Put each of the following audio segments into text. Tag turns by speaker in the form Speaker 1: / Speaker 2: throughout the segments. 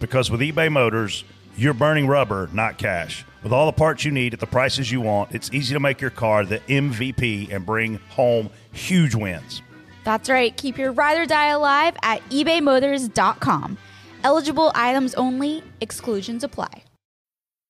Speaker 1: Because with eBay Motors, you're burning rubber, not cash. With all the parts you need at the prices you want, it's easy to make your car the MVP and bring home huge wins.
Speaker 2: That's right, keep your ride or die alive at ebaymotors.com. Eligible items only, exclusions apply.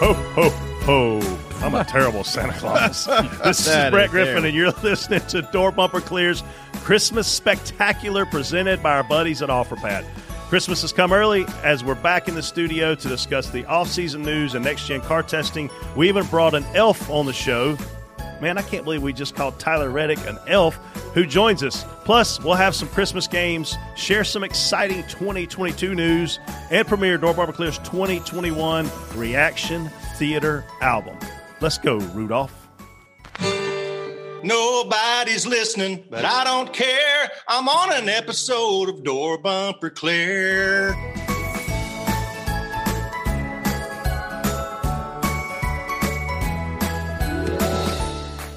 Speaker 1: Ho, ho, ho. I'm a terrible Santa Claus. this is
Speaker 3: That
Speaker 1: Brett
Speaker 3: is
Speaker 1: Griffin,
Speaker 3: terrible.
Speaker 1: and you're listening to Door Bumper Clears Christmas Spectacular presented by our buddies at OfferPad. Christmas has come early as we're back in the studio to discuss the off-season news and next-gen car testing. We even brought an elf on the show. Man, I can't believe we just called Tyler Reddick an elf who joins us. Plus, we'll have some Christmas games, share some exciting 2022 news, and premiere Door Barber Clear's 2021 Reaction Theater album. Let's go, Rudolph.
Speaker 4: Nobody's listening, but I don't care. I'm on an episode of Door Bumper Clear.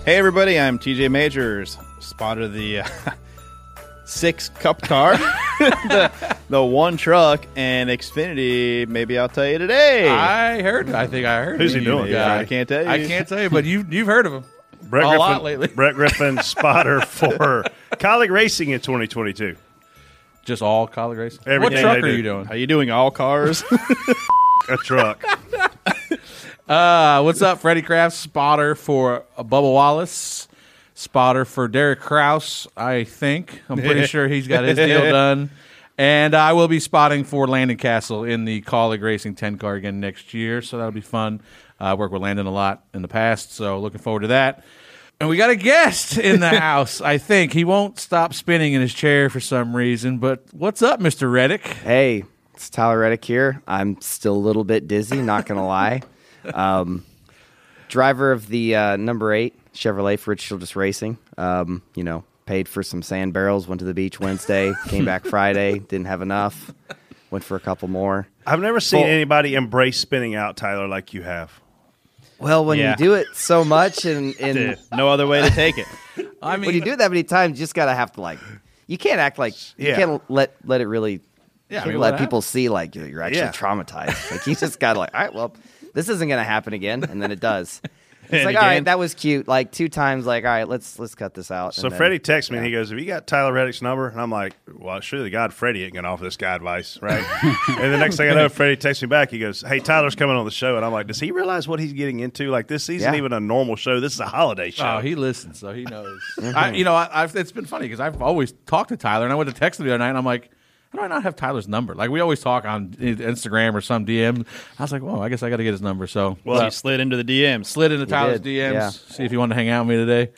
Speaker 3: Hey, everybody, I'm TJ Majors, spotter of the uh, six cup car, the, the one truck, and Xfinity. Maybe I'll tell you today.
Speaker 5: I heard. I think I heard.
Speaker 1: Who's he
Speaker 5: you,
Speaker 1: doing?
Speaker 5: guy.
Speaker 3: I can't tell you.
Speaker 5: I can't tell you, but you you've heard of him a
Speaker 1: Griffin,
Speaker 5: lot lately.
Speaker 1: Brett Griffin, spotter for colleague racing in 2022.
Speaker 5: Just all college racing. what
Speaker 1: Everything
Speaker 5: truck
Speaker 1: they
Speaker 5: are
Speaker 1: do.
Speaker 5: you doing?
Speaker 3: Are you doing all cars?
Speaker 1: A truck.
Speaker 5: Uh, what's up, Freddie Kraft? Spotter for uh, Bubba Wallace. Spotter for Derek Kraus. I think I'm pretty sure he's got his deal done. And I will be spotting for Landon Castle in the Colleague Racing 10 car again next year, so that'll be fun. Uh, I work with Landon a lot in the past, so looking forward to that. And we got a guest in the house. I think he won't stop spinning in his chair for some reason. But what's up, Mister Reddick?
Speaker 6: Hey, it's Tyler Reddick here. I'm still a little bit dizzy, not gonna lie. Um, driver of the uh, number eight Chevrolet for Rich Childress Racing. Um, you know, paid for some sand barrels. Went to the beach Wednesday. came back Friday. Didn't have enough. Went for a couple more.
Speaker 1: I've never seen
Speaker 6: Well-
Speaker 1: anybody embrace spinning out, Tyler, like you have.
Speaker 6: Well, when
Speaker 3: Yeah.
Speaker 6: you do it so much, and, and
Speaker 3: no other way to take it.
Speaker 5: I mean,
Speaker 6: when you do it that many times, you just gotta have to like. You can't act like
Speaker 1: Yeah.
Speaker 6: you can't let let it really.
Speaker 5: Yeah, I
Speaker 6: can't
Speaker 5: mean,
Speaker 6: let
Speaker 5: what
Speaker 6: people see like you're, you're actually
Speaker 1: Yeah.
Speaker 6: traumatized. Like you just gotta like, all right, well, this isn't gonna happen again, and then it does. It's
Speaker 3: And
Speaker 6: like, all
Speaker 3: again.
Speaker 6: right, that was cute. Like two times, like, all right, let's let's cut this out.
Speaker 1: So
Speaker 6: and then-
Speaker 1: Freddie texts me and he goes, "Have you got Tyler Reddick's number?" And I'm like, "Well, surely God, Freddie ain't gonna offer this guy advice, right?" and the next thing I know, Freddie texts me back. He goes, "Hey, Tyler's coming on the show," and I'm like, "Does he realize what he's getting into? Like, this isn't
Speaker 6: Yeah.
Speaker 1: even a normal show. This is a holiday show."
Speaker 5: Oh, he listens, so he knows. I, you know, I, I've, it's been funny because I've always talked to Tyler, and I went to text him the other night, and I'm like, how do I not have Tyler's number? Like, we always talk on Instagram or some DM. I was like, well, I guess I got to get his number. So,
Speaker 1: Well,
Speaker 5: uh,
Speaker 3: you slid into the DMs.
Speaker 5: slid into Tyler's DMs,
Speaker 6: did, yeah.
Speaker 5: see if he wanted to hang out with me today.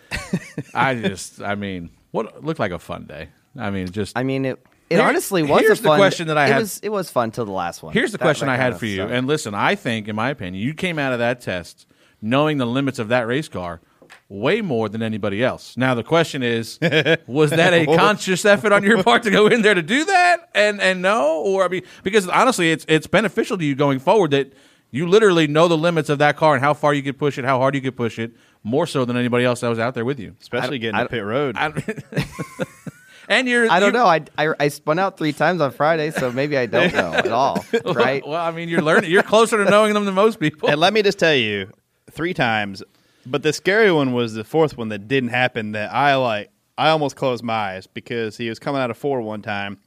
Speaker 5: I just, I mean, what it looked like a fun day. I mean, just.
Speaker 6: I mean, it it
Speaker 5: Here-
Speaker 6: honestly was
Speaker 5: here's
Speaker 6: a
Speaker 5: the
Speaker 6: fun,
Speaker 5: question that I
Speaker 6: it
Speaker 5: had.
Speaker 6: Was, it was fun till the last one.
Speaker 5: Here's the
Speaker 6: That-
Speaker 5: question
Speaker 6: that
Speaker 5: I
Speaker 6: kind
Speaker 5: had
Speaker 6: of
Speaker 5: for you.
Speaker 6: sucked.
Speaker 5: And listen, I think, in my opinion, you came out of that test knowing the limits of that race car way more than anybody else. Now the question is, was that a conscious effort on your part to go in there to do that and and no, or I mean, because honestly, it's it's beneficial to you going forward that you literally know the limits of that car and how far you could push it, how hard you could push it, more so than anybody else that was out there with you.
Speaker 3: Especially getting to pit road.
Speaker 5: I, And you're.
Speaker 6: I don't
Speaker 5: you-
Speaker 6: know. I, I, I spun out three times on Friday, so maybe I don't know at all, right?
Speaker 5: Well, I mean, you're learning. You're closer to knowing them than most people.
Speaker 3: And let me just tell you, three times. But the scary one was the fourth one that didn't happen. That I like. I almost closed my eyes because he was coming out of four one time,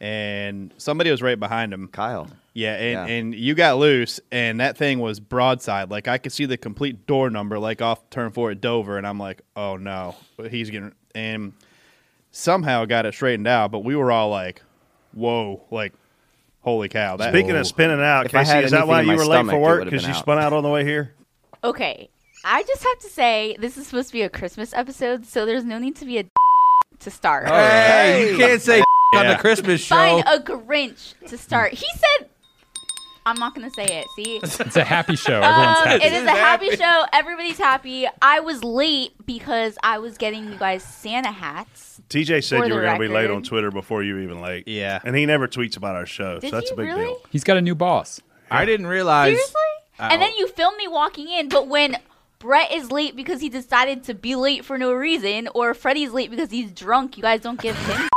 Speaker 3: and somebody was right behind him.
Speaker 6: Kyle.
Speaker 3: Yeah, and,
Speaker 6: Yeah.
Speaker 3: and you got loose, and that thing was broadside. Like I could see the complete door number, like off turn four at Dover, and I'm like, oh no, But he's getting and somehow got it straightened out. But we were all like, whoa, like holy cow! That
Speaker 1: Speaking of spinning out,
Speaker 6: If I
Speaker 1: Casey,
Speaker 6: had
Speaker 1: is that
Speaker 6: anything
Speaker 1: why
Speaker 6: in
Speaker 1: you
Speaker 6: my
Speaker 1: were late
Speaker 6: stomach,
Speaker 1: for
Speaker 6: it
Speaker 1: work
Speaker 6: would've
Speaker 1: because
Speaker 6: been
Speaker 1: you
Speaker 6: out.
Speaker 1: spun out on the way here?
Speaker 7: Okay, I just have to say this is supposed to be a Christmas episode, so there's no need to be a d- to start.
Speaker 5: Oh, Hey, you can't say on the
Speaker 3: Yeah.
Speaker 5: Christmas show.
Speaker 7: Find a Grinch to start. He said, "I'm not gonna say it." See,
Speaker 8: It's a happy show. Everyone's
Speaker 7: Um,
Speaker 8: happy.
Speaker 7: it is a happy show. Everybody's happy. I was late because I was getting you guys Santa hats.
Speaker 1: TJ said
Speaker 7: For
Speaker 1: you
Speaker 7: the
Speaker 1: were going to be late
Speaker 7: record.
Speaker 1: on Twitter before you were even late.
Speaker 3: Yeah.
Speaker 1: and he never tweets about our show,
Speaker 7: Did
Speaker 1: so that's
Speaker 7: you
Speaker 1: a big
Speaker 7: really?
Speaker 1: deal.
Speaker 8: He's got a new boss.
Speaker 5: I didn't realize.
Speaker 7: Seriously? And then you film me walking in, but when Brett is late because he decided to be late for no reason, or Freddy's late because he's drunk, you guys don't give him.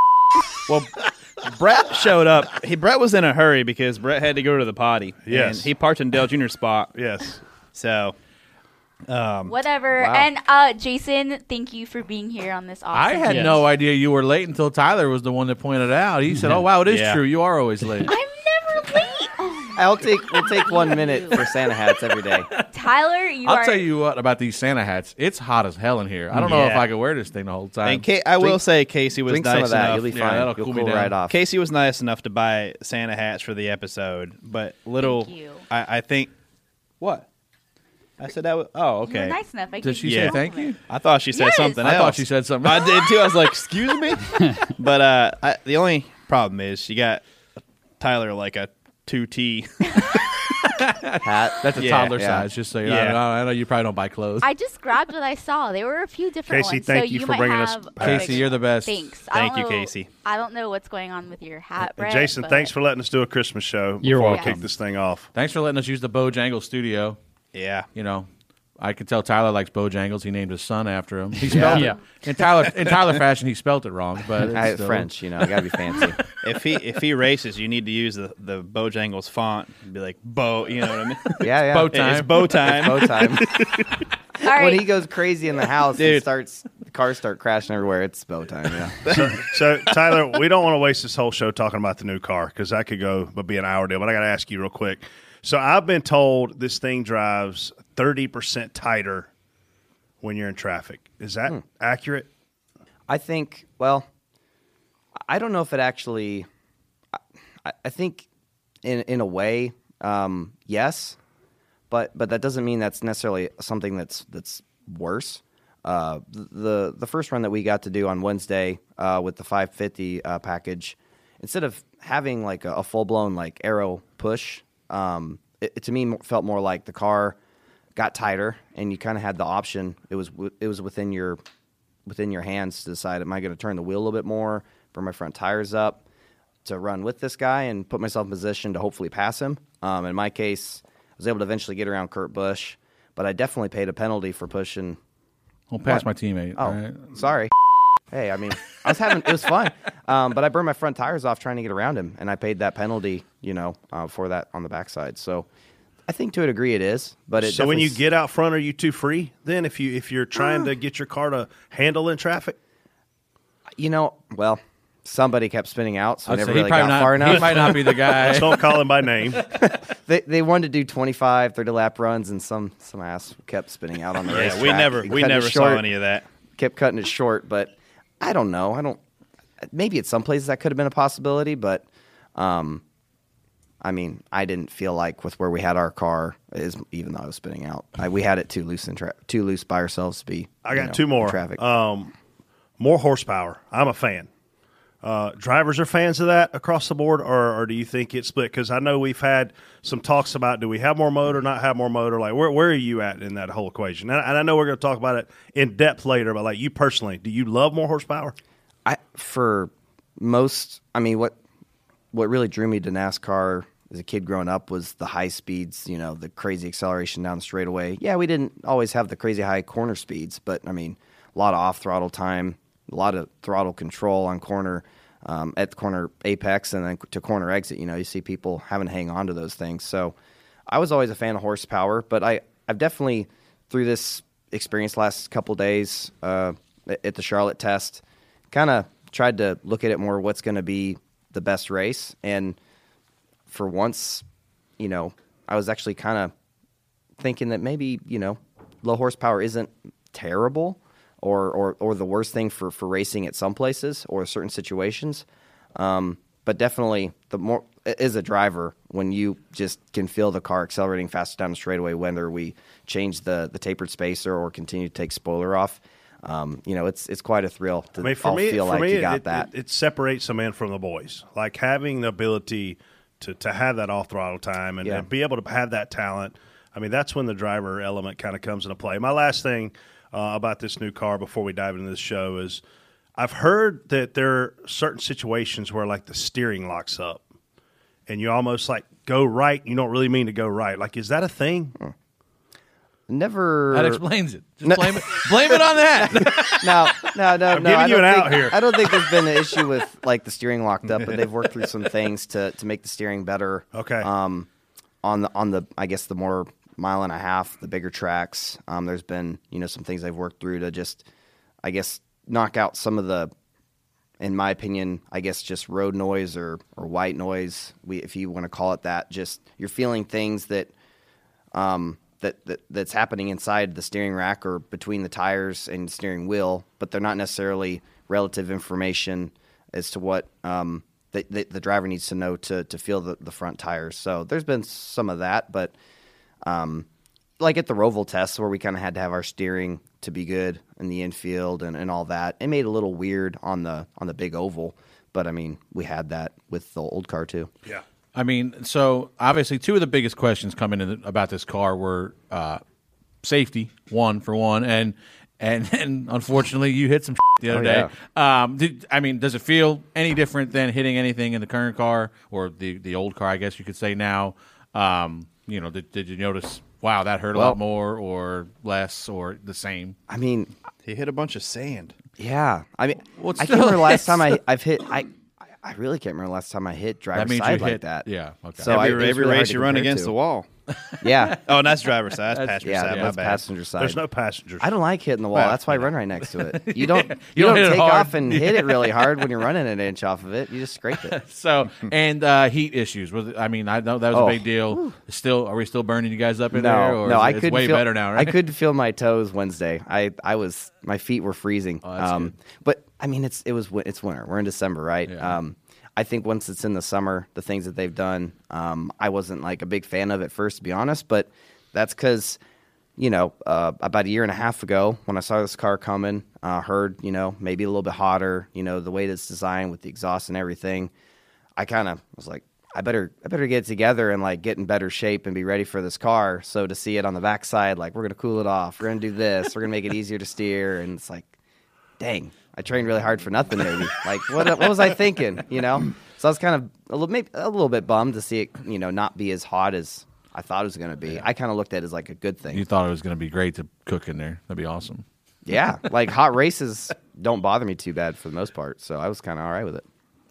Speaker 3: Well, Brett showed up. He Brett was in a hurry because Brett had to go to the potty.
Speaker 1: Yes.
Speaker 3: and he parked in Dale Junior's spot.
Speaker 1: Yes.
Speaker 3: So um,
Speaker 7: Whatever.
Speaker 6: Wow.
Speaker 7: And uh, Jason, thank you for being here on this
Speaker 5: I
Speaker 7: awesome.
Speaker 5: had
Speaker 8: Yes.
Speaker 5: no idea you were late until Tyler was the one that pointed out. He said, "Oh wow, it is
Speaker 3: Yeah.
Speaker 5: true. You are always late."
Speaker 7: I'm never late. Oh,
Speaker 6: I'll take we'll take one minute for Santa hats every day.
Speaker 7: Tyler, you
Speaker 5: I'll
Speaker 7: are.
Speaker 5: tell you what about these Santa hats. It's hot as hell in here. I don't know if
Speaker 3: Yeah.
Speaker 5: I could wear this thing the whole time.
Speaker 3: and Ca- I will
Speaker 6: Drink-
Speaker 3: say Casey was
Speaker 6: Drink
Speaker 3: nice
Speaker 6: some of that.
Speaker 3: enough.
Speaker 6: You'll be fine.
Speaker 5: Yeah, that'll
Speaker 6: You'll
Speaker 5: cool
Speaker 6: cool,
Speaker 5: me down.
Speaker 6: right off.
Speaker 3: Casey was nice enough to buy Santa hats for the episode, but little.
Speaker 7: Thank you.
Speaker 3: I, I think what I said. That was, oh,
Speaker 7: You were
Speaker 3: okay.
Speaker 7: nice enough. I
Speaker 5: Did
Speaker 7: give
Speaker 5: she
Speaker 7: you a
Speaker 5: say
Speaker 3: Yeah.
Speaker 5: thank you?
Speaker 7: compliment.
Speaker 3: I thought she said
Speaker 7: Yes.
Speaker 3: something.
Speaker 5: I
Speaker 3: else.
Speaker 5: thought she said something.
Speaker 3: I did too. I was like, "Excuse me," but uh, I, the only problem is she got Tyler like a two T.
Speaker 6: Hat.
Speaker 5: That's a
Speaker 3: Yeah,
Speaker 5: toddler
Speaker 6: yeah.
Speaker 5: size. Just so you
Speaker 3: Yeah.
Speaker 5: know, I know you probably don't buy clothes.
Speaker 7: I just grabbed what I saw. There were a few different
Speaker 1: Casey,
Speaker 7: ones.
Speaker 1: thank
Speaker 7: so
Speaker 1: you
Speaker 7: you,
Speaker 1: for
Speaker 7: might
Speaker 1: bringing us
Speaker 7: have
Speaker 5: back. Casey, you're the best.
Speaker 7: Thanks.
Speaker 3: Thank
Speaker 7: I don't
Speaker 3: you,
Speaker 7: know-
Speaker 3: Casey.
Speaker 7: I don't know what's going on with your hat, Brett.
Speaker 1: Uh, Jason,
Speaker 7: but-
Speaker 1: thanks for letting us do a Christmas show
Speaker 8: You're
Speaker 1: before I
Speaker 8: welcome.
Speaker 1: kick this thing off.
Speaker 5: Thanks for letting us use the Bojangles studio.
Speaker 3: yeah,
Speaker 5: You know, I could tell Tyler likes Bojangles. He named his son after him. He spelled
Speaker 8: Yeah.
Speaker 5: it in Tyler in Tyler fashion. He spelled it wrong, but it's
Speaker 6: I,
Speaker 5: still-
Speaker 6: French, you know, I gotta be fancy.
Speaker 3: if he if he races, you need to use the the Bojangles font. and Be like Bo, you know what I mean?
Speaker 6: Yeah, yeah.
Speaker 5: Bow time.
Speaker 3: It's bow time.
Speaker 6: Bow time.
Speaker 7: All right.
Speaker 6: When he goes crazy in the house and
Speaker 3: Dude.
Speaker 6: starts the cars start crashing everywhere, it's bow time, yeah.
Speaker 1: So, so Tyler, we don't want to waste this whole show talking about the new car because that could go but be an hour deal. But I got to ask you real quick. So I've been told this thing drives thirty percent tighter when you're in traffic. Is that
Speaker 5: Hmm.
Speaker 1: accurate?
Speaker 6: I think. Well, I don't know if it actually. I, I think, in in a way, um, yes, but but that doesn't mean that's necessarily something that's that's worse. Uh, the the first run that we got to do on Wednesday uh, with the 550 uh, package, instead of having like a, full blown like arrow push, um, it, it to me mo- felt more like the car got tighter and you kind of had the option. It was w- it was within your within your hands to decide am I going to turn the wheel a little bit more, bring my front tires up to run with this guy and put myself in position to hopefully pass him. Um, in my case, I was able to eventually get around Kurt Busch, but I definitely paid a penalty for pushing.
Speaker 5: I'll pass my teammate.
Speaker 6: Oh,
Speaker 5: all right?
Speaker 6: sorry. Hey, I mean, I was having it was fun, um, but I burned my front tires off trying to get around him, and I paid that penalty, you know, uh, for that on the backside. So, I think to a degree it is, but it
Speaker 1: so when
Speaker 6: definitely
Speaker 1: you
Speaker 6: s-
Speaker 1: get out front, are you too free? Then if you if you're trying to get your car to handle in traffic,
Speaker 6: you know, well, somebody kept spinning out, so I
Speaker 5: I'd
Speaker 6: never
Speaker 5: say he
Speaker 6: really
Speaker 5: probably
Speaker 6: got
Speaker 5: not-
Speaker 6: far enough.
Speaker 5: He might not be the guy.
Speaker 1: let's don't call him by name.
Speaker 6: they, they wanted to do 25 30 lap runs and some some ass kept spinning out on the
Speaker 3: Yeah,
Speaker 6: racetrack.
Speaker 3: we never
Speaker 6: It
Speaker 3: we
Speaker 6: cut it
Speaker 3: never saw
Speaker 6: short,
Speaker 3: any of that.
Speaker 6: kept cutting it short but i don't know i don't maybe at some places that could have been a possibility but um i mean i didn't feel like with where we had our car is even though i was spinning out I, we had it too loose in tra- too loose by ourselves to be
Speaker 1: I
Speaker 6: you
Speaker 1: got
Speaker 6: know,
Speaker 1: two
Speaker 6: in
Speaker 1: more.
Speaker 6: traffic
Speaker 1: Um, more horsepower. I'm a fan. Uh, drivers are fans of that across the board, or, or do you think it's split? Because I know we've had some talks about do we have more motor, not have more motor. Like where where are you at in that whole equation? And, and I know we're going to talk about it in depth later, but like you personally, do you love more horsepower?
Speaker 6: I for most I mean what what really drew me to NASCAR as a kid growing up was the high speeds, you know, the crazy acceleration down the straightaway. Yeah, we didn't always have the crazy high corner speeds, but I mean a lot of off throttle time, a lot of throttle control on corner um, at the corner apex and then to corner exit. You know, you see people having to hang on to those things. So I was always a fan of horsepower, but I I've definitely through this experience last couple days uh, at- at the Charlotte test, kind of tried to look at it more. What's going to be the best race and for once, you know, I was actually kind of thinking that maybe you know low horsepower isn't terrible or or, or the worst thing for, for racing at some places or certain situations um, but definitely the more as a driver when you just can feel the car accelerating faster down the straightaway whether we change the the tapered spacer or continue to take spoiler off um, you know it's it's quite a thrill to
Speaker 1: I mean, for
Speaker 6: all
Speaker 1: me,
Speaker 6: feel
Speaker 1: for
Speaker 6: like
Speaker 1: me,
Speaker 6: you got
Speaker 1: it,
Speaker 6: that
Speaker 1: It, it separates a man from the boys. Like having the ability to, to have that off throttle time and,
Speaker 6: Yeah.
Speaker 1: and be able to have that talent. I mean, that's when the driver element kind of comes into play. My last thing uh, about this new car before we dive into this show is I've heard that there are certain situations where like the steering locks up and you almost like go right. You don't really mean to go right. Like, is that a thing?
Speaker 6: never
Speaker 5: That explains it. Just blame it. Blame it on that.
Speaker 6: no, no, no, I'm no.
Speaker 1: giving
Speaker 6: I
Speaker 1: you
Speaker 6: don't
Speaker 1: an
Speaker 6: think,
Speaker 1: out here.
Speaker 6: I don't think there's been an issue with like the steering locked up, but they've worked through some things to to make the steering better.
Speaker 1: Okay.
Speaker 6: Um, on the on the I guess the more mile and a half, the bigger tracks. Um, there's been you know some things they've worked through to just I guess knock out some of the in my opinion, I guess just road noise or, or white noise, we, if you want to call it that, just you're feeling things that, um, that, that that's happening inside the steering rack or between the tires and steering wheel, but they're not necessarily relative information as to what um, the, the, the driver needs to know to, to feel the, the front tires. So there's been some of that, but um, like at the Roval test where we kind of had to have our steering to be good in the infield and, and all that. It made it a little weird on the on the big oval, but I mean we had that with the old car too.
Speaker 1: Yeah.
Speaker 5: I mean, so obviously, two of the biggest questions coming in about this car were uh, safety, one for one, and and and unfortunately, you hit some the other
Speaker 6: Oh,
Speaker 5: day. Um, did, I mean, does it feel any different than hitting anything in the current car or the the old car? I guess you could say now. Um, you know, did, did you notice? Wow, that hurt a
Speaker 6: Well-
Speaker 5: lot more, or less, or the same.
Speaker 6: I mean,
Speaker 3: He hit a bunch of sand.
Speaker 6: yeah. I mean,
Speaker 5: Well, it's
Speaker 6: I can't
Speaker 5: still-
Speaker 6: remember last time I I've hit I I- I really can't remember last time I hit driver's
Speaker 5: means you
Speaker 6: side like
Speaker 5: hit-
Speaker 6: that.
Speaker 5: yeah, okay.
Speaker 6: So I,
Speaker 3: every
Speaker 6: it's
Speaker 3: every
Speaker 6: really hard
Speaker 3: race
Speaker 6: to
Speaker 3: you run
Speaker 6: compare
Speaker 3: against
Speaker 6: to.
Speaker 3: the wall.
Speaker 6: Yeah.
Speaker 3: Oh, and that's driver's side. That's passenger
Speaker 6: Yeah,
Speaker 3: side. My
Speaker 6: that's
Speaker 3: bad.
Speaker 6: passenger side.
Speaker 1: There's no passenger.
Speaker 6: I don't like hitting the wall.
Speaker 3: Well,
Speaker 6: That's why I run right next to it. You don't you,
Speaker 5: don't
Speaker 6: don't,
Speaker 5: hit it
Speaker 6: take
Speaker 5: hard.
Speaker 6: off and hit it really hard when you're running an inch off of it. You just scrape it.
Speaker 5: So and uh, heat issues. Was it- I mean, I know that was
Speaker 6: Oh.
Speaker 5: a big deal. Still, are we still burning you guys up in
Speaker 6: no,
Speaker 5: there? Or
Speaker 6: no,
Speaker 5: is it-
Speaker 6: I
Speaker 5: it's
Speaker 6: couldn't
Speaker 5: way
Speaker 6: feel,
Speaker 5: better now, right?
Speaker 6: I couldn't feel my toes Wednesday. I, I was my feet were freezing.
Speaker 5: Oh, that's
Speaker 6: um,
Speaker 5: good.
Speaker 6: but I mean, it's it was win- it's winter. We're in December, right?
Speaker 5: Yeah.
Speaker 6: Um, I think once it's in the summer, the things that they've done, um, I wasn't like a big fan of at first, to be honest. But that's because you know, uh, about a year and a half ago, when I saw this car coming, uh, heard you know maybe a little bit hotter. You know, the way that it's designed with the exhaust and everything. I kind of was like, I better, I better get it together and like get in better shape and be ready for this car. So to see it on the backside, like we're gonna cool it off, we're gonna do this, we're gonna make it easier to steer, and it's like, dang, I trained really hard for nothing, maybe. like, what, what was I thinking? You know. So I was kind of a little, maybe a little bit bummed to see it, you know, not be as hot as I thought it was gonna be. I kind of looked at it as like a good thing.
Speaker 5: You thought it was going to be great to cook in there. That'd be awesome.
Speaker 6: yeah, like hot races don't bother me too bad for the most part. So I was kind of all right with it.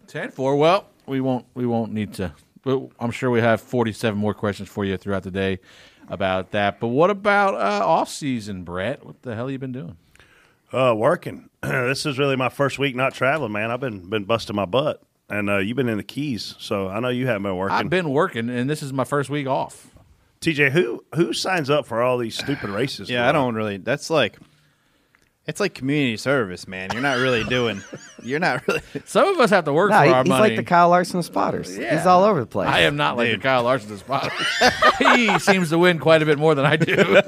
Speaker 5: Ten four. Well, we won't. We won't need to. well, I'm sure we have 47 more questions for you throughout the day about that. But what about uh, off season, Brett? What the hell you been doing?
Speaker 1: Uh, working. this is really my first week not traveling, man. I've been been busting my butt, and uh, you've been in the keys, so I know you haven't been working.
Speaker 5: I've been working, and this is my first week off.
Speaker 1: TJ, who who signs up for all these stupid races?
Speaker 3: Yeah, I don't really. That's like, it's like community service, man. You're not really doing. You're not really.
Speaker 5: Some of us have to work
Speaker 6: No,
Speaker 5: for
Speaker 6: he-
Speaker 5: our
Speaker 6: he's
Speaker 5: money.
Speaker 6: like the Kyle Larson of spotters. He's all over the place.
Speaker 5: I am not like the Kyle Larson of the spot. he seems to win quite a bit more than I do.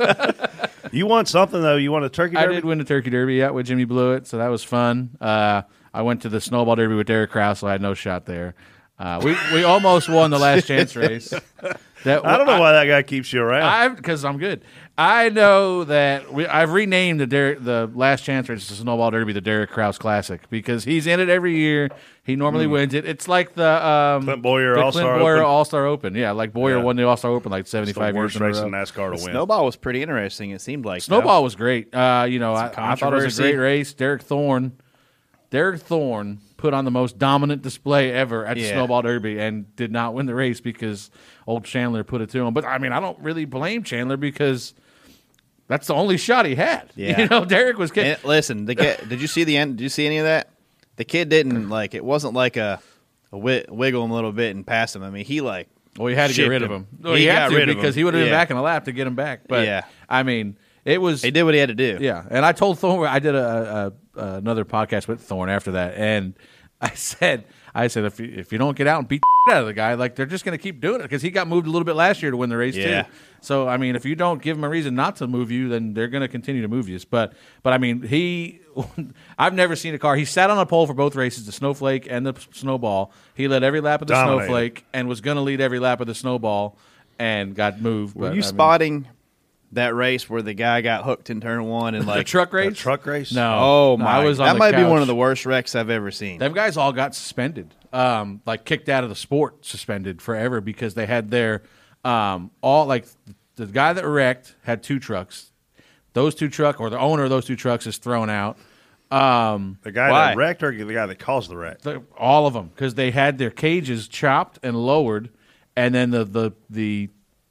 Speaker 1: You want something though? You want a turkey
Speaker 5: I
Speaker 1: derby?
Speaker 5: did win the Turkey Derby out with Jimmy Blewett, so that was fun. Uh, I went to the Snowball Derby with Derek Krause, so I had no shot there. Uh, we we almost won the last chance race. That
Speaker 1: I don't know why that guy keeps you around.
Speaker 5: I because I'm good. I know that we, I've renamed the Der- the last chance race to Snowball Derby the Derek Krause Classic because he's in it every year. He normally wins it. It's like the um,
Speaker 1: Hmm. Clint Boyer
Speaker 5: the
Speaker 1: All-Star
Speaker 5: Clint Boyer
Speaker 1: Open.
Speaker 5: All Star Open. Yeah, like Boyer
Speaker 1: Yeah.
Speaker 5: won the All Star Open like
Speaker 1: it's
Speaker 5: 75
Speaker 1: the worst
Speaker 5: years in a
Speaker 1: race
Speaker 5: row.
Speaker 1: in NASCAR to win.
Speaker 3: Snowball was pretty interesting. It seemed like though.
Speaker 5: Snowball was great. Uh, you know, I, I thought it was a
Speaker 3: controversy.
Speaker 5: great race. Derek Thorne Derek Thorne put on the most dominant display ever at the
Speaker 3: Yeah.
Speaker 5: Snowball Derby and did not win the race because old Chandler put it to him. But I mean, I don't really blame Chandler because that's the only shot he had.
Speaker 3: Yeah.
Speaker 5: You know, Derek was getting.
Speaker 3: And listen, the kid, did you see the end? Did you see any of that? The kid didn't like. It wasn't like a, a wi- wiggle him a little bit and pass him. I mean, he like.
Speaker 5: Well, he had to get
Speaker 3: shipped
Speaker 5: rid of him. Well,
Speaker 3: he
Speaker 5: he, had
Speaker 3: got
Speaker 5: to
Speaker 3: rid of
Speaker 5: because
Speaker 3: him.
Speaker 5: he would have been
Speaker 3: Yeah.
Speaker 5: back in a lap to get him back. But
Speaker 3: Yeah.
Speaker 5: I mean, it was
Speaker 3: He did what he had to do.
Speaker 5: Yeah, and I told Thorn. I did a, a, a another podcast with Thorn after that, and I said, I said if you, if you don't get out and beat the out of the guy, like they're just going to keep doing it because he got moved a little bit last year to win the race
Speaker 3: Yeah.
Speaker 5: too. So I mean, if you don't give him a reason not to move you, then they're going to continue to move you. But but I mean, he, I've never seen a car. He sat on a pole for both races, the Snowflake and the Snowball. He led every lap of the
Speaker 1: Dominated.
Speaker 5: Snowflake and was going to lead every lap of the Snowball. And got moved.
Speaker 3: Were
Speaker 5: but,
Speaker 3: you
Speaker 5: I mean-
Speaker 3: spotting that race where the guy got hooked in turn one and
Speaker 5: the
Speaker 3: like
Speaker 5: truck race?
Speaker 1: truck race?
Speaker 5: No.
Speaker 3: Oh
Speaker 5: No,
Speaker 3: my!
Speaker 5: I was on
Speaker 3: that
Speaker 5: the
Speaker 3: might be
Speaker 5: couch.
Speaker 3: one of the worst wrecks I've ever seen.
Speaker 5: Them guys all got suspended, um, like kicked out of the sport, suspended forever because they had their um, all like the guy that wrecked had two trucks. Those two truck or the owner of those two trucks is thrown out. Um,
Speaker 1: The guy
Speaker 3: Why?
Speaker 1: that wrecked or the guy that caused the wreck?
Speaker 5: the- all of them because they had their cages chopped and lowered, and then the the the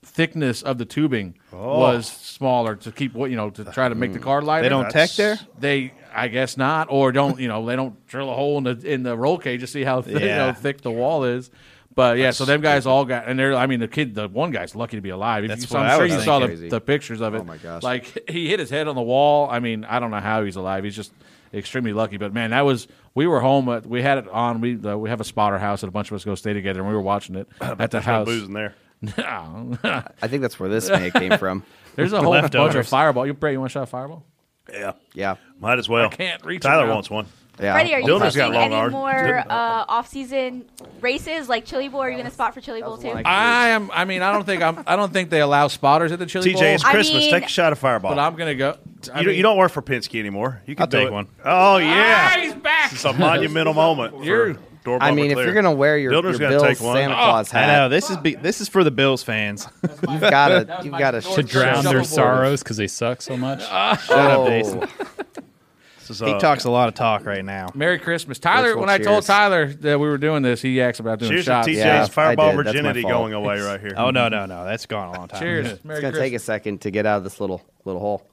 Speaker 5: thickness of the tubing was smaller to keep what you know to try to make the car lighter.
Speaker 3: Oh. they don't tech
Speaker 1: That's-
Speaker 3: there.
Speaker 5: They, I guess not, or don't you know? They don't drill a hole in the in the roll cage to see how th- you
Speaker 3: Yeah.
Speaker 5: know, thick the wall is. But yeah, so them guys all got, and they're. I mean, the kid, the one guy's lucky to be alive. If
Speaker 3: That's
Speaker 5: you, saw-
Speaker 3: what
Speaker 5: I'm
Speaker 3: I
Speaker 5: sure
Speaker 3: was
Speaker 5: you
Speaker 3: thinking.
Speaker 5: saw the,
Speaker 6: Crazy.
Speaker 5: the pictures of it.
Speaker 6: Oh, my gosh.
Speaker 5: Like he hit his head on the wall. I mean, I don't know how he's alive. He's just extremely lucky. But man, that was. We were home. At, we had it on. We uh, we have a spotter house, and a bunch of us go stay together, and we were watching it at the
Speaker 1: No
Speaker 5: house.
Speaker 1: booze in there.
Speaker 5: No.
Speaker 6: I think that's where this may have came from.
Speaker 5: There's a whole bunch of
Speaker 1: Leftovers.
Speaker 5: fireball. You Brett, you want to shot a fireball?
Speaker 1: Yeah.
Speaker 6: Yeah,
Speaker 1: Might as well.
Speaker 5: can't reach
Speaker 1: Tyler
Speaker 5: around.
Speaker 1: wants one.
Speaker 6: yeah.
Speaker 7: Freddie, are you
Speaker 1: Dildo's got
Speaker 7: pushing
Speaker 1: long
Speaker 7: any
Speaker 1: arms.
Speaker 7: more uh, off-season races like Chili Bowl? Are you going to spot for Chili Bowl
Speaker 6: was one
Speaker 7: too?
Speaker 6: I
Speaker 5: I am. I mean, I don't think I'm. I don't think they allow spotters at the Chili Bowl.
Speaker 1: TJ, it's
Speaker 7: I
Speaker 1: Christmas.
Speaker 7: mean-
Speaker 1: Take a shot of Fireball.
Speaker 5: but I'm gonna go. I
Speaker 1: you,
Speaker 5: mean-
Speaker 1: you don't work for Penske anymore. You can
Speaker 3: I'll
Speaker 1: do
Speaker 3: take
Speaker 1: it.
Speaker 3: one.
Speaker 1: Oh yeah,
Speaker 5: Ah, he's back.
Speaker 1: it's a monumental moment.
Speaker 5: You're-
Speaker 1: for door
Speaker 6: I mean, if
Speaker 1: Bumper
Speaker 6: you're
Speaker 1: Clear.
Speaker 6: gonna wear your,
Speaker 1: Builder's
Speaker 6: your
Speaker 1: gonna
Speaker 6: Bill
Speaker 1: take one.
Speaker 6: Santa
Speaker 1: Oh,
Speaker 6: Claus
Speaker 3: I know
Speaker 6: hat,
Speaker 3: this is be, this is for the Bills fans.
Speaker 6: you've gotta you've gotta
Speaker 8: To drown their
Speaker 5: Shuffleboard.
Speaker 8: sorrows because they suck so much.
Speaker 3: up, Jason.
Speaker 1: This is,
Speaker 3: He
Speaker 1: uh,
Speaker 3: talks a lot of talk right now.
Speaker 5: Merry Christmas, Tyler.
Speaker 6: Virtual
Speaker 5: When I told
Speaker 6: cheers.
Speaker 5: Tyler that we were doing this, he asked about doing
Speaker 1: Cheers to
Speaker 5: shots.
Speaker 1: TJ's
Speaker 6: Yeah, I
Speaker 1: Fireball
Speaker 6: did. That's my
Speaker 1: virginity
Speaker 6: fault.
Speaker 1: going away right here.
Speaker 3: Oh no no no! That's gone a long time.
Speaker 5: Cheers. Merry
Speaker 6: It's gonna
Speaker 5: Christmas.
Speaker 6: take a second to get out of this little little hole.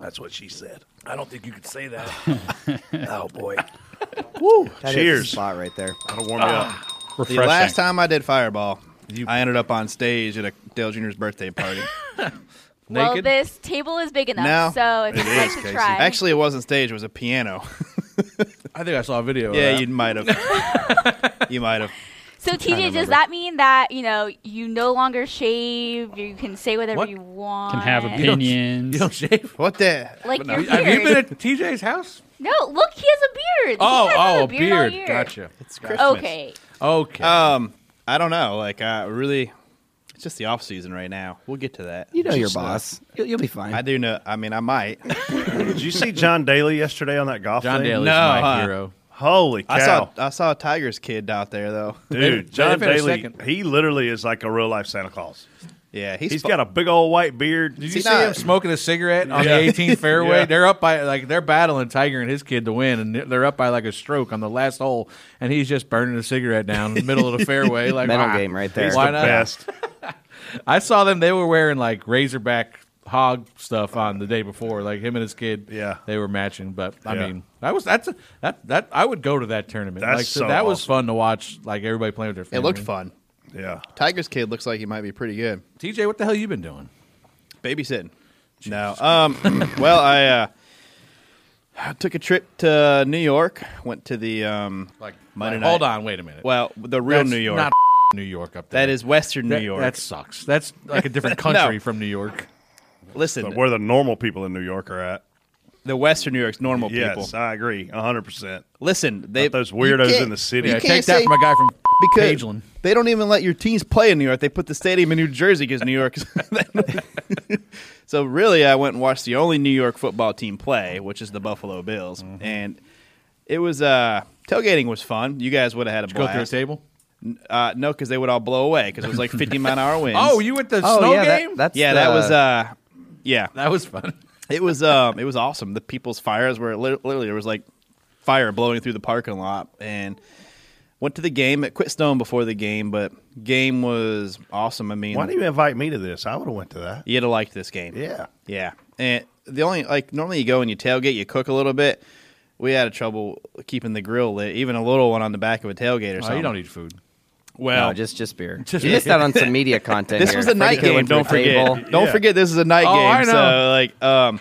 Speaker 1: that's what she said.
Speaker 5: I don't think you could say that.
Speaker 1: Oh boy,
Speaker 6: That is the
Speaker 1: Cheers.
Speaker 6: spot right there.
Speaker 1: that'll warm me up.
Speaker 3: The
Speaker 8: Refreshing.
Speaker 3: last time I did Fireball, I ended up on stage at a Dale Jr.'s birthday party.
Speaker 7: Well,
Speaker 5: Naked?
Speaker 7: this table is big
Speaker 3: No.
Speaker 7: enough, so if
Speaker 1: It
Speaker 7: you'd like
Speaker 1: is,
Speaker 7: to
Speaker 1: Casey.
Speaker 7: try,
Speaker 3: Actually, it wasn't stage; it was a piano.
Speaker 5: I think I saw a video. of
Speaker 3: yeah,
Speaker 5: that.
Speaker 3: you might have. you might have.
Speaker 7: so TJ, does that mean that you know you no longer shave? You can say whatever
Speaker 5: What?
Speaker 7: you want.
Speaker 8: Can have
Speaker 5: You don't-
Speaker 8: opinions.
Speaker 5: You don't shave.
Speaker 3: What the?
Speaker 7: like your beard.
Speaker 5: Have you been at TJ's house?
Speaker 7: no, look, he has a beard. This
Speaker 5: Oh,
Speaker 7: guy's had
Speaker 5: oh,
Speaker 7: a beard. all year.
Speaker 5: Gotcha.
Speaker 3: It's Christmas.
Speaker 7: Okay,
Speaker 5: Okay.
Speaker 3: Um, I don't know. Like, I really, it's just the off season right now. We'll get to that.
Speaker 6: You know your
Speaker 3: Just, uh,
Speaker 6: boss. You'll, you'll be fine.
Speaker 3: I do know. I mean, I might.
Speaker 1: Did you see John Daly yesterday on that golf?
Speaker 5: John
Speaker 1: thing?
Speaker 5: Daly's
Speaker 3: No,
Speaker 5: my
Speaker 3: huh.
Speaker 5: hero.
Speaker 1: Holy cow!
Speaker 3: I saw. I saw a Tigers kid out there though.
Speaker 1: Dude,
Speaker 5: They-
Speaker 1: John
Speaker 5: they finished
Speaker 1: Daly,
Speaker 5: second.
Speaker 1: he literally is like a real life Santa Claus.
Speaker 3: Yeah, he's,
Speaker 1: He's
Speaker 3: fu-
Speaker 1: got a big old white beard.
Speaker 5: Did
Speaker 3: Is
Speaker 5: you
Speaker 3: he
Speaker 5: see
Speaker 3: not-
Speaker 5: him smoking a cigarette on
Speaker 1: Yeah.
Speaker 5: the 18th fairway?
Speaker 1: Yeah.
Speaker 5: They're up by like they're battling Tiger and his kid to win, and they're up by like a stroke on the last hole, and he's just burning a cigarette down in the middle of the fairway. Like
Speaker 6: Mental
Speaker 5: ah,
Speaker 6: game right there.
Speaker 1: He's
Speaker 5: Why
Speaker 1: the
Speaker 5: not?
Speaker 1: best.
Speaker 5: I saw them. They were wearing like Razorback hog stuff on the day before. Like him and his kid.
Speaker 1: Yeah.
Speaker 5: they were matching. But I
Speaker 1: Yeah.
Speaker 5: mean, that was that's a, that that I would go to that tournament.
Speaker 1: That's
Speaker 5: like, so
Speaker 1: so
Speaker 5: that was
Speaker 1: awesome.
Speaker 5: fun to watch. Like everybody playing with their.
Speaker 3: It
Speaker 5: Family.
Speaker 3: looked fun.
Speaker 1: Yeah.
Speaker 3: Tigers kid looks like he might be pretty good.
Speaker 5: TJ, what the hell you been doing?
Speaker 3: Babysitting. No. Um. well, I uh, I took a trip to New York. Went to the um.
Speaker 5: Like,
Speaker 3: Monday
Speaker 5: like, hold
Speaker 3: night.
Speaker 5: on, wait a minute.
Speaker 3: Well, the real
Speaker 5: That's
Speaker 3: New York.
Speaker 5: not New York up there.
Speaker 3: that is Western
Speaker 5: That-
Speaker 3: New York.
Speaker 5: That sucks. That's like a different country
Speaker 3: No.
Speaker 5: from New York.
Speaker 3: listen.
Speaker 1: Where the normal people in New York are at.
Speaker 3: the Western New York's normal
Speaker 1: Yes,
Speaker 3: people.
Speaker 1: I agree. 100%.
Speaker 3: Listen, they
Speaker 1: Not those
Speaker 3: you
Speaker 1: weirdos
Speaker 3: can't-
Speaker 1: in the city.
Speaker 3: you
Speaker 1: Yeah,
Speaker 5: Yeah,
Speaker 3: can't
Speaker 5: take that
Speaker 3: say
Speaker 5: from a guy from
Speaker 3: because
Speaker 5: Pageland.
Speaker 3: they don't even let your teams play in New York. They put the stadium in New Jersey because New York. is so really, I went and watched the only New York football team play, which is the Buffalo Bills,
Speaker 1: Mm-hmm.
Speaker 3: and it was uh, tailgating was fun. You guys would have had a
Speaker 5: Go through a
Speaker 3: blast.
Speaker 5: table.
Speaker 3: uh, no, because they would all blow away because it was like fifty mile an hour winds.
Speaker 5: Oh, you at the
Speaker 6: oh
Speaker 5: snow
Speaker 6: yeah,
Speaker 5: game?
Speaker 6: That, that's
Speaker 3: yeah,
Speaker 6: the-
Speaker 3: that was uh, yeah,
Speaker 5: that was fun.
Speaker 3: It was um, it was awesome. The people's fires were lit- literally there was like fire blowing through the parking lot, and went to the game at Quitstone before the game, but game was awesome. I mean,
Speaker 1: Why do you invite me to this? I would have went to that.
Speaker 3: you'd have liked this game.
Speaker 1: Yeah.
Speaker 3: Yeah. And the only like normally you go and you tailgate, you cook a little bit. We had a trouble keeping the grill lit, even a little one on the back of a tailgate or
Speaker 5: Oh,
Speaker 3: something.
Speaker 5: you don't need food.
Speaker 3: well,
Speaker 6: no, just just beer.
Speaker 5: Just
Speaker 6: you missed out on some media content.
Speaker 3: this
Speaker 6: here.
Speaker 3: was a
Speaker 6: Freddie
Speaker 3: night
Speaker 6: Kittle
Speaker 3: game.
Speaker 6: went to
Speaker 3: Don't
Speaker 6: the
Speaker 3: forget.
Speaker 6: table.
Speaker 3: Don't
Speaker 1: Yeah.
Speaker 3: forget this is a night
Speaker 5: Oh,
Speaker 3: game.
Speaker 5: I know.
Speaker 3: So like, um,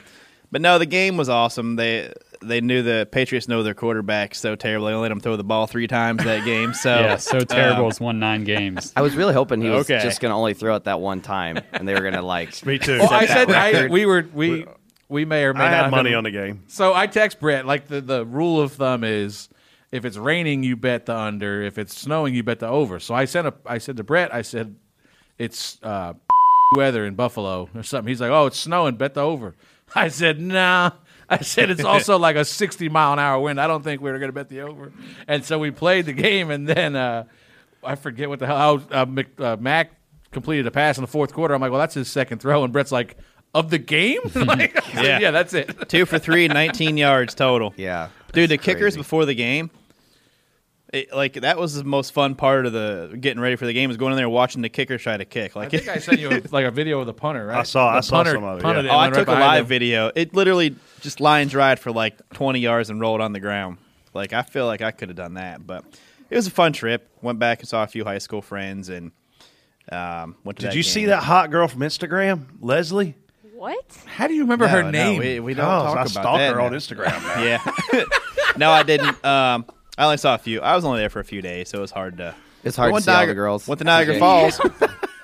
Speaker 3: but no, the game was awesome. They they knew the Patriots know their quarterback so terribly. They let him throw the ball three times that game. So um,
Speaker 8: Yeah, so terrible. It's won nine games.
Speaker 6: I was really hoping he was
Speaker 3: Okay.
Speaker 6: just going to only throw it that one time, and they were going to like.
Speaker 1: Me too.
Speaker 5: Well, I
Speaker 6: that
Speaker 5: said I,
Speaker 6: record.
Speaker 5: we were we we may or may
Speaker 1: I
Speaker 5: not
Speaker 1: had
Speaker 5: have
Speaker 1: money
Speaker 5: been-
Speaker 1: on the game.
Speaker 5: So I text Brett like the the rule of thumb is if it's raining you bet the under, if it's snowing you bet the over. So I sent a I said to Brett I said it's uh, weather in Buffalo or something. He's like, oh, it's snowing, bet the over. I said, nah. I said it's also like a sixty mile an hour wind. I don't think we were going to bet the over. And so we played the game, and then uh, I forget what the hell. Oh, uh, Mc, uh, Mac completed a pass in the fourth quarter. I'm like, well, that's his second throw, and Brett's like. Of the game, like, I said,
Speaker 3: Yeah.
Speaker 5: yeah, that's it.
Speaker 3: two for three, 19 yards total.
Speaker 6: Yeah,
Speaker 3: dude, the
Speaker 6: That's
Speaker 3: kickers
Speaker 6: crazy.
Speaker 3: before the game. It, like that was the most fun part of the getting ready for the game is going in there and watching the kicker try to kick.
Speaker 5: I
Speaker 3: Like
Speaker 5: think I sent you a, like a video of the punter, right?
Speaker 1: I saw-
Speaker 5: The
Speaker 1: I saw
Speaker 5: punter-
Speaker 1: some of it,
Speaker 5: punted
Speaker 1: yeah.
Speaker 3: Oh, I
Speaker 5: and went right
Speaker 3: took a
Speaker 5: behind
Speaker 3: live
Speaker 5: him.
Speaker 3: video. It literally just line dried for like 20 yards and rolled on the ground. Like I feel like I could have done that, but it was a fun trip. Went back and saw a few high school friends and um, went to.
Speaker 1: Did
Speaker 3: that
Speaker 1: you
Speaker 3: game.
Speaker 1: see that hot girl from Instagram, Leslie?
Speaker 7: What?
Speaker 5: How do you remember
Speaker 3: No,
Speaker 5: her
Speaker 3: no,
Speaker 5: name?
Speaker 3: we, we don't
Speaker 1: Oh,
Speaker 3: talk
Speaker 1: I
Speaker 3: about
Speaker 1: stalk
Speaker 3: that
Speaker 1: her on
Speaker 3: now.
Speaker 1: Instagram. man.
Speaker 3: Yeah. no, I didn't. Um, I only saw a few. I was only there for a few days, so it was hard to.
Speaker 6: It's hard
Speaker 3: Went
Speaker 6: to see all
Speaker 3: Niagara-
Speaker 6: the girls.
Speaker 3: Went to Niagara
Speaker 6: Okay.
Speaker 3: Falls.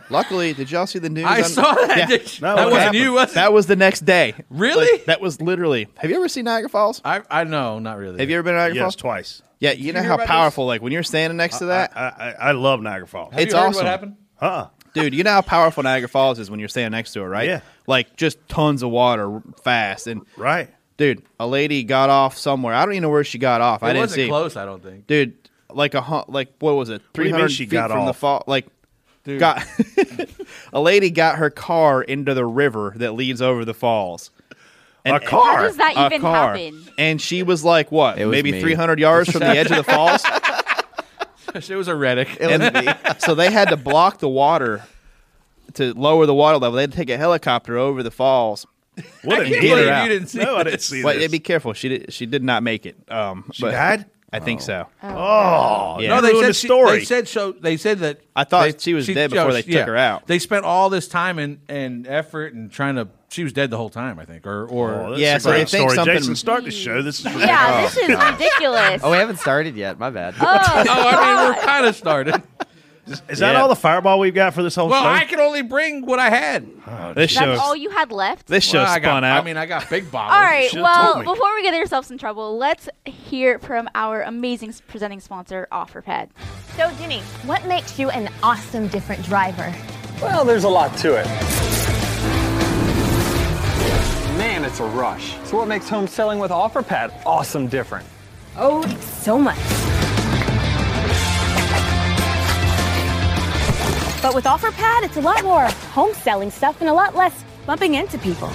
Speaker 3: Luckily, did y'all see the news?
Speaker 5: I
Speaker 3: on-
Speaker 5: saw that.
Speaker 3: Yeah.
Speaker 1: No, what
Speaker 5: that wasn't
Speaker 1: happened?
Speaker 5: you, was it?
Speaker 3: That was the next day.
Speaker 5: Really?
Speaker 3: Like, that was literally. Have you ever seen Niagara Falls?
Speaker 5: I, I know, not really.
Speaker 3: Have you ever been to Niagara
Speaker 1: Yes,
Speaker 3: Falls?
Speaker 1: twice.
Speaker 3: Yeah, you know
Speaker 5: hear
Speaker 3: how
Speaker 5: about
Speaker 3: powerful. Like when you're standing next to that,
Speaker 1: I, I, I love Niagara Falls.
Speaker 5: Have
Speaker 3: it's
Speaker 5: you heard
Speaker 3: awesome.
Speaker 5: What happened?
Speaker 1: Huh?
Speaker 3: dude. You know how powerful Niagara Falls is when you're standing next to it, right?
Speaker 1: Yeah.
Speaker 3: Like just tons of water, r- fast. And
Speaker 1: Right.
Speaker 3: dude, a lady got off somewhere. I don't even know where she got off. I
Speaker 5: it
Speaker 3: didn't
Speaker 5: wasn't
Speaker 3: see.
Speaker 5: close. I don't think.
Speaker 3: Dude, like a hu- like what was it?
Speaker 1: do you
Speaker 3: Three
Speaker 1: mean
Speaker 3: hundred
Speaker 1: she
Speaker 3: feet
Speaker 1: got
Speaker 3: from the
Speaker 1: off?
Speaker 3: fall. Like got a lady got her car into the river that leads over the falls.
Speaker 1: A
Speaker 3: And-
Speaker 1: car.
Speaker 7: How does that
Speaker 3: a
Speaker 7: even
Speaker 3: car.
Speaker 7: happen?
Speaker 3: And she was like, what?
Speaker 6: It was
Speaker 3: maybe
Speaker 6: me.
Speaker 3: 300 yards from the edge of the falls?
Speaker 5: it was a Reddick.
Speaker 3: And so they had to block the water to lower the water level. They had to take a helicopter over the falls.
Speaker 1: What
Speaker 5: I
Speaker 1: a
Speaker 5: can't
Speaker 1: geezer.
Speaker 5: believe you didn't see
Speaker 1: No, I didn't
Speaker 5: this.
Speaker 1: see
Speaker 3: But
Speaker 1: this.
Speaker 3: yeah, be careful. She did, she did not make it. Um,
Speaker 1: she
Speaker 3: but
Speaker 1: died.
Speaker 3: I think so.
Speaker 1: Oh,
Speaker 3: Yeah.
Speaker 5: no,
Speaker 1: you
Speaker 5: they
Speaker 1: ruined
Speaker 5: said
Speaker 1: the
Speaker 5: she-
Speaker 1: story.
Speaker 5: they said so. They said that
Speaker 3: I thought
Speaker 5: they-
Speaker 3: she was dead before
Speaker 5: oh,
Speaker 3: they
Speaker 5: she-
Speaker 3: took her out.
Speaker 5: They spent all this time and, and effort and trying to. She was dead the whole time, I think, or or
Speaker 1: Oh, that's
Speaker 3: Yeah,
Speaker 1: a
Speaker 3: so they
Speaker 1: great
Speaker 3: think
Speaker 1: story.
Speaker 3: something-
Speaker 1: Jason, start the show. This is
Speaker 7: Yeah, this is ridiculous.
Speaker 6: Oh, we haven't started yet. My bad.
Speaker 7: Oh,
Speaker 5: Oh, I mean, we're kind of started.
Speaker 1: is that
Speaker 3: Yeah.
Speaker 1: all the fireball we've got for this whole
Speaker 5: Well,
Speaker 1: show?
Speaker 5: I could only bring what I had.
Speaker 3: This show,
Speaker 7: that's all you had left.
Speaker 3: this show
Speaker 5: Well, I
Speaker 3: spun
Speaker 5: got,
Speaker 3: out.
Speaker 5: I mean, I got big bottles.
Speaker 7: All right.
Speaker 1: should've told
Speaker 7: Well,
Speaker 1: me.
Speaker 7: before we get ourselves in trouble, let's hear from our amazing s- presenting sponsor, OfferPad.
Speaker 9: So, Jimmy, what makes you an awesome different driver?
Speaker 10: Well, there's a lot to it. Man, it's a rush. So what makes home selling with OfferPad awesome different?
Speaker 9: Oh, so much. But with OfferPad, it's a lot more home selling stuff and a lot less bumping into people.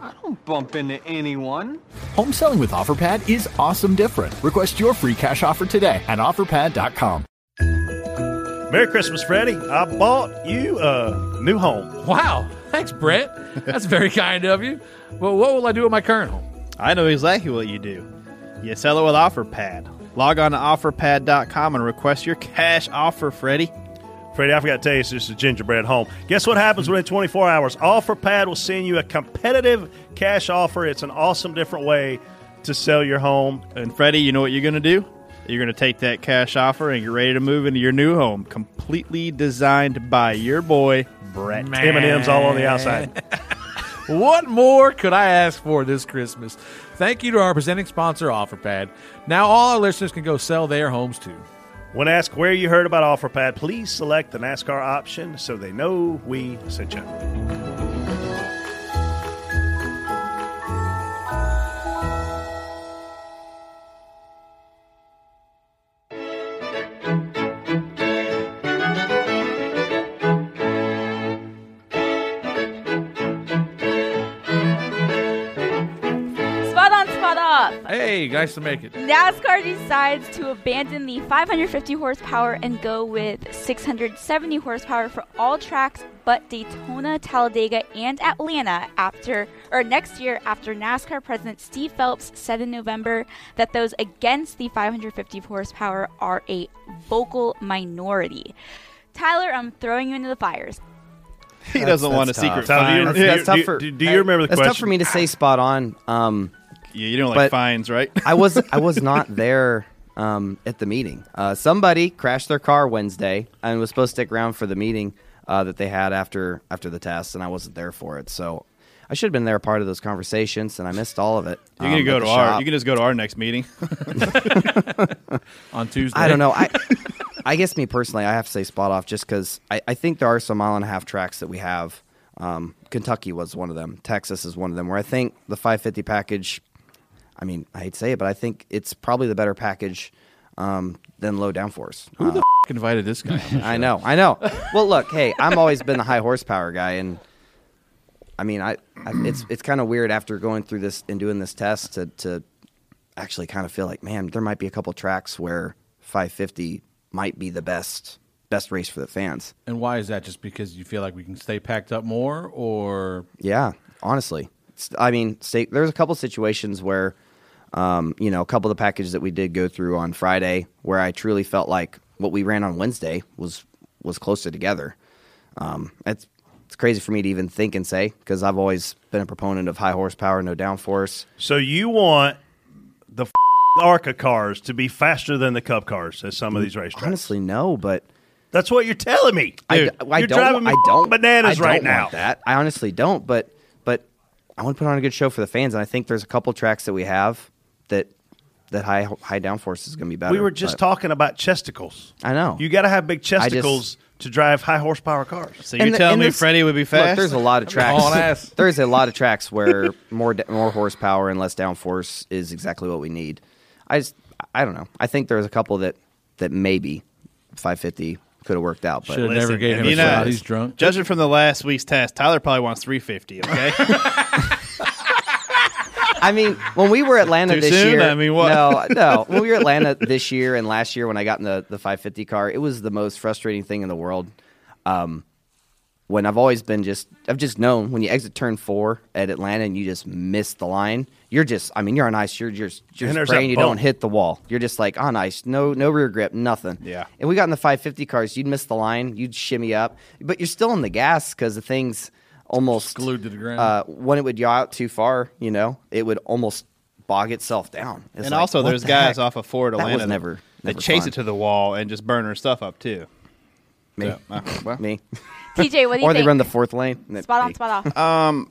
Speaker 10: I don't bump into anyone.
Speaker 11: Home selling with OfferPad is awesome different. Request your free cash offer today at offerpad.com.
Speaker 1: Merry Christmas, Freddie. I bought you a new home.
Speaker 5: Wow. Thanks, Brett. That's very kind of you. Well, what will I do with my current home?
Speaker 3: I know exactly what you do. You sell it with OfferPad. Log on to offerpad.com and request your cash offer, Freddie.
Speaker 1: Freddie, I forgot to tell you, it's just a gingerbread home. Guess what happens within 24 hours? OfferPad will send you a competitive cash offer. It's an awesome, different way to sell your home.
Speaker 3: And Freddie, you know what you're going to do? You're going to take that cash offer and get ready to move into your new home, completely designed by your boy, Brett.
Speaker 1: M&M's all on the outside.
Speaker 5: What more could I ask for this Christmas? Thank you to our presenting sponsor, OfferPad. Now all our listeners can go sell their homes too.
Speaker 1: When asked where you heard about OfferPad, please select the NASCAR option so they know we sent you.
Speaker 5: Hey, nice to make it.
Speaker 7: NASCAR decides to abandon the 550 horsepower and go with 670 horsepower for all tracks but Daytona, Talladega, and Atlanta after or next year after NASCAR president Steve Phelps said in November that those against the 550 horsepower are a vocal minority. Tyler, I'm throwing you into the fires.
Speaker 3: He doesn't want a secret fine.
Speaker 6: That's,
Speaker 3: Yeah.
Speaker 6: that's
Speaker 3: Do
Speaker 6: tough
Speaker 3: you-
Speaker 6: for.
Speaker 3: do you- do you remember the
Speaker 6: that's tough
Speaker 3: question?
Speaker 6: for me to say spot on. Um,
Speaker 3: yeah, you don't like
Speaker 6: but
Speaker 3: fines, right?
Speaker 6: I was I was not there um, at the meeting. Uh, somebody crashed their car Wednesday and was supposed to stick around for the meeting uh, that they had after after the test, and I wasn't there for it. So I should have been there, part of those conversations, and I missed all of it.
Speaker 3: You can
Speaker 6: um,
Speaker 3: go
Speaker 6: at
Speaker 3: to
Speaker 6: the
Speaker 3: our.
Speaker 6: shop.
Speaker 3: You can just go to our next meeting
Speaker 5: on Tuesday.
Speaker 6: I don't know. I I guess me personally, I have to say spot off just because I, I think there are some mile and a half tracks that we have. Um, Kentucky was one of them. Texas is one of them. Where I think the 550 package. I mean, I hate to say it, but I think it's probably the better package um, than low downforce. Who the
Speaker 5: f- invited this guy?
Speaker 6: I know, I know. Well, look, hey, I've always been the high horsepower guy, and I mean, I, I it's it's kind of weird after going through this and doing this test to to actually kind of feel like, man, there might be a couple tracks where 550 might be the best best race for the fans.
Speaker 5: And why is that? Just because you feel like we can stay packed up more, or
Speaker 6: Yeah, honestly, It's- I mean, state, there's a couple situations where, um, you know, a couple of the packages that we did go through on Friday, where I truly felt like what we ran on Wednesday was was closer together. Um, it's it's crazy for me to even think and say because I've always been a proponent of high horsepower, no downforce.
Speaker 1: So you want the f- ARCA cars to be faster than the Cup cars at some of these racetracks?
Speaker 6: Honestly, no, but
Speaker 1: that's what you're telling me.
Speaker 6: I,
Speaker 1: dude.
Speaker 6: I
Speaker 1: you're
Speaker 6: don't.
Speaker 1: driving me
Speaker 6: I don't.
Speaker 1: bananas
Speaker 6: I don't
Speaker 1: right
Speaker 6: want
Speaker 1: now.
Speaker 6: That I honestly don't. But but I want to put on a good show for the fans, and I think there's a couple tracks that we have that that high high downforce is going to be better.
Speaker 1: we were just
Speaker 6: but-
Speaker 1: talking about chesticles.
Speaker 6: I know.
Speaker 1: You got to have big
Speaker 6: I just-
Speaker 1: chesticles to drive high horsepower cars.
Speaker 6: So you're telling me Freddie would be Look, there's a lot of tracks. There's a lot of tracks where more da- more horsepower and less downforce is exactly what we need. I just I don't know. I think there's a couple that that maybe 550 could have worked out, but
Speaker 5: Shoulda never Listen, gave him
Speaker 3: You
Speaker 5: a
Speaker 3: know,
Speaker 5: shot. He's drunk.
Speaker 3: Judging from the last week's test, Tyler probably wants 350. Okay.
Speaker 6: I mean, when we were Atlanta
Speaker 3: Too
Speaker 6: this
Speaker 3: soon?
Speaker 6: year,
Speaker 3: I mean, what?
Speaker 6: No, no. When we were Atlanta this year and last year, when I got in the the 550 car, it was the most frustrating thing in the world. Um, when I've always been just, I've just known when you exit turn four at Atlanta and you just miss the line, you're just, I mean, you're on ice. You're just, you're
Speaker 3: And
Speaker 6: just
Speaker 3: there's
Speaker 6: praying
Speaker 3: that
Speaker 6: you don't
Speaker 3: bump.
Speaker 6: hit the wall. You're just like on ice, no, no rear grip, nothing.
Speaker 3: Yeah.
Speaker 6: And we got in the 550 cars, you'd miss the line, you'd shimmy up, but you're still in the gas because the thing's almost
Speaker 5: glued to the ground.
Speaker 6: Uh, when it would yaw out too far, you know, it would almost bog itself down. It's
Speaker 3: and
Speaker 6: like,
Speaker 3: also,
Speaker 6: what
Speaker 3: there's
Speaker 6: the
Speaker 3: guys
Speaker 6: heck?
Speaker 3: off of Ford Atlanta
Speaker 6: That was never.
Speaker 3: that
Speaker 6: never
Speaker 3: chase
Speaker 6: fun.
Speaker 3: it to the wall and just burn her stuff up too.
Speaker 6: Me.
Speaker 3: So, uh, well.
Speaker 6: Me.
Speaker 7: TJ, what do you
Speaker 6: or they
Speaker 7: think?
Speaker 6: run the fourth lane.
Speaker 7: Spot on, spot off.
Speaker 3: Um,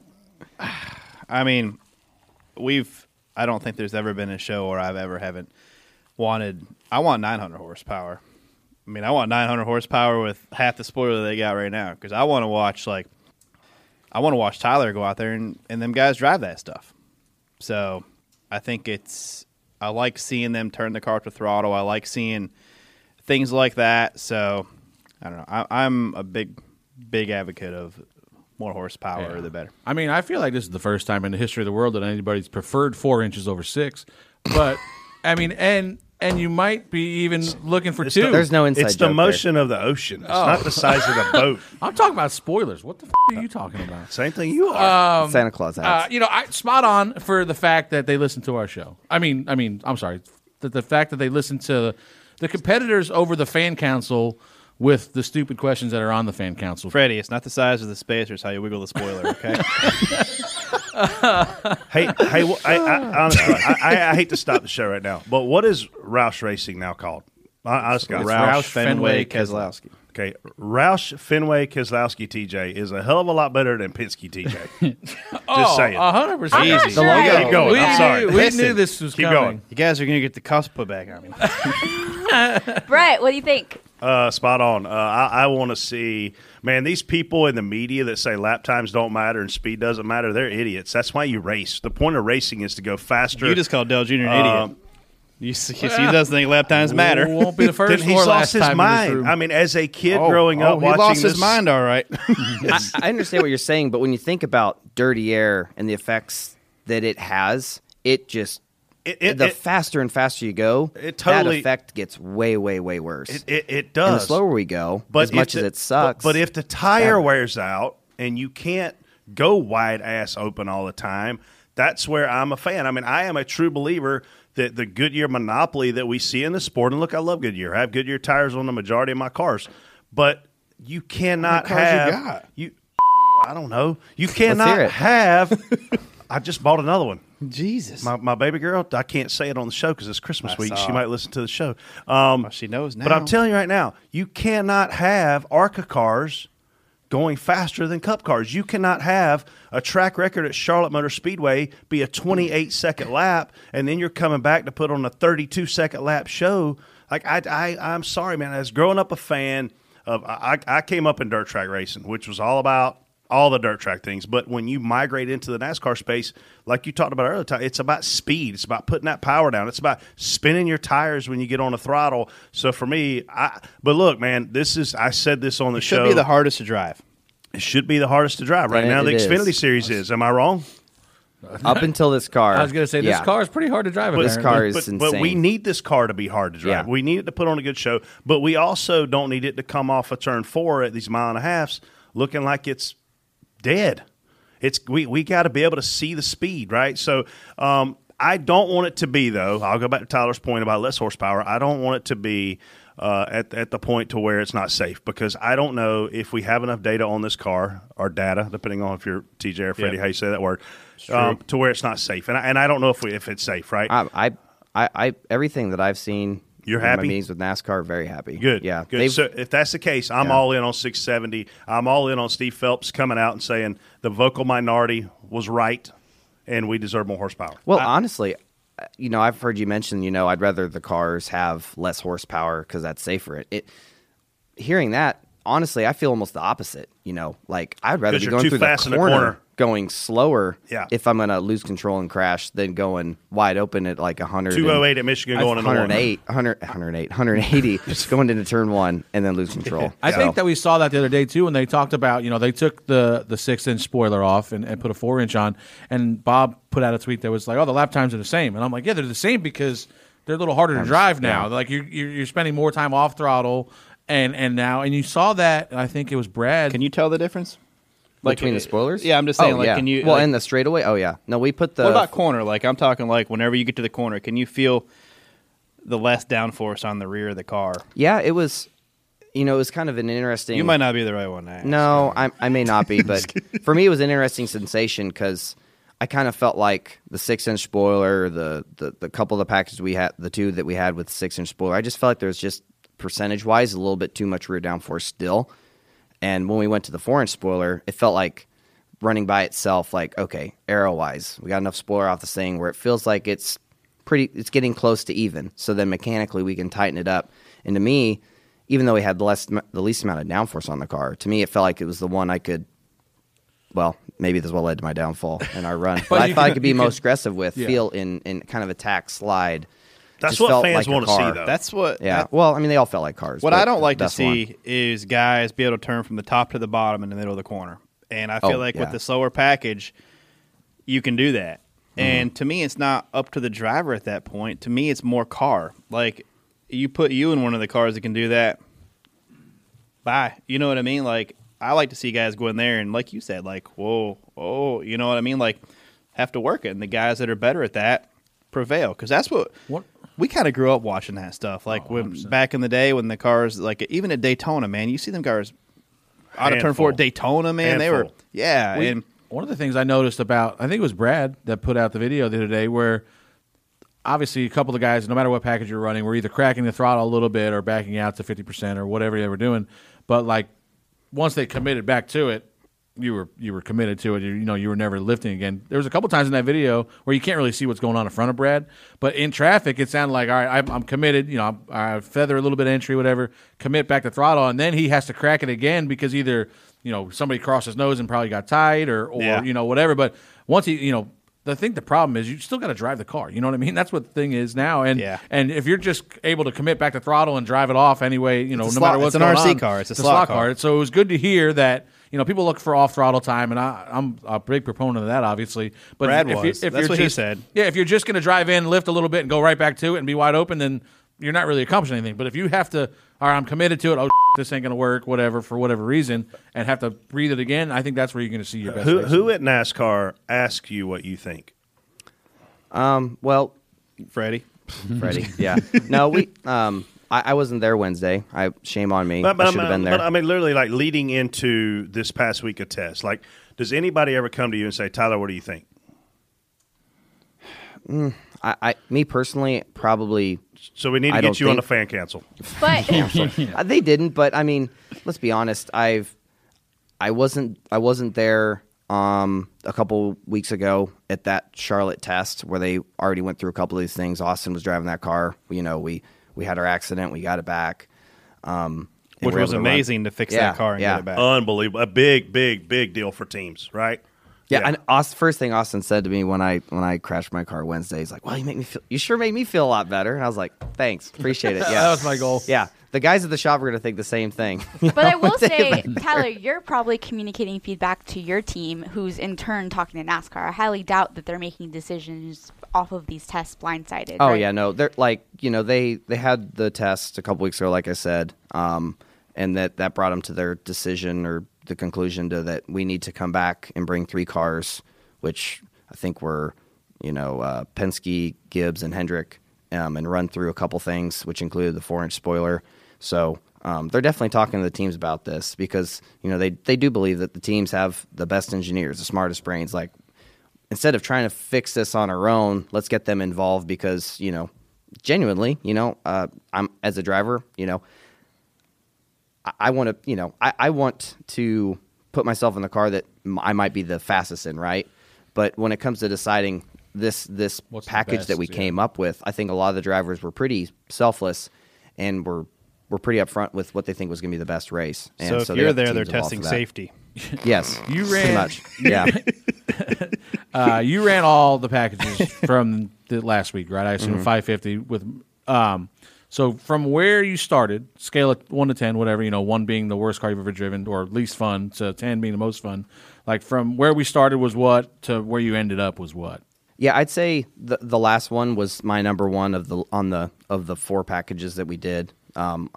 Speaker 3: I mean, we've. I don't think there's ever been a show where I've ever haven't wanted. I want 900 horsepower. I mean, I want 900 horsepower with half the spoiler they got right now because I want to watch like, I want to watch Tyler go out there and and them guys drive that stuff. So I think it's. I like seeing them turn the car to throttle. I like seeing things like that. So I don't know. I, I'm a big, big advocate of more horsepower, the better.
Speaker 5: I mean, I feel like this is the first time in the history of the world that anybody's preferred four inches over six. But I mean, and and you might be even looking for two.
Speaker 1: It's the motion of the ocean. It's
Speaker 5: Oh.
Speaker 1: not the size of the boat.
Speaker 5: I'm talking about spoilers. What the f- are you talking about?
Speaker 1: Same thing you are.
Speaker 6: Santa Claus
Speaker 5: Uh,
Speaker 6: hats.
Speaker 5: you know, I spot on for the fact that they listen to our show. I mean, I mean, I'm sorry, that the fact that they listen to the competitors over the fan council with the stupid questions that are on the fan council.
Speaker 3: Freddie, it's not the size of the space, it's how you wiggle the spoiler. Okay.
Speaker 1: hey, hey! wh- I, I, honestly, I, I, I hate to stop the show right now, but what is Roush Racing now called? I, I just got
Speaker 3: It's Roush Roush Fenway Fenway Keselowski.
Speaker 1: Okay, Roush Fenway Keselowski TJ is a hell of a lot better than Penske TJ. just
Speaker 5: Oh,
Speaker 1: saying,
Speaker 5: 100%. I'm not
Speaker 1: Easy.
Speaker 5: sure I-
Speaker 1: Keep going.
Speaker 5: We
Speaker 1: I'm sorry.
Speaker 5: knew- we knew this was
Speaker 1: Keep
Speaker 5: coming.
Speaker 1: going.
Speaker 3: You guys are going to get the cuffs put back on me.
Speaker 7: Brett, what do you think?
Speaker 1: Uh, spot on. Uh, I, I want to see, man, these people in the media that say lap times don't matter and speed doesn't matter, they're idiots. That's why you race. The point of racing is to go faster.
Speaker 3: You just called Dell Jr. an
Speaker 1: Um,
Speaker 3: idiot. You see, he doesn't think lap times matter.
Speaker 1: Won't be the first Then he's or lost last his time in this mind. room. Oh, I mean, as a kid growing up
Speaker 3: Oh. he
Speaker 1: watching
Speaker 3: lost his
Speaker 1: this-
Speaker 3: mind. All right.
Speaker 6: I, I understand what you're saying, but when you think about dirty air and the effects that it has, it just
Speaker 1: It- it-
Speaker 6: the
Speaker 1: it-
Speaker 6: faster and faster you go,
Speaker 1: It totally-
Speaker 6: that effect gets way, way, way worse.
Speaker 1: It- it- it
Speaker 6: And the
Speaker 1: does.
Speaker 6: slower we go, as
Speaker 1: if
Speaker 6: much as
Speaker 1: the-
Speaker 6: it sucks.
Speaker 1: But, but if the tire wears out and you can't go wide ass open all the time, that's where I'm a fan. I mean, I am a true believer that the Goodyear monopoly that we see in the sport, and look, I love Goodyear. I have Goodyear tires on the majority of my cars, but you cannot
Speaker 3: cars you
Speaker 1: have
Speaker 3: got?
Speaker 1: you- I don't know. You
Speaker 3: hear
Speaker 1: cannot
Speaker 3: it.
Speaker 1: have. I just bought another one.
Speaker 3: Jesus,
Speaker 1: my, my baby girl. I can't say it on the show because it's Christmas
Speaker 3: I
Speaker 1: week.
Speaker 3: saw
Speaker 1: She
Speaker 3: it.
Speaker 1: might listen to the show. Um,
Speaker 3: she knows now.
Speaker 1: but I'm telling you right now, you cannot have ARCA cars going faster than Cup cars. You cannot have a track record at Charlotte Motor Speedway be a 28 second lap, and then you're coming back to put on a 32 second lap show. Like I, I I'm sorry, man. As growing up a fan of, I, I came up in dirt track racing, which was all about all the dirt track things. But when you migrate into the NASCAR space, like you talked about earlier, Ty, it's about speed. It's about putting that power down. It's about spinning your tires when you get on a throttle. So for me, I but look, man, this is I said this on the
Speaker 3: It should
Speaker 1: show.
Speaker 3: be the hardest to drive.
Speaker 1: It should be the hardest to drive right
Speaker 6: And
Speaker 1: now. The
Speaker 6: it is.
Speaker 1: Xfinity series is. Am I wrong?
Speaker 6: Up until this car.
Speaker 1: I was gonna say, this car
Speaker 5: is pretty hard to drive.
Speaker 6: this car is
Speaker 1: but,
Speaker 6: insane.
Speaker 1: But we need this car to be hard to drive. We need it to put on a good show, but we also don't need it to come off a turn four at these mile and a halfs looking like it's dead. It's we we got to be able to see the speed, right? So um, I don't want it to be though. I'll go back to Tyler's point about less horsepower. I don't want it to be. Uh, at, at the point to where it's not safe because I don't know if we have enough data on this car or data depending on if you're TJ or Freddie
Speaker 6: Yeah.
Speaker 1: how you say that word
Speaker 6: true.
Speaker 1: um, to where it's not safe and I, and I don't know if we, if it's safe right
Speaker 6: I, I, I, I, everything that I've seen.
Speaker 1: You're
Speaker 6: in my
Speaker 1: happy?
Speaker 6: meetings with NASCAR. Very happy.
Speaker 1: Good.
Speaker 6: Yeah.
Speaker 1: Good.
Speaker 6: they've-
Speaker 1: So if that's the case, I'm
Speaker 6: Yeah.
Speaker 1: all in on 670. I'm all in on Steve Phelps coming out and saying the vocal minority was right, and we deserve more horsepower.
Speaker 6: Well, honestly, uh, you know, I've heard you mention, you know, I'd rather the cars have less horsepower because that's safer. It, it hearing that, honestly, I feel almost the opposite. You know, like I'd rather
Speaker 1: 'Cause
Speaker 6: be
Speaker 1: you're
Speaker 6: going
Speaker 1: too
Speaker 6: through the
Speaker 1: fast in
Speaker 6: corner,
Speaker 1: the corner.
Speaker 6: going slower.
Speaker 1: Yeah.
Speaker 6: If I'm going to lose control and crash, than going wide open at like 100,
Speaker 1: 208 at Michigan going into one.
Speaker 6: 108, 100, 108, 180, just going into turn one and then lose control.
Speaker 5: I
Speaker 6: So-
Speaker 5: think that we saw that the other day too when they talked about you know they took the the six inch spoiler off and, and put a four inch on and Bob put out a tweet that was like oh the lap times are the same and I'm like yeah they're the same because they're a little harder to
Speaker 6: Times,
Speaker 5: drive now
Speaker 6: yeah.
Speaker 5: like you you're, you're spending more time off throttle and and now and you saw that and I think it was Brad can
Speaker 3: you tell the difference
Speaker 6: between the spoilers.
Speaker 3: uh, Yeah, I'm just saying.
Speaker 6: Oh,
Speaker 3: like,
Speaker 6: yeah.
Speaker 3: can you?
Speaker 6: Well,
Speaker 3: like,
Speaker 6: in the straightaway. Oh yeah. No, we put the.
Speaker 3: what about corner? Like, I'm talking like whenever you get to the corner, can you feel the less downforce on the rear of the car?
Speaker 6: Yeah, it was. You know, it was kind of an interesting.
Speaker 3: You might not be the right one. eh? Now.
Speaker 6: No, I, I may not be, but for me, it was an interesting sensation because I kind of felt like the six inch spoiler, the, the the couple of the packages we had, the two that we had with the six inch spoiler, I just felt like there was just percentage wise a little bit too much rear downforce still. And when we went to the four inch spoiler, it felt like running by itself. Like okay, arrow wise, we got enough spoiler off this thing where it feels like it's pretty it's getting close to even so then mechanically we can tighten it up and to me even though we had the less the least amount of downforce on the car to me it felt like it was the one i could well maybe this is what led to my downfall in our run but, i
Speaker 5: you
Speaker 6: thought i
Speaker 5: could-
Speaker 6: could be
Speaker 5: you
Speaker 6: most
Speaker 5: could-
Speaker 6: aggressive with
Speaker 5: yeah.
Speaker 6: feel in in kind of attack slide
Speaker 3: That's
Speaker 6: Just
Speaker 3: what
Speaker 6: felt
Speaker 3: fans
Speaker 6: like a
Speaker 3: wanna see,
Speaker 6: car.
Speaker 3: though. That's what-
Speaker 6: yeah
Speaker 3: that-
Speaker 6: well i mean they all felt like cars
Speaker 3: What
Speaker 6: but
Speaker 3: I don't like to
Speaker 6: that's one.
Speaker 3: see is guys be able to turn from the top to the bottom in the middle of the corner. And I feel
Speaker 6: Oh,
Speaker 3: like
Speaker 6: yeah.
Speaker 3: with the slower package, you can do that.
Speaker 6: Mm-hmm.
Speaker 3: And to me, it's not up to the driver at that point. To me, it's more car. Like you put you in one of the cars that can do that. Bye. You know what I mean? Like I like to see guys go in there and, like you said, like whoa, oh, you know what I mean? Like have to work it, and the guys that are better at that prevail because that's what, we kind of grew up watching that stuff.
Speaker 5: Oh,
Speaker 3: Like when back in the day when the cars, like even at Daytona, man, you see them cars out of turn four at Daytona, man. They were yeah,
Speaker 5: We-
Speaker 3: and
Speaker 5: one of the things I noticed about I think it was Brad that put out the video the other day where obviously a couple of guys, no matter what package you're running, were either cracking the throttle a little bit or backing out to fifty percent or whatever they were doing. But like once they committed back to it, you were you were committed to it. You, you know you were never lifting again. There was a couple times in that video where you can't really see what's going on in front of Brad, but in traffic it sounded like all right, I'm, I'm committed. You know, I'm, I feather a little bit of entry, whatever, commit back to throttle, and then he has to crack it again because either you know somebody crossed his nose and probably got tied or or
Speaker 1: Yeah.
Speaker 5: you know whatever. But once he you know. I think the problem is you still got to drive the car. You know what I mean? That's what the thing is now. And
Speaker 3: Yeah.
Speaker 5: and if you're just able to commit back to throttle and drive it off anyway, you know,
Speaker 3: It's a
Speaker 5: no matter
Speaker 3: slot-
Speaker 5: what's
Speaker 3: it's an
Speaker 5: going
Speaker 3: RC
Speaker 5: on,
Speaker 3: car. It's a slot car.
Speaker 5: So it was good to hear that you know, people look for off throttle time, and I, I'm a big proponent of that, obviously. But
Speaker 3: Brad
Speaker 5: if,
Speaker 3: was.
Speaker 5: You, if
Speaker 3: That's
Speaker 5: you're
Speaker 3: what he
Speaker 5: just,
Speaker 3: said.
Speaker 5: Yeah, if you're just going to drive in, lift a little bit, and go right back to it and be wide open, then you're not really accomplishing anything. But if you have to, all right, I'm committed to it. Oh, this ain't going to work, whatever, for whatever reason, and have to breathe it again. I think that's where you're going to see your best.
Speaker 1: Who,
Speaker 5: race.
Speaker 1: who at NASCAR asked you what you think?
Speaker 6: Um, well,
Speaker 3: Freddie.
Speaker 6: Freddie, yeah. No, we. Um, I, I wasn't there Wednesday. I shame on me.
Speaker 1: But, but
Speaker 6: I
Speaker 1: I'm- uh,
Speaker 6: should have been there.
Speaker 1: but I mean, literally, like leading into this past week of tests, like, does anybody ever come to you and say, Tyler, what do you think?
Speaker 6: Mm, I, I, me personally, probably.
Speaker 1: So we need to get you on the fan cancel.
Speaker 7: But-
Speaker 6: Uh, they didn't. But I mean, let's be honest. I've, I wasn't, I wasn't there. Um, a couple weeks ago at that Charlotte test where they already went through a couple of these things. Austin was driving that car. You know, we we had our accident. We got it back. Um, and
Speaker 3: Which
Speaker 6: we were
Speaker 3: was
Speaker 6: able run-
Speaker 3: amazing to fix
Speaker 6: Yeah,
Speaker 3: that car and
Speaker 6: yeah.
Speaker 3: get it
Speaker 1: Oh,
Speaker 3: back.
Speaker 1: Unbelievable. A big, big, big deal for teams, right?
Speaker 6: Yeah, and Austin, first thing Austin said to me when I when I crashed my car Wednesday, he's like, "Well, you make me feel, you sure made me feel a lot better." And I was like, "Thanks, appreciate it." Yeah,
Speaker 5: That was my goal.
Speaker 6: Yeah, the guys at the shop are going to think the same thing.
Speaker 7: But I will
Speaker 6: Take
Speaker 7: say,
Speaker 6: that
Speaker 7: Tyler, you're probably communicating feedback to your team, who's in turn talking to NASCAR. I highly doubt that they're making decisions off of these tests blindsided.
Speaker 6: Oh
Speaker 7: right?
Speaker 6: yeah, no, they're like you know they they had the test a couple weeks ago, like I said, um, and that that brought them to their decision or the conclusion to that we need to come back and bring three cars, which I think were you know uh, Penske, Gibbs, and Hendrick, um, and run through a couple things, which included the four inch spoiler. So. Um, they're definitely talking to the teams about this because you know they, they do believe that the teams have the best engineers, the smartest brains. Like instead of trying to fix this on our own, let's get them involved because you know, genuinely, you know, uh, I'm as a driver, you know, I, I want to, you know, I, I want to put myself in the car that m- I might be the fastest in, right? But when it comes to deciding this this
Speaker 5: What's the
Speaker 6: package that
Speaker 5: best,
Speaker 6: we
Speaker 5: yeah.
Speaker 6: came up with, I think a lot of the drivers were pretty selfless and were were pretty upfront with what they think was going to be the best race. And
Speaker 3: So if
Speaker 6: they
Speaker 3: you're
Speaker 6: got
Speaker 3: there,
Speaker 6: teams
Speaker 3: they're
Speaker 6: involved for
Speaker 3: testing
Speaker 6: that.
Speaker 3: safety.
Speaker 6: Yes,
Speaker 5: You
Speaker 6: pretty
Speaker 5: ran-
Speaker 6: much. Yeah,
Speaker 5: uh, you ran all the packages from the last week, right? I assume
Speaker 6: Mhm.
Speaker 5: 550 with. Um, so from where you started, scale it one to ten, whatever you know, one being the worst car you've ever driven or least fun, to ten being the most fun. Like from where we started was what to where you ended up was what.
Speaker 6: Yeah, I'd say the the last one was my number one of the on the of the four packages that we did. Um,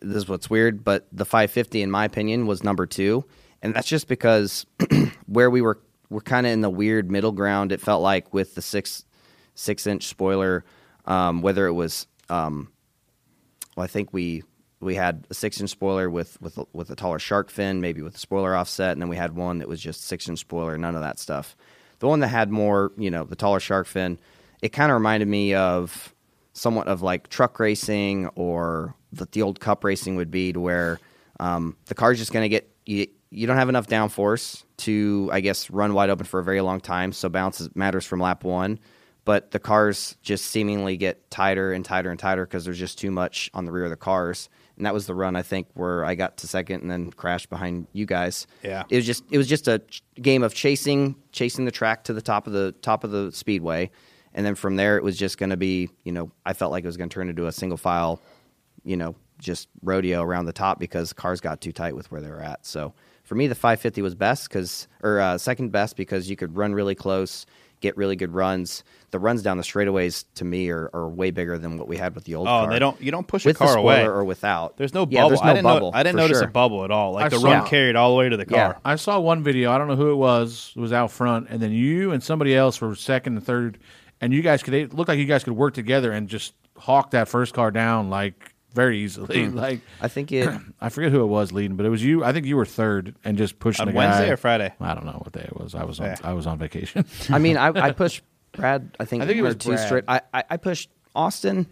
Speaker 6: this is what's weird, but the 550, in my opinion, was number two, and that's just because where we were we're kind of in the weird middle ground. It felt like with the six six inch spoiler, um, whether it was um, well, I think we we had a six inch spoiler with with with a taller shark fin, maybe with a spoiler offset, and then we had one that was just six inch spoiler, none of that stuff. The one that had more, you know, the taller shark fin, it kind of reminded me of somewhat of like truck racing or that the old cup racing would be, to where um, the car's just going to get you, you don't have enough downforce to, I guess, run wide open for a very long time. So balance is- matters from lap one but the cars just seemingly get tighter and tighter and tighter because there's just too much on the rear of the cars. And that was the run I think where I got to second and then crashed behind you guys.
Speaker 3: Yeah.
Speaker 6: it was just it was just a ch- game of chasing, chasing the track to the top of the top of the speedway, and then from there it was just going to be you know I felt like it was going to turn into a single file, you know, just rodeo around the top because cars got too tight with where they were at. So for me, the 550 was best because or uh, second best because you could run really close get really good runs. The runs down the straightaways to me are, are way bigger than what we had with the old
Speaker 3: Oh,
Speaker 6: car.
Speaker 3: they don't- you don't push a
Speaker 6: with
Speaker 3: car
Speaker 6: the
Speaker 3: away.
Speaker 6: spoiler or without.
Speaker 3: There's no bubble.
Speaker 6: Yeah, there's no
Speaker 3: I didn't know-
Speaker 6: bubble.
Speaker 3: I didn't
Speaker 6: for
Speaker 3: notice
Speaker 6: sure.
Speaker 3: a bubble at all. Like
Speaker 5: I
Speaker 3: the
Speaker 5: saw-
Speaker 3: run carried all the way to the car.
Speaker 5: I saw one video. I don't know who it was. It was out front, and then you and somebody else were second and third, and you guys could. It looked like you guys could work together and just hawk that first car down like very easily.
Speaker 6: Hmm.
Speaker 5: like
Speaker 6: I think it.
Speaker 5: I forget who it was leading, but it was you. I think you were third and just pushing
Speaker 3: On
Speaker 5: the
Speaker 3: Wednesday
Speaker 5: guy.
Speaker 3: or Friday?
Speaker 5: I don't know what day it was. I was on.
Speaker 3: Yeah.
Speaker 5: I was on vacation.
Speaker 6: I mean, I, I pushed Brad. I think
Speaker 5: I think it
Speaker 6: one or
Speaker 5: was
Speaker 6: two
Speaker 5: Brad.
Speaker 6: straight. I, I, I pushed Austin.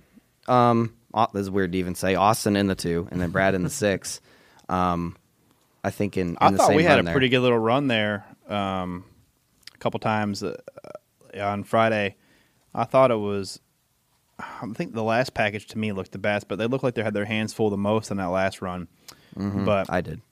Speaker 6: Um, Au- this is weird to even say Austin in the two, and then Brad in the six. Um, I think in, in
Speaker 3: I
Speaker 6: the
Speaker 3: thought
Speaker 6: same
Speaker 3: we had
Speaker 6: run
Speaker 3: a
Speaker 6: there.
Speaker 3: pretty good little run there um, a couple times uh, on Friday. I thought it was, I think the last package to me looked the best, but they looked like they had their hands full the most on that last run.
Speaker 6: Mhm.
Speaker 3: But
Speaker 6: I did.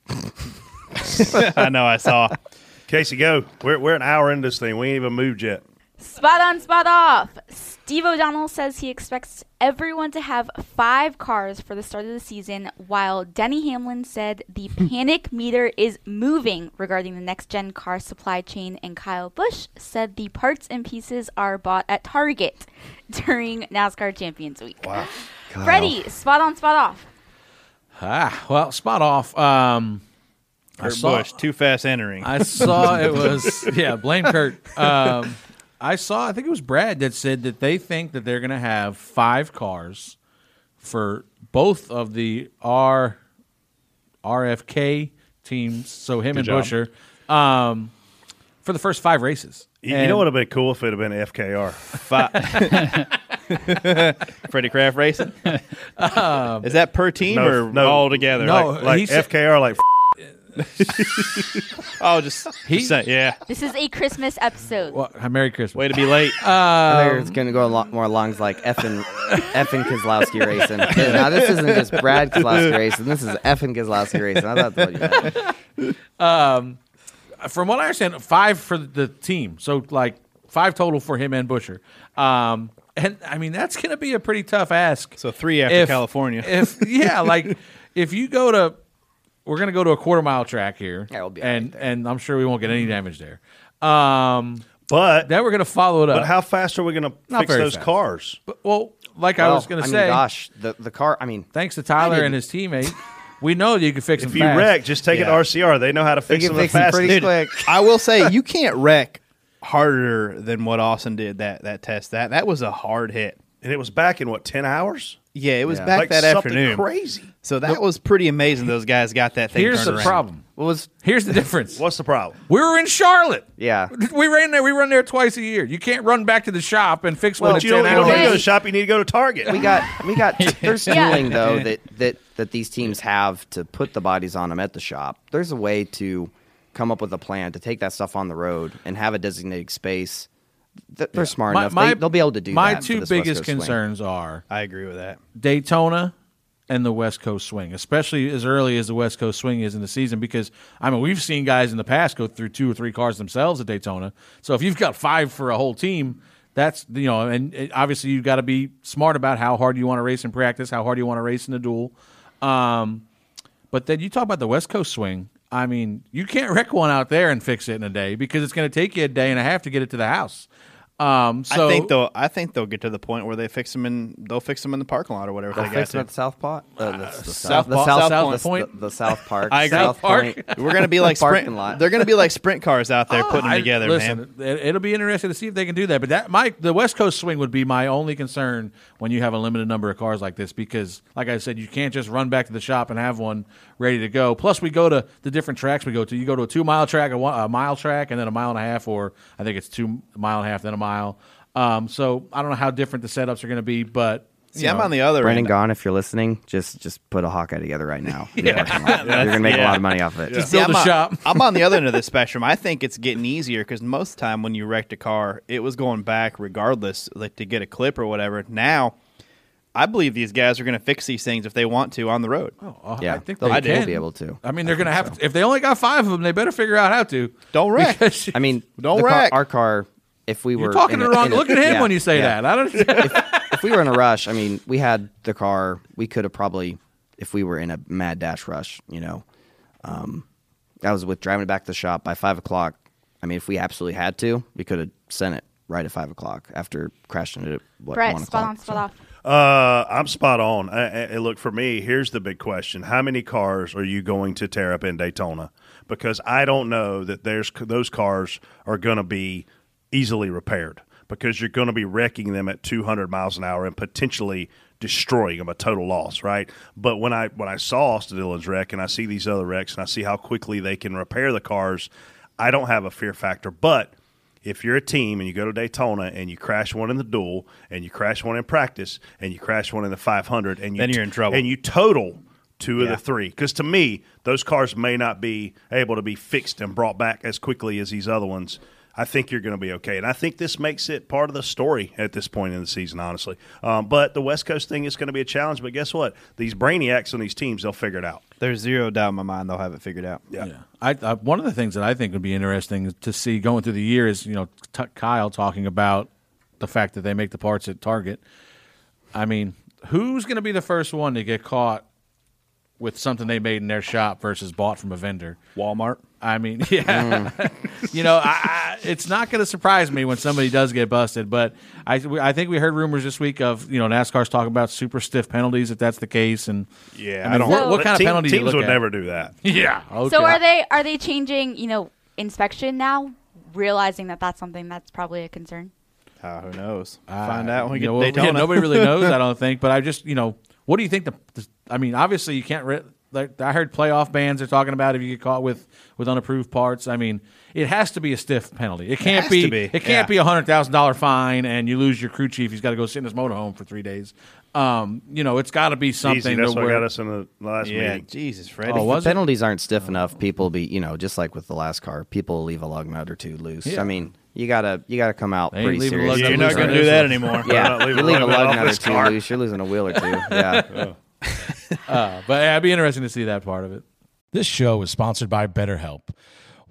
Speaker 3: I know. I saw.
Speaker 1: Casey, go. We're, we're an hour into this thing. We ain't even moved yet.
Speaker 7: Spot on, spot off. Steve O'Donnell says he expects everyone to have five cars for the start of the season, while Denny Hamlin said the panic meter is moving regarding the next gen car supply chain, and Kyle Busch said the parts and pieces are bought at Target during NASCAR Champions Week. Wow.
Speaker 5: Kyle.
Speaker 7: Freddie, spot on, spot off.
Speaker 5: Ah, well, spot off. Um,
Speaker 3: Kurt Busch, too fast entering.
Speaker 5: I saw it was yeah. Blame Kurt. Um, I saw. I think it was Brad that said that they think that they're going to have five cars for both of the R RFK teams. So him
Speaker 1: Good
Speaker 5: and
Speaker 1: job.
Speaker 5: Busher um, for the first five races.
Speaker 1: You, you
Speaker 5: And-
Speaker 1: know what would have been cool if it had been FKR.
Speaker 3: Freddie Kraft Racing.
Speaker 5: Uh,
Speaker 3: Is that per team
Speaker 1: Um, No,
Speaker 3: or
Speaker 1: no.
Speaker 3: all together?
Speaker 1: No,
Speaker 3: like, like
Speaker 1: he said-
Speaker 3: FKR, like. oh, just he, yeah.
Speaker 7: This is a Christmas episode.
Speaker 5: Merry Christmas.
Speaker 3: Way to be late. Um,
Speaker 6: I think it's going to go a lot more along like effing, effing Kozlowski racing. now, this isn't just Brad Kozlowski racing. This is effing Kozlowski racing. I thought that's what you meant.
Speaker 5: um, from what I understand, five for the team. So like five total for him and Busher. Um, and I mean that's going to be a pretty tough ask. So
Speaker 3: three after California.
Speaker 5: If yeah, like if you go to, we're going to go to a quarter mile track here. and and I'm sure we won't get any damage there. Um,
Speaker 1: but
Speaker 5: then we're going to follow it up.
Speaker 1: But how fast are we going to
Speaker 5: Not
Speaker 1: fix
Speaker 5: very
Speaker 1: those
Speaker 5: fast.
Speaker 1: cars?
Speaker 5: But, well, like I
Speaker 6: Well,
Speaker 5: was going
Speaker 6: I
Speaker 5: to
Speaker 6: mean,
Speaker 5: say,
Speaker 6: gosh, the, the car. I mean,
Speaker 5: thanks to Tyler and
Speaker 6: didn't-
Speaker 5: his teammate, we know you can fix
Speaker 1: If
Speaker 5: them
Speaker 1: you
Speaker 5: fast.
Speaker 1: wreck, just take
Speaker 5: Yeah.
Speaker 1: an RCR. They know how to fix them the fastest.
Speaker 3: I will say you can't wreck harder than what Austin did that that test. That that was a hard hit,
Speaker 1: and it was back in what ten hours.
Speaker 3: Yeah, it was
Speaker 1: Yeah.
Speaker 3: back
Speaker 1: Like
Speaker 3: that
Speaker 1: something
Speaker 3: afternoon.
Speaker 1: crazy.
Speaker 3: So that was pretty amazing. Those guys got that thing.
Speaker 5: Here's
Speaker 3: turned
Speaker 5: the
Speaker 3: around.
Speaker 5: problem.
Speaker 6: What was
Speaker 5: here's the difference?
Speaker 1: What's the problem?
Speaker 5: We were in Charlotte.
Speaker 6: Yeah.
Speaker 5: We ran there. We run there twice a year. You can't run back to the shop and fix
Speaker 6: Well,
Speaker 5: one. at
Speaker 6: you don't
Speaker 5: 10
Speaker 6: even
Speaker 5: hours.
Speaker 6: need to go to the
Speaker 1: shop. You need to go to Target.
Speaker 6: We got we got there's
Speaker 5: Yeah.
Speaker 6: tooling though that that that these teams have to put the bodies on them at the shop. There's a way to come up with a plan to take that stuff on the road and have a designated space. Th- They're smart enough; they, will be able to do.
Speaker 5: My
Speaker 6: that for
Speaker 5: two
Speaker 6: this West
Speaker 5: biggest
Speaker 6: Coast swing.
Speaker 5: concerns are
Speaker 3: I agree with that.
Speaker 5: Daytona and the West Coast swing, especially as early as the West Coast swing is in the season, because I mean we've seen guys in the past go through two or three cars themselves at Daytona. So if you've got five for a whole team, that's you know, and it- obviously you've got to be smart about how hard you want to race in practice, how hard you want to race in the duel. Um, but then you talk about the West Coast swing. I mean, you can't wreck one out there and fix it in a day because it's going to take you a day and a half to get it to the house. Um, so
Speaker 3: I think they'll. I think they'll get to the point where they fix them in. They'll fix them in the parking lot or whatever.
Speaker 6: They'll
Speaker 3: they
Speaker 6: fix
Speaker 3: got
Speaker 6: them
Speaker 3: to.
Speaker 6: at the South Pot, uh, the, the
Speaker 3: South
Speaker 6: South, the
Speaker 3: Pot-
Speaker 6: South,
Speaker 3: South
Speaker 6: Point,
Speaker 3: Point?
Speaker 6: the, the South Park.
Speaker 3: I agree.
Speaker 6: South Point.
Speaker 3: We're gonna be like
Speaker 6: parking
Speaker 3: sprint.
Speaker 6: lot.
Speaker 3: They're gonna be like sprint cars out there putting them
Speaker 5: Oh, I-
Speaker 3: together,
Speaker 5: listen,
Speaker 3: man.
Speaker 5: it- It'll be interesting to see if they can do that. But that my the West Coast swing would be my only concern when you have a limited number of cars like this because, like I said, you can't just run back to the shop and have one ready to go. Plus, we go to the different tracks we go to. You go to a two mile track, a, one, a mile track, and then a mile and a half, or I think it's two mile and a half, then a mile. Um, so I don't know how different the setups are going to be, but you know.
Speaker 6: Brendan Gaughan, if you're listening, just just put a Hawkeye together right now. in the
Speaker 5: Yeah.
Speaker 6: parking lot. You're gonna make a lot of money off of it.
Speaker 3: See, I'm I'm on the other end of the spectrum. I think it's getting easier because most of the time when you wrecked a car, it was going back regardless, like to get a clip or whatever. Now, I believe these guys are going to fix these things if they want to on the road.
Speaker 5: Oh, I think they can. I mean, they're going to have
Speaker 3: to.
Speaker 5: if they only got five of them, they better figure out how to.
Speaker 3: Don't wreck.
Speaker 6: I mean,
Speaker 5: Don't
Speaker 6: the car-
Speaker 5: wreck.
Speaker 6: our car. If we
Speaker 5: You're
Speaker 6: were
Speaker 5: talking
Speaker 6: in
Speaker 5: to
Speaker 6: a-
Speaker 5: the wrong-
Speaker 6: in a-
Speaker 5: look at him
Speaker 6: yeah,
Speaker 5: when you say
Speaker 6: yeah.
Speaker 5: that. I don't.
Speaker 6: if, if we were in a rush, I mean, we had the car. We could have probably, if we were in a mad dash rush, you know, um, I was with driving it back to the shop by five o'clock. I mean, if we absolutely had to, we could have sent it right at five o'clock after crashing it at what
Speaker 7: Brett,
Speaker 6: one
Speaker 7: spot
Speaker 6: o'clock.
Speaker 7: on, spot off.
Speaker 1: Uh, I'm spot on. I, I- I- look, for me, here's the big question: How many cars are you going to tear up in Daytona? Because I don't know that there's those cars are going to be easily repaired because you're going to be wrecking them at 200 miles an hour and potentially destroying them a total loss, right? But when I when I saw Austin Dillon's wreck and I see these other wrecks and I see how quickly they can repair the cars, I don't have a fear factor, but if you're a team and you go to Daytona and you crash one in the duel and you crash one in practice and you crash one in the 500 and you
Speaker 3: Then you're in trouble.
Speaker 1: and you total two of
Speaker 3: Yeah.
Speaker 1: the three because to me those cars may not be able to be fixed and brought back as quickly as these other ones I think you're going to be okay. And I think this makes it part of the story at this point in the season, honestly. Um, but the West Coast thing is going to be a challenge. But guess what? These brainiacs on these teams, they'll figure it out.
Speaker 3: There's zero doubt in my mind they'll have it figured out.
Speaker 1: Yeah.
Speaker 5: I, I one of the things that I think would be interesting to see going through the year is you know t- Kyle talking about the fact that they make the parts at Target. I mean, who's going to be the first one to get caught with something they made in their shop versus bought from a vendor?
Speaker 3: Walmart.
Speaker 5: I mean, yeah,
Speaker 1: Mm.
Speaker 5: you know, I, I, it's not going to surprise me when somebody does get busted. But I, we- I think we heard rumors this week of you know NASCAR's talking about super stiff penalties if that's the case, and
Speaker 1: Yeah,
Speaker 5: I mean, what, what kind of
Speaker 1: team-
Speaker 5: penalty do you
Speaker 1: Teams
Speaker 5: look
Speaker 1: would
Speaker 5: at?
Speaker 1: never do that.
Speaker 5: Yeah. Okay.
Speaker 7: So are they are they changing, you know, inspection now, realizing that that's something that's probably a concern?
Speaker 3: Uh, who knows? Find out when we
Speaker 5: Ah, Uh, you
Speaker 3: get
Speaker 5: know, well, yeah,
Speaker 3: Daytona.
Speaker 5: nobody really knows, I don't think. But I just, you know, what do you think? The, the- I mean, obviously you can't. Re- like, I heard playoff bans are talking about if you get caught with with unapproved parts. I mean, it has to be a stiff penalty. It can't
Speaker 3: has
Speaker 5: be,
Speaker 3: to be,
Speaker 5: It can't
Speaker 3: yeah.
Speaker 5: be a hundred thousand dollar fine and you lose your crew chief. He's got to go sit in his motorhome for three days. Um, you know, it's got to be something.
Speaker 1: Easy. That's
Speaker 5: to
Speaker 1: what
Speaker 5: where-
Speaker 1: got us in the last
Speaker 3: Yeah,
Speaker 1: meeting.
Speaker 3: Jesus,
Speaker 5: Freddie.
Speaker 6: Freddy.
Speaker 5: Oh,
Speaker 6: if
Speaker 5: was
Speaker 6: the
Speaker 5: it?
Speaker 6: penalties aren't stiff enough, people be you know just like with the last car, people leave a lug nut or two loose.
Speaker 5: Yeah.
Speaker 6: I mean, you gotta you gotta come out
Speaker 5: They ain't
Speaker 6: pretty
Speaker 5: leaving a
Speaker 6: serious.
Speaker 5: lug nut
Speaker 3: You're not
Speaker 5: loose on
Speaker 3: going to do
Speaker 5: this
Speaker 3: that
Speaker 5: one.
Speaker 3: anymore.
Speaker 6: yeah,
Speaker 1: Not leaving
Speaker 6: you
Speaker 1: a
Speaker 6: leave a
Speaker 1: lug nut
Speaker 6: lug
Speaker 1: off
Speaker 6: nut or
Speaker 1: this
Speaker 6: two
Speaker 1: car.
Speaker 6: loose, you're losing a wheel or two. Yeah.
Speaker 5: Uh, but yeah, it'd be interesting to see that part of it.
Speaker 12: This show is sponsored by BetterHelp.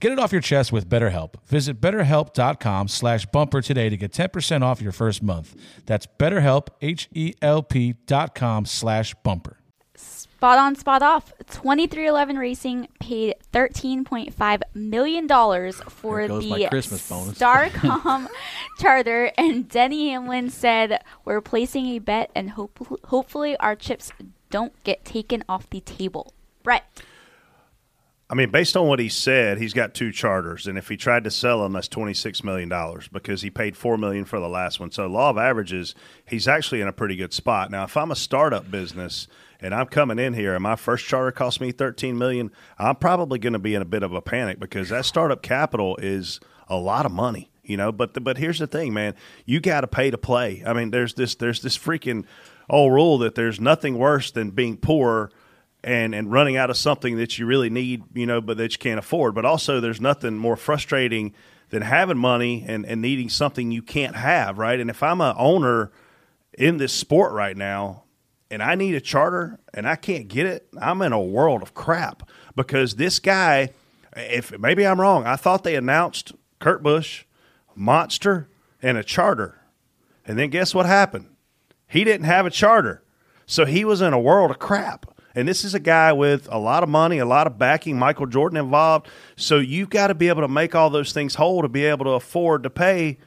Speaker 12: Get it off your chest with BetterHelp. Visit betterhelp.com slash bumper today to get 10% off your first month. That's betterhelp, H-E-L-P dot com slash bumper.
Speaker 7: Spot on, spot off. 2311 Racing paid $13.5 million for
Speaker 5: There goes my
Speaker 7: the
Speaker 5: Christmas bonus.
Speaker 7: Starcom charter, and Denny Hamlin said, We're placing a bet, and hope- hopefully our chips don't get taken off the table. Brett.
Speaker 1: I mean, based on what he said, he's got two charters, and if he tried to sell them, that's twenty six million dollars because he paid four million for the last one. So, law of averages, he's actually in a pretty good spot. Now, if I'm a startup business and I'm coming in here, and my first charter cost me thirteen million, I'm probably going to be in a bit of a panic because that startup capital is a lot of money, you know. But the, but here's the thing, man, you got to pay to play. I mean, there's this there's this freaking old rule that there's nothing worse than being poor and and running out of something that you really need, you know, but that you can't afford. But also, there's nothing more frustrating than having money and and needing something you can't have, right? And if I'm a owner in this sport right now, and I need a charter and I can't get it, I'm in a world of crap because this guy, if maybe I'm wrong, I thought they announced Kurt Busch, Monster, and a charter, and then guess what happened? He didn't have a charter. So he was in a world of crap. And this is a guy with a lot of money, a lot of backing, Michael Jordan involved. So you've got to be able to make all those things whole to be able to afford to pay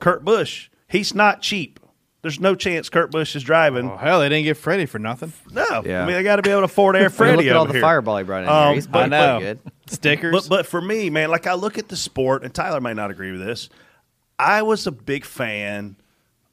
Speaker 1: Kurt Busch. He's not cheap. There's no chance Kurt Busch is driving.
Speaker 3: Oh, hell, they didn't get Freddie for nothing.
Speaker 1: No,
Speaker 3: Yeah.
Speaker 1: I mean they got to be able to afford Air
Speaker 3: Look
Speaker 1: Freddy
Speaker 3: at all
Speaker 1: over
Speaker 3: the
Speaker 1: here. Um,
Speaker 3: Fireball he brought in here. He's
Speaker 1: but-
Speaker 3: I know.
Speaker 1: but-
Speaker 3: Stickers.
Speaker 1: But but for me, man, like I look at the sport, and Tyler may not agree with this. I was a big fan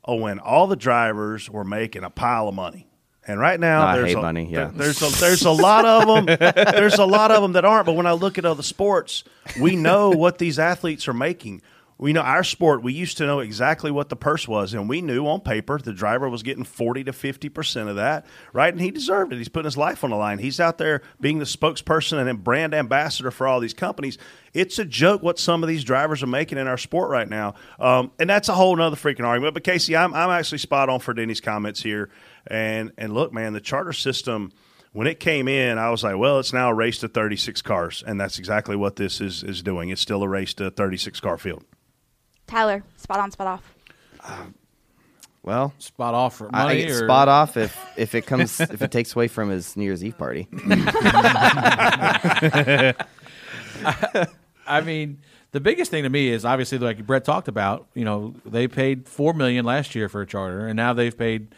Speaker 1: of when all the drivers were making a pile of money, and right now
Speaker 6: I
Speaker 1: there's
Speaker 6: hate
Speaker 1: a,
Speaker 6: money, yeah.
Speaker 1: there- there's a, there's a lot of them. There's a lot of them that aren't. But when I look at other sports, we know what these athletes are making. We know our sport. We used to know exactly what the purse was, and we knew on paper the driver was getting forty to fifty percent of that, right? And he deserved it. He's putting his life on the line. He's out there being the spokesperson and a brand ambassador for all these companies. It's a joke what some of these drivers are making in our sport right now, um, and that's a whole nother freaking argument. But Casey, I'm I'm actually spot on for Denny's comments here, and and look, man, the charter system when it came in, I was like, well, it's now a race to 36 cars. And that's exactly what this is, is doing. It's still a race to 36 car field.
Speaker 7: Tyler, spot on, spot off.
Speaker 6: Well,
Speaker 5: spot off for
Speaker 6: I- I
Speaker 5: money
Speaker 6: get
Speaker 5: or-
Speaker 6: spot off if if it comes if it takes away from his New Year's Eve party.
Speaker 5: I mean, the biggest thing to me is obviously like Brett talked about. You know, they paid four million last year for a charter, and now they've paid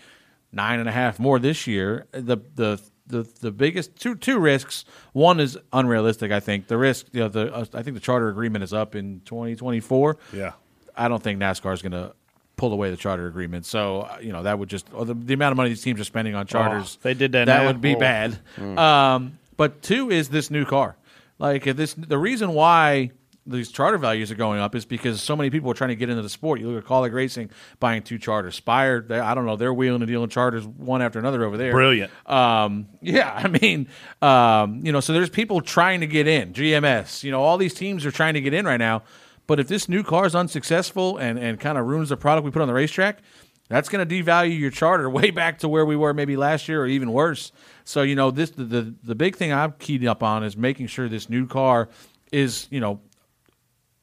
Speaker 5: nine and a half more this year. The the the, the biggest two two risks. One is unrealistic. I think the risk. You know, the uh, I think the charter agreement is up in twenty twenty four.
Speaker 1: Yeah.
Speaker 5: I don't think NASCAR is going to pull away the charter agreement. So uh, you know that would just or the, the amount of money these teams are spending on charters.
Speaker 3: Oh, they did that
Speaker 5: That
Speaker 3: now.
Speaker 5: would be
Speaker 3: Oh.
Speaker 5: bad.
Speaker 3: Mm.
Speaker 5: Um, but two is this new car. Like if this, the reason why these charter values are going up is because so many people are trying to get into the sport. You look at Colleague Racing buying two charters. Spire, they, I don't know, they're wheeling and dealing charters one after another over there.
Speaker 1: Brilliant.
Speaker 5: Um, yeah, I mean, um, you know, so there's people trying to get in. GMS, you know, all these teams are trying to get in right now. But if this new car is unsuccessful and, and kind of ruins the product we put on the racetrack, that's going to devalue your charter way back to where we were maybe last year or even worse. So you know this the the, the big thing I'm keyed up on is making sure this new car is you know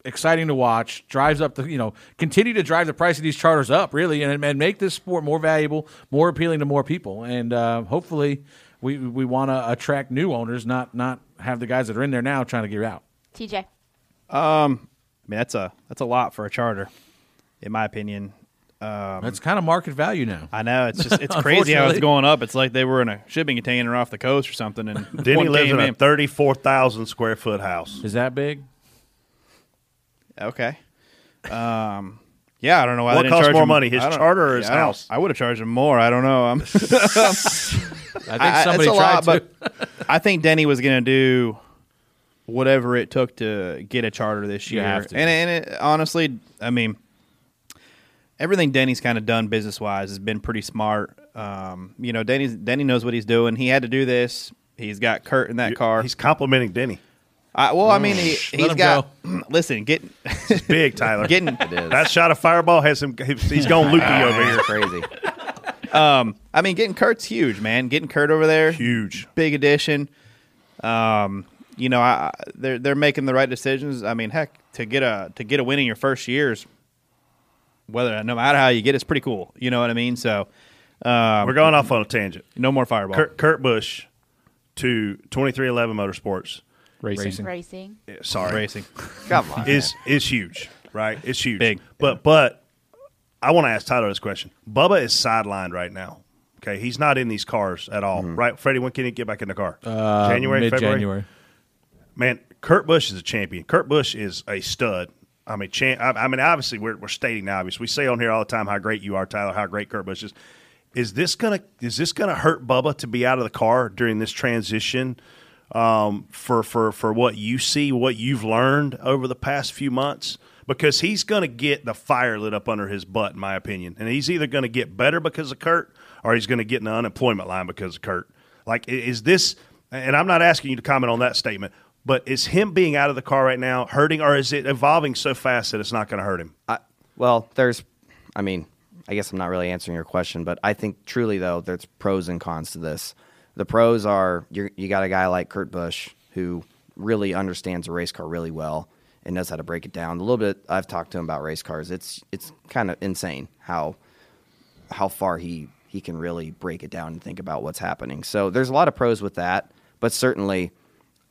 Speaker 5: exciting to watch, drives up the, you know, continue to drive the price of these charters up, really, and, and make this sport more valuable, more appealing to more people. And uh, hopefully, we, we want to attract new owners, not not have the guys that are in there now trying to get out.
Speaker 7: TJ.
Speaker 3: Um, I mean that's a that's a lot for a charter, in my opinion. Um,
Speaker 5: That's kind of market value now.
Speaker 3: I know it's just it's crazy how it's
Speaker 5: Unfortunately.
Speaker 3: going up. It's like they were in a shipping container off the coast or something, and
Speaker 1: Denny
Speaker 3: one
Speaker 1: lives
Speaker 3: came
Speaker 1: in a
Speaker 3: in.
Speaker 1: thirty-four thousand square foot house.
Speaker 5: Is that big?
Speaker 3: Okay. Um, yeah, I don't know why they
Speaker 1: What
Speaker 3: didn't
Speaker 1: costs
Speaker 3: charge
Speaker 1: more
Speaker 3: him-
Speaker 1: money, his
Speaker 3: I don't-
Speaker 1: charter or his
Speaker 3: yeah, I don't-
Speaker 1: house?
Speaker 3: I would have charged him more. I don't know. I'm, I it's
Speaker 5: somebody
Speaker 3: a
Speaker 5: tried to.
Speaker 3: But I think Denny was going to do whatever it took to get a charter this
Speaker 5: You
Speaker 3: year.
Speaker 5: have to.
Speaker 3: And, and it, honestly, I mean, everything Denny's kind of done business wise has been pretty smart. Um, you know, Denny's Denny knows what he's doing. He had to do this. He's got Kurt in that car. He's
Speaker 1: complimenting Denny.
Speaker 3: I, well, I mean, he,
Speaker 1: Mm. Let
Speaker 3: he's
Speaker 1: him
Speaker 3: got. Listen, get
Speaker 1: It's big, Tyler.
Speaker 3: Getting-
Speaker 1: that shot of fireball has him. He's he's gone loopy over here.
Speaker 6: Crazy.
Speaker 3: um, I mean, getting Kurt's huge, man. Getting Kurt over there,
Speaker 1: huge,
Speaker 3: big addition. Um, you know, I, I- they're they're making the right decisions. I mean, heck, to get a to get a win in your first years, whether no matter how you get, it's pretty cool. You know what I mean? So um,
Speaker 1: We're going off on a tangent.
Speaker 3: No more fireball.
Speaker 1: Kurt, Kurt Busch to 2311 Motorsports
Speaker 7: Racing. Racing.
Speaker 1: Yeah, Sorry,
Speaker 3: Racing.
Speaker 6: Come on.
Speaker 1: is is huge, right? It's huge,
Speaker 3: Big.
Speaker 1: But but I want to ask Tyler this question. Bubba is sidelined right now. Okay, he's not in these cars at all, right? Freddie, when can he get back in the car?
Speaker 5: Uh, mid-January.
Speaker 1: Man, Kurt Busch is a champion. Kurt Busch is a stud. I mean, champ, I, I mean, obviously, we're, we're stating the obvious. We say on here all the time how great you are, Tyler. How great Kurt Busch is. Is this gonna is this gonna hurt Bubba to be out of the car during this transition? Um, for for for what you see, what you've learned over the past few months, because he's gonna get the fire lit up under his butt, in my opinion, and he's either gonna get better because of Kurt, or he's gonna get in the unemployment line because of Kurt. Like, i- is this? And I'm not asking you to comment on that statement, but is him being out of the car right now hurting, or is it evolving so fast that it's not going to hurt him?
Speaker 6: I, well, there's, I mean, I guess I'm not really answering your question, but I think truly though, there's pros and cons to this. The pros are you're, you got a guy like Kurt Busch who really understands a race car really well and knows how to break it down. A little bit I've talked to him about race cars. It's it's kind of insane how how far he he can really break it down and think about what's happening. So there's a lot of pros with that, but certainly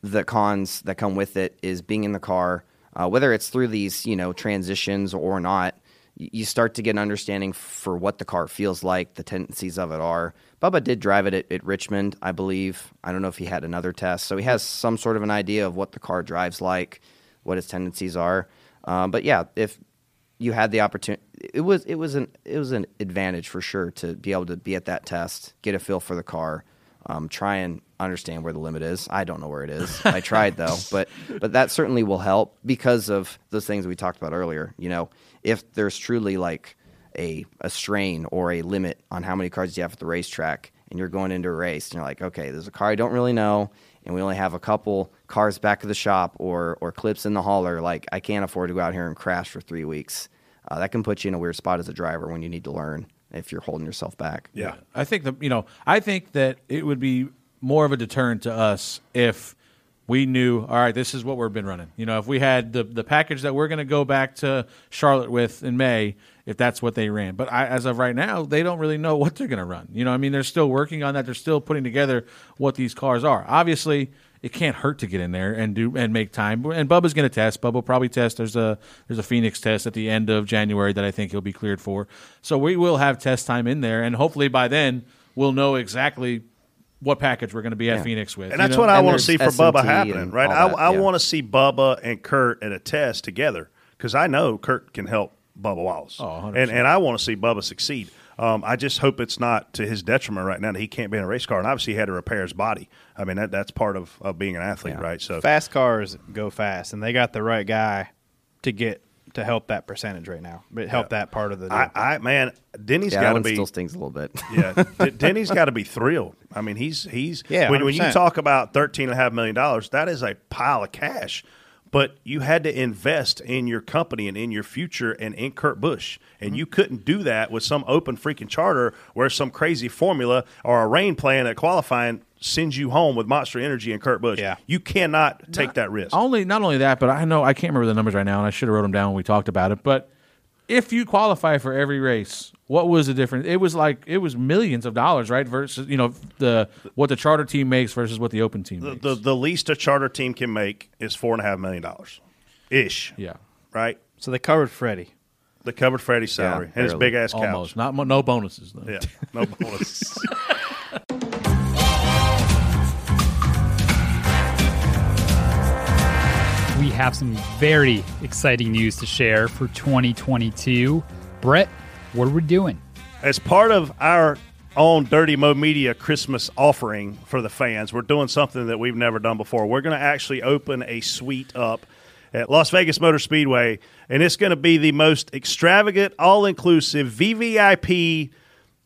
Speaker 6: the cons that come with it is being in the car, uh, whether it's through these you know transitions or not. y- You start to get an understanding for what the car feels like, the tendencies of it are. Bubba did drive it at, at Richmond, I believe. I don't know if he had another test, so he has some sort of an idea of what the car drives like, what its tendencies are. Um, but yeah, if you had the opportunity it was it was an it was an advantage for sure to be able to be at that test get a feel for the car um, try and understand where the limit is i don't know where it is i tried though but but that certainly will help because of those things we talked about earlier you know if there's truly like a a strain or a limit on how many cars you have at the racetrack and you're going into a race and you're like okay there's a car i don't really know and we only have a couple cars back of the shop or or clips in the hauler like i can't afford to go out here and crash for three weeks uh, that can put you in a weird spot as a driver when you need to learn if you're holding yourself back
Speaker 1: Yeah.
Speaker 5: I think the you know I think that it would be more of a deterrent to us if we knew all right this is what we've been running. You know if we had the the package that we're going to go back to Charlotte with in May if that's what they ran. But I, as of right now they don't really know what they're going to run. You know I mean they're still working on that. They're still putting together what these cars are. Obviously it can't hurt to get in there and do and make time. And Bubba's going to test. Bubba will probably test. There's a there's a Phoenix test at the end of January that I think he'll be cleared for. So we will have test time in there, and hopefully by then we'll know exactly what package we're going to be at
Speaker 1: Yeah.
Speaker 5: Phoenix with.
Speaker 1: And
Speaker 5: you
Speaker 1: that's
Speaker 5: know?
Speaker 1: what I want to see for Bubba happening, right? I, I want to see Bubba and Kurt at a test together because I know Kurt can help Bubba Wallace.
Speaker 5: Oh, 100%.
Speaker 1: and, and I want to see Bubba succeed. Um, I just hope it's not to his detriment right now that he can't be in a race car. And obviously, he had to repair his body. I mean, that, that's part of, of being an athlete, right? So
Speaker 3: Fast cars go fast, and they got the right guy to get to help that percentage right now, but help that part of the.
Speaker 1: I, I man, Denny's
Speaker 3: Yeah, that
Speaker 1: got to
Speaker 3: one
Speaker 1: be
Speaker 3: still
Speaker 6: stings a little bit.
Speaker 1: yeah, D- Denny's got to be thrilled. I mean, he's he's
Speaker 3: Yeah,
Speaker 1: When, when you
Speaker 3: 100%.
Speaker 1: talk about thirteen and a half million dollars, that is a pile of cash. But you had to invest in your company and in your future and in Kurt Busch, and you couldn't do that with some open freaking charter where some crazy formula or a rain plan at qualifying sends you home with Monster Energy and Kurt Busch. Yeah. you cannot take that risk.
Speaker 5: Only not only that, but I know I can't remember the numbers right now, and I should have wrote them down when we talked about it. But if you qualify for every race, what was the difference? It was like it was millions of dollars, right? Versus you know the what the charter team makes versus what the open team.
Speaker 1: The,
Speaker 5: Makes.
Speaker 1: the the least a charter team can make is four and a half million dollars, ish.
Speaker 5: Yeah.
Speaker 1: Right.
Speaker 3: So they covered Freddie.
Speaker 1: They covered Freddie's salary and his big ass couch.
Speaker 5: Almost not mo- no bonuses though.
Speaker 1: Yeah, no bonus.
Speaker 8: We have some very exciting news to share for 2022. Brett, what are we doing?
Speaker 1: As part of our own Dirty Mo Media Christmas offering for the fans, we're doing something that we've never done before. We're going to actually open a suite up at Las Vegas Motor Speedway, and it's going to be the most extravagant, all inclusive VVIP.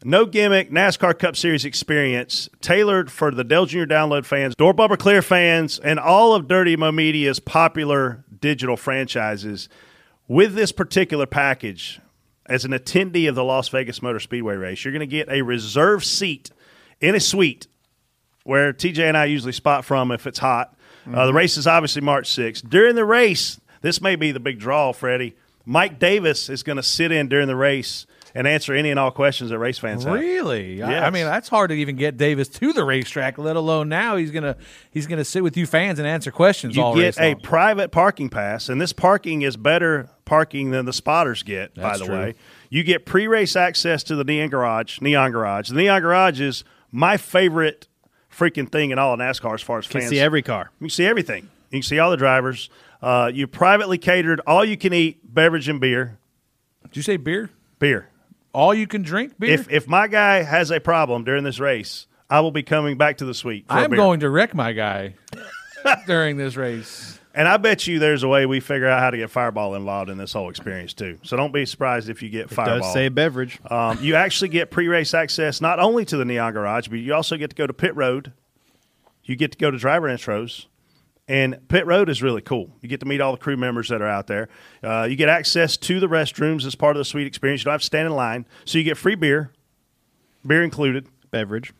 Speaker 1: No gimmick NASCAR Cup Series experience tailored for the Dell Jr. Download fans, Door Bumper Clear fans, and all of Dirty Mo Media's popular digital franchises. With this particular package, as an attendee of the Las Vegas Motor Speedway race, you're going to get a reserve seat in a suite where TJ and I usually spot from if it's hot. Uh, the race is obviously March 6th. During the race, this may be the big draw, Freddie. Mike Davis is going to sit in during the race and answer any and all questions that race fans have.
Speaker 5: Really? I- I
Speaker 1: Yes.
Speaker 5: mean, that's hard to even get Davis to the racetrack, let alone now he's gonna he's gonna sit with you fans and answer questions all
Speaker 1: You
Speaker 5: race
Speaker 1: get a
Speaker 5: long.
Speaker 1: private parking pass, and this parking is better parking than the spotters get. by
Speaker 5: That's
Speaker 1: the
Speaker 5: true.
Speaker 1: way, you get pre-race access to the neon garage. Neon garage. The neon garage is my favorite freaking thing in all of NASCAR as far as
Speaker 3: Can
Speaker 1: fans.
Speaker 3: see every car.
Speaker 1: You can see everything. You can see all the drivers. Uh, you privately catered all you can eat beverage and beer.
Speaker 5: Did you say beer?
Speaker 1: Beer.
Speaker 5: All you can drink beer.
Speaker 1: If if my guy has a problem during this race, I will be coming back to the suite. for a
Speaker 5: I'm
Speaker 1: beer.
Speaker 5: going to wreck my guy during this race.
Speaker 1: And I bet you there's a way we figure out how to get Fireball involved in this whole experience too. So don't be surprised if you get Fireball.
Speaker 3: say beverage.
Speaker 1: Um, you actually get pre-race access not only to the Neon Garage, but you also get to go to pit road. You get to go to driver intros, and pit road is really cool. You get to meet all the crew members that are out there. Uh, you get access to the restrooms as part of the suite experience. You don't have to stand in line, so you get free beer, beer included,
Speaker 3: beverage.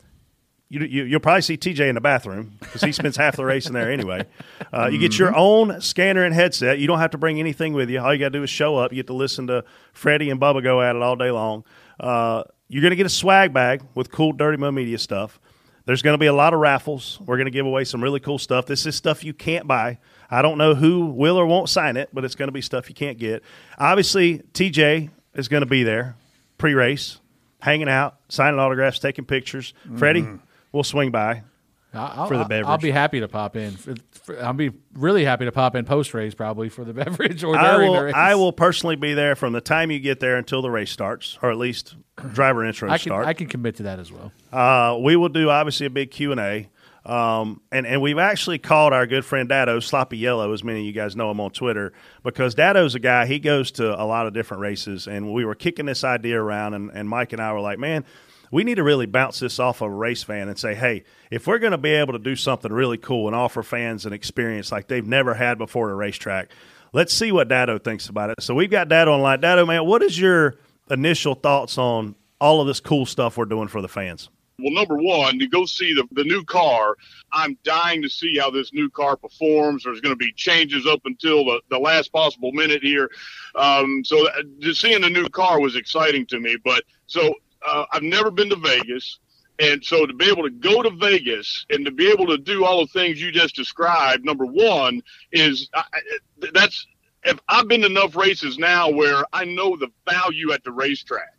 Speaker 1: You, you, you'll probably see TJ in the bathroom because he spends half the race in there anyway. Uh, you get your own scanner and headset. You don't have to bring anything with you. All you got to do is show up. You get to listen to Freddie and Bubba go at it all day long. Uh, you're going to get a swag bag with cool Dirty Mo Media stuff. There's going to be a lot of raffles. We're going to give away some really cool stuff. This is stuff you can't buy. I don't know who will or won't sign it, but it's going to be stuff you can't get. Obviously, TJ is going to be there pre race, hanging out, signing autographs, taking pictures. Freddie, we'll swing by
Speaker 5: I- I'll,
Speaker 1: for the
Speaker 5: I'll-
Speaker 1: beverage.
Speaker 5: I'll be happy to pop in. For- for- I'll be really happy to pop in post race probably for the beverage or
Speaker 1: I
Speaker 5: during
Speaker 1: will,
Speaker 5: the race.
Speaker 1: I will personally be there from the time you get there until the race starts, or at least driver intros
Speaker 5: I can
Speaker 1: start.
Speaker 5: I can commit to that as well.
Speaker 1: Uh, we will do obviously a big Q and A, um, and and we've actually called our good friend Dado Sloppy Yellow, as many of you guys know him on Twitter, because Dado's a guy he goes to a lot of different races, and we were kicking this idea around, and, and Mike and I were like, man. We need to really bounce this off of a race fan and say, hey, if we're going to be able to do something really cool and offer fans an experience like they've never had before at a racetrack, let's see what Dado thinks about it. So we've got Dado online. Dado, man, what is your initial thoughts on all of this cool stuff we're doing for the fans?
Speaker 13: Well, number one, to go see the, the new car, I'm dying to see how this new car performs. There's going to be changes up until the, the last possible minute here. Um, so uh, just seeing the new car was exciting to me. But so uh, I've never been to Vegas. And so to be able to go to Vegas and to be able to do all the things you just described, number one is I, I- that's if I've been to enough races now where I know the value at the racetrack.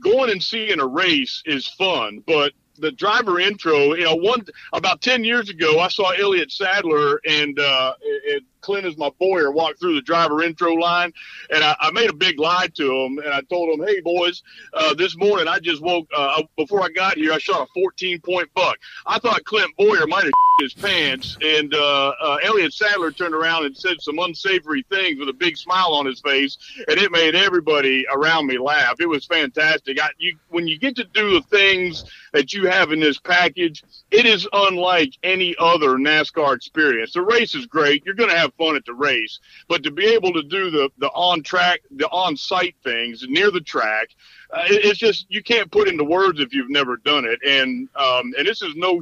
Speaker 13: Going and seeing a race is fun, but the driver intro, you know, one about ten years ago, I saw Elliott Sadler and uh, and Clint is my boyer walk through the driver intro line, and I, I made a big lie to him, and I told him, "Hey boys, uh, this morning I just woke uh, before I got here, I shot a fourteen point buck. I thought Clint Boyer might have his pants, and uh, uh, Elliot Sadler turned around and said some unsavory things with a big smile on his face, and it made everybody around me laugh. It was fantastic. I, you, when you get to do the things that you have in this package, it is unlike any other NASCAR experience. The race is great; you're going to have fun at the race, but to be able to do the the on track, the on site things near the track. Uh, it, it's just you can't put into words if you've never done it, and um, and this is no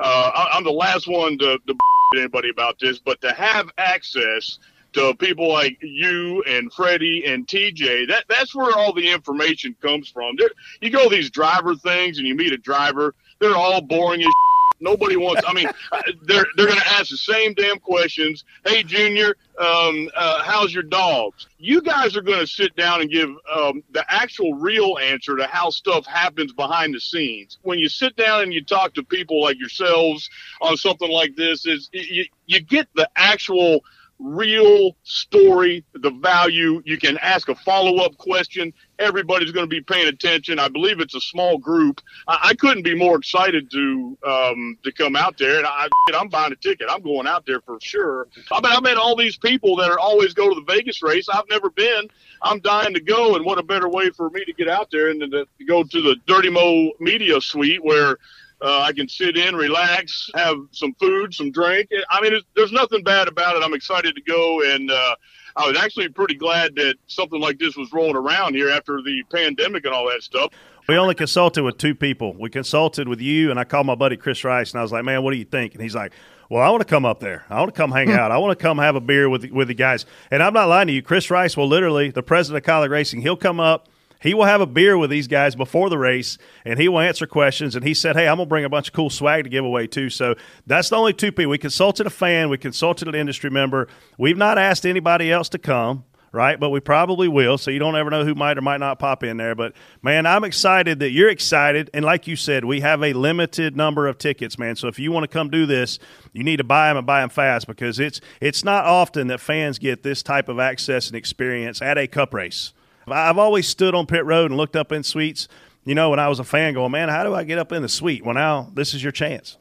Speaker 13: uh, I, I'm the last one to, to anybody about this, but to have access to people like you and Freddie and TJ, that that's where all the information comes from. There, you go to these driver things and you meet a driver, they're all boring as. Nobody wants. I mean, uh, they're they're going to ask the same damn questions. Hey, Junior, um, uh, how's your dogs? You guys are going to sit down and give um, the actual real answer to how stuff happens behind the scenes. When you sit down and you talk to people like yourselves on something like this, is you, you get the actual real story, the value. You can ask a follow up question. Everybody's going to be paying attention. I believe it's a small group. I, I couldn't be more excited to um, to come out there, and I, I'm buying a ticket. I'm going out there for sure. I mean, I met all these people that are always go to the Vegas race. I've never been. I'm dying to go, and what a better way for me to get out there and to, to go to the Dirty Mo Media Suite where uh, I can sit in, relax, have some food, some drink. I mean, it's, there's nothing bad about it. I'm excited to go, and uh, I was actually pretty glad that something like this was rolling around here after the pandemic and all that stuff.
Speaker 1: We only consulted with two people. We consulted with you, and I called my buddy Chris Rice, and I was like, "Man, what do you think?" And he's like, "Well, I want to come up there. I want to come hang out. I want to come have a beer with with the guys." And I'm not lying to you. Chris Rice will literally, the president of College Racing, he'll come up. He will have a beer with these guys before the race, and he will answer questions. And he said, "Hey, I'm gonna bring a bunch of cool swag to give away too." So that's the only two people we consulted. A fan, we consulted an industry member. We've not asked anybody else to come right? But we probably will. So you don't ever know who might or might not pop in there. But man, I'm excited that you're excited. And like you said, we have a limited number of tickets, man. So if you want to come do this, you need to buy them and buy them fast because it's it's not often that fans get this type of access and experience at a cup race. I- I've always stood on pit road and looked up in suites. You know, when I was a fan, going, man, how do I get up in the suite? Well, now this is your chance.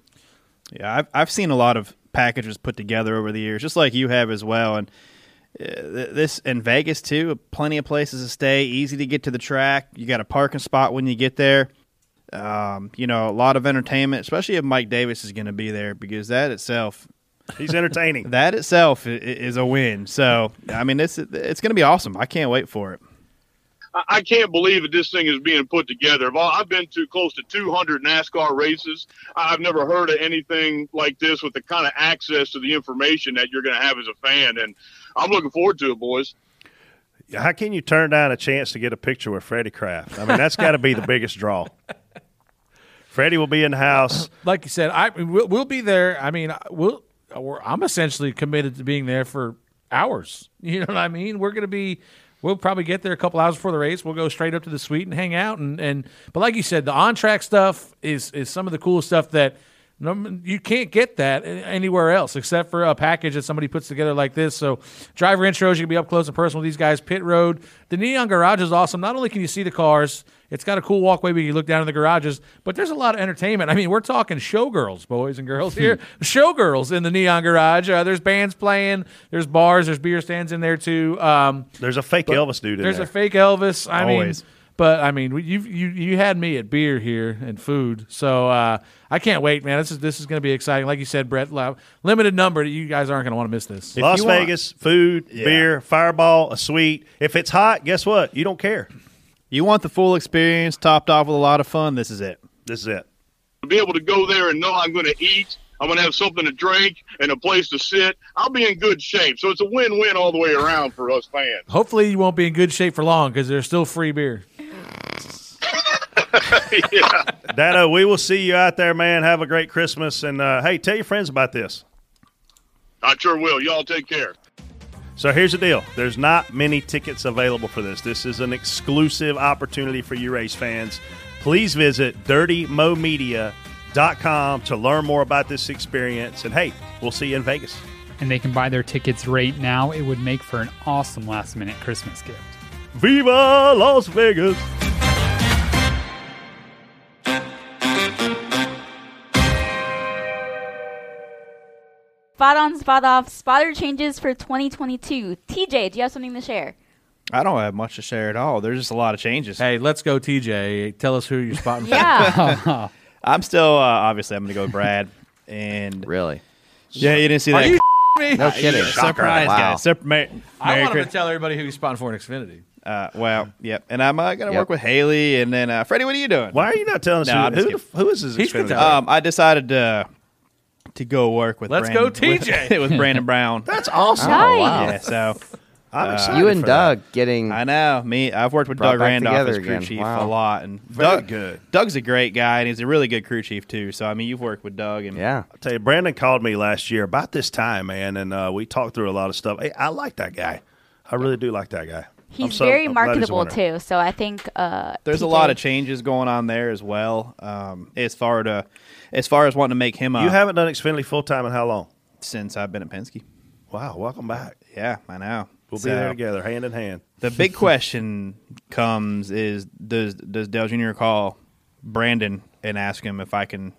Speaker 3: Yeah, I've I've seen a lot of packages put together over the years, just like you have as well. And uh, th- this in Vegas too, plenty of places to stay, easy to get to the track. You got a parking spot when you get there. Um, you know, a lot of entertainment, especially if Mike Davis is going to be there, because that itself,
Speaker 1: he's entertaining.
Speaker 3: that itself i- i- is a win. So, I mean, it's it's going to be awesome. I can't wait for it.
Speaker 13: I- I can't believe that this thing is being put together. I've all- I've been to close to 200 NASCAR races. I- I've never heard of anything like this with the kind of access to the information that you're going to have as a fan, and I'm looking forward to it, boys.
Speaker 1: How can you turn down a chance to get a picture with Freddie Kraft? I mean, that's got to be the biggest draw. Freddie will be in the house.
Speaker 5: Like you said, I we'll, we'll be there. I mean, I- we'll we're, I'm essentially committed to being there for hours. You know what I mean? We're gonna be. We'll probably get there a couple hours before the race. We'll go straight up to the suite and hang out. And, and but like you said, the on track stuff is is some of the cool stuff that num- you can't get that a- anywhere else except for a package that somebody puts together like this. So driver intros, you can be up close and personal with these guys. Pit road, the neon garage is awesome. Not only can you see the cars, it's got a cool walkway where you look down in the garages, but there's a lot of entertainment. I mean, we're talking showgirls, boys and girls here.
Speaker 1: Hmm.
Speaker 5: showgirls in the neon garage. Uh, there's bands playing. There's bars. There's beer stands in there too. Um,
Speaker 1: there's a fake Elvis dude in
Speaker 5: There's
Speaker 1: there.
Speaker 5: a fake Elvis. I
Speaker 1: Always.
Speaker 5: mean, but I mean, you you you had me at beer here and food, so uh, I can't wait, man. This is this is going to be exciting. Like you said, Brett, li- limited number. You guys aren't going to want to miss this.
Speaker 1: Las Vegas, food, beer, fireball, a suite. If it's hot, guess what? You don't care.
Speaker 3: You want the full experience topped off with a lot of fun. This is it.
Speaker 1: This is it.
Speaker 13: to be able to go there and know I'm going to eat, I'm going to have something to drink and a place to sit. I'll be in good shape. So it's a win-win all the way around for us fans.
Speaker 5: Hopefully, you won't be in good shape for long because there's still free beer.
Speaker 13: yeah.
Speaker 1: Dado, we will see you out there, man. Have a great Christmas. And uh, hey, tell your friends about this.
Speaker 13: I sure will. Y'all take care.
Speaker 1: So here's the deal there's not many tickets available for this. This is an exclusive opportunity for you race fans. Please visit dirtymomedia.com to learn more about this experience. And hey, we'll see you in Vegas.
Speaker 8: and they can buy their tickets right now. It would make for an awesome last minute Christmas gift.
Speaker 1: Viva Uh, Las Vegas!
Speaker 7: Spot on, spot off, spotter changes for 2022. TJ, do you have something to share?
Speaker 3: I don't have much to share at all. There's just a lot of changes.
Speaker 5: Hey, let's go, TJ. Tell us who you're spotting. for.
Speaker 7: Yeah.
Speaker 3: I'm still uh, obviously I'm going to go with Brad. And really, yeah, you didn't see
Speaker 5: Are
Speaker 3: that.
Speaker 5: you me? No kidding.
Speaker 3: Surprise,
Speaker 5: Wow.
Speaker 3: guys! Sup- Mer-
Speaker 5: I
Speaker 3: Merry
Speaker 5: want him to
Speaker 3: Christ-
Speaker 5: tell everybody who he's spotting for in Xfinity.
Speaker 3: Uh, well, yep. And I'm uh, going to
Speaker 5: Yep.
Speaker 3: work with Haley, and then uh, Freddie. What are you doing?
Speaker 1: Why are you not telling us who-
Speaker 3: I'm just
Speaker 1: who the
Speaker 3: kidding.
Speaker 1: f- who is this He's gonna Xfinity? tell
Speaker 3: Um, I decided to to go work with.
Speaker 1: Let's
Speaker 3: Brandon,
Speaker 1: go, TJ.
Speaker 3: With, with Brandon Brown.
Speaker 1: That's awesome.
Speaker 6: Oh, wow.
Speaker 3: Yeah, so. Uh,
Speaker 6: I'm excited You and for that.
Speaker 3: getting. I know me. I've worked with
Speaker 6: brought
Speaker 3: Doug
Speaker 6: back
Speaker 3: Randolph
Speaker 6: together
Speaker 3: as crew
Speaker 6: again.
Speaker 3: chief
Speaker 6: Wow.
Speaker 3: a lot, and
Speaker 6: Very
Speaker 3: Doug, good. Doug's a great guy, and he's a really good crew chief too. So I mean, you've worked with Doug, and
Speaker 1: Yeah. I'll tell you, Brandon called me last year about this time, man, and uh, we talked through a lot of stuff. Hey, I like that guy. I really do like that guy. I'm
Speaker 7: He's
Speaker 1: so-
Speaker 7: very
Speaker 1: I'm glad he's a
Speaker 7: marketable,
Speaker 1: winner.
Speaker 7: too. So I think. Uh,
Speaker 3: There's a
Speaker 7: TJ
Speaker 3: lot of changes going on there as well. Um, as far to, as far as wanting to make him. A,
Speaker 1: You haven't done Xfinity full time in how long?
Speaker 3: Since I've been at Penske.
Speaker 1: Wow, welcome back.
Speaker 3: Yeah, I know.
Speaker 1: We'll be there
Speaker 3: So-
Speaker 1: together, hand in hand.
Speaker 3: The big question comes is does does Dale Jr. call Brandon and ask him if I can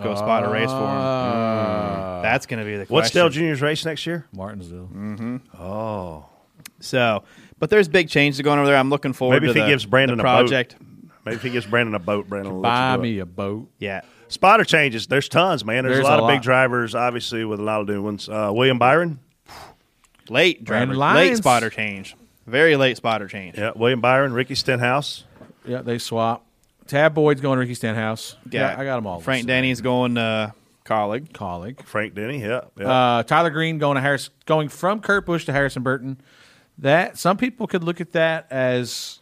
Speaker 3: go spot a race for him? Hmm.
Speaker 1: Ah.
Speaker 3: That's going to be the question.
Speaker 1: What's Dell Junior's race next year?
Speaker 5: Martinsville.
Speaker 3: Mm-hmm.
Speaker 1: Oh,
Speaker 3: so but there's big changes going over there. I'm looking forward.
Speaker 1: Maybe
Speaker 3: to
Speaker 1: if he
Speaker 3: the-
Speaker 1: gives Brandon
Speaker 3: the
Speaker 1: a boat.
Speaker 3: project.
Speaker 1: Maybe if he gives Brandon a boat, Brandon will let
Speaker 3: Buy
Speaker 1: you do it.
Speaker 3: me
Speaker 5: a boat.
Speaker 3: Yeah.
Speaker 1: Spotter changes. There's tons, man. There's,
Speaker 5: There's
Speaker 1: a lot
Speaker 5: a
Speaker 1: of big
Speaker 5: lot.
Speaker 1: drivers, obviously, with a lot of new ones. Uh, William Byron.
Speaker 3: Late
Speaker 1: Brandon
Speaker 3: driver, late
Speaker 1: Lyons.
Speaker 3: spotter change, very late spotter change.
Speaker 1: Yeah, William Byron, Ricky Stenhouse.
Speaker 5: Yeah, they swap. Tab Boyd's going Ricky Stenhouse. Yeah, I got them all.
Speaker 3: Frank Denny's going uh, colleague.
Speaker 5: Colleague.
Speaker 1: Frank Denny. Yeah. yeah.
Speaker 5: Uh, Tyler Green going to Harris, going from Kurt Busch to Harrison Burton. That some people could look at that as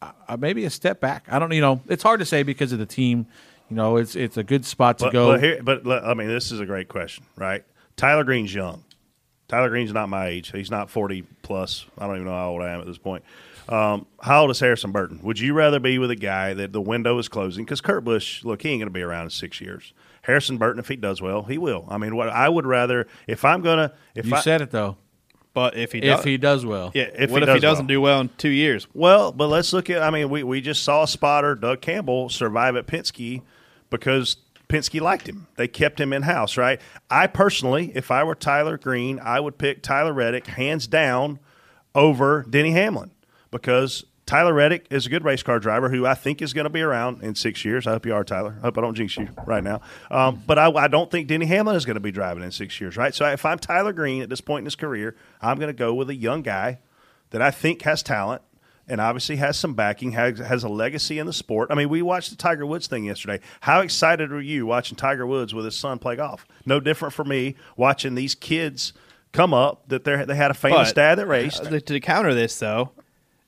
Speaker 5: uh, maybe a step back. I don't, you know, it's hard to say because of the team. You know, it's it's a good spot to
Speaker 1: but,
Speaker 5: go.
Speaker 1: But, here, but look, I mean, this is a great question, right? Tyler Green's young. Tyler Green's not my age. He's not 40 plus. I don't even know how old I am at this point. Um, how old is Harrison Burton? Would you rather be with a guy that the window is closing? Because Kurt Busch, look, he ain't going to be around in six years. Harrison Burton, if he does well, he will. I mean, what I would rather, if I'm going to. if
Speaker 5: you
Speaker 1: I,
Speaker 5: said it though.
Speaker 3: But if he
Speaker 5: if
Speaker 3: does-
Speaker 5: he does well,
Speaker 1: Yeah, if
Speaker 3: What
Speaker 1: he
Speaker 3: if he
Speaker 1: does
Speaker 3: doesn't do well in two years?
Speaker 1: Well, but let's look at. I mean, we, we just saw spotter Doug Campbell survive at Penske because Penske liked him. They kept him in house, right? I personally, if I were Tyler Green, I would pick Tyler Reddick hands down over Denny Hamlin because Tyler Reddick is a good race car driver who I think is going to be around in six years. I hope you are, Tyler. I hope I don't jinx you right now. Um, but I, I don't think Denny Hamlin is going to be driving in six years, right? So if I'm Tyler Green at this point in his career, I'm going to go with a young guy that I think has talent and obviously has some backing, has, has a legacy in the sport. I mean, we watched the Tiger Woods thing yesterday. How excited were you watching Tiger Woods with his son play golf? No different for me watching these kids come up that they they had a famous
Speaker 3: But,
Speaker 1: dad that raced.
Speaker 3: uh, To, counter this, though,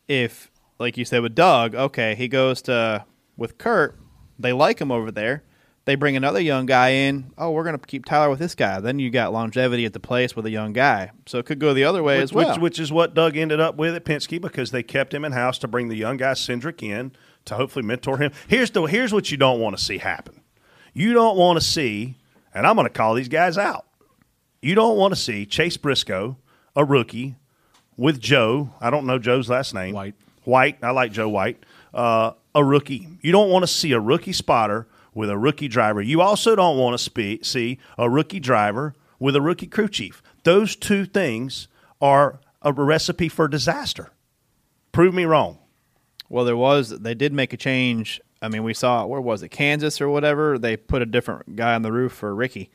Speaker 3: if like you said with Doug, okay, he goes to with Kurt, they like him over there. They bring another young guy in. Oh, we're going to keep Tyler with this guy. Then you got longevity at the place with a young guy. So it could go the other way
Speaker 1: which,
Speaker 3: as well.
Speaker 1: which, which is what Doug ended up with at Penske because they kept him in house to bring the young guy Cindric in to hopefully mentor him. Here's the here's what you don't want to see happen. You don't want to see, and I'm going to call these guys out. You don't want to see Chase Briscoe, a rookie, with Joe. I don't know Joe's last name. White. White. I like Joe White. Uh, a rookie. You don't want to see a rookie spotter with a rookie driver. You also don't want to spe- see a rookie driver with a rookie crew chief. Those two things are a recipe for disaster. Prove me wrong.
Speaker 3: Well, there was they did make a change. I mean, we saw where was it Kansas or whatever? They put a different guy on the roof for Ricky,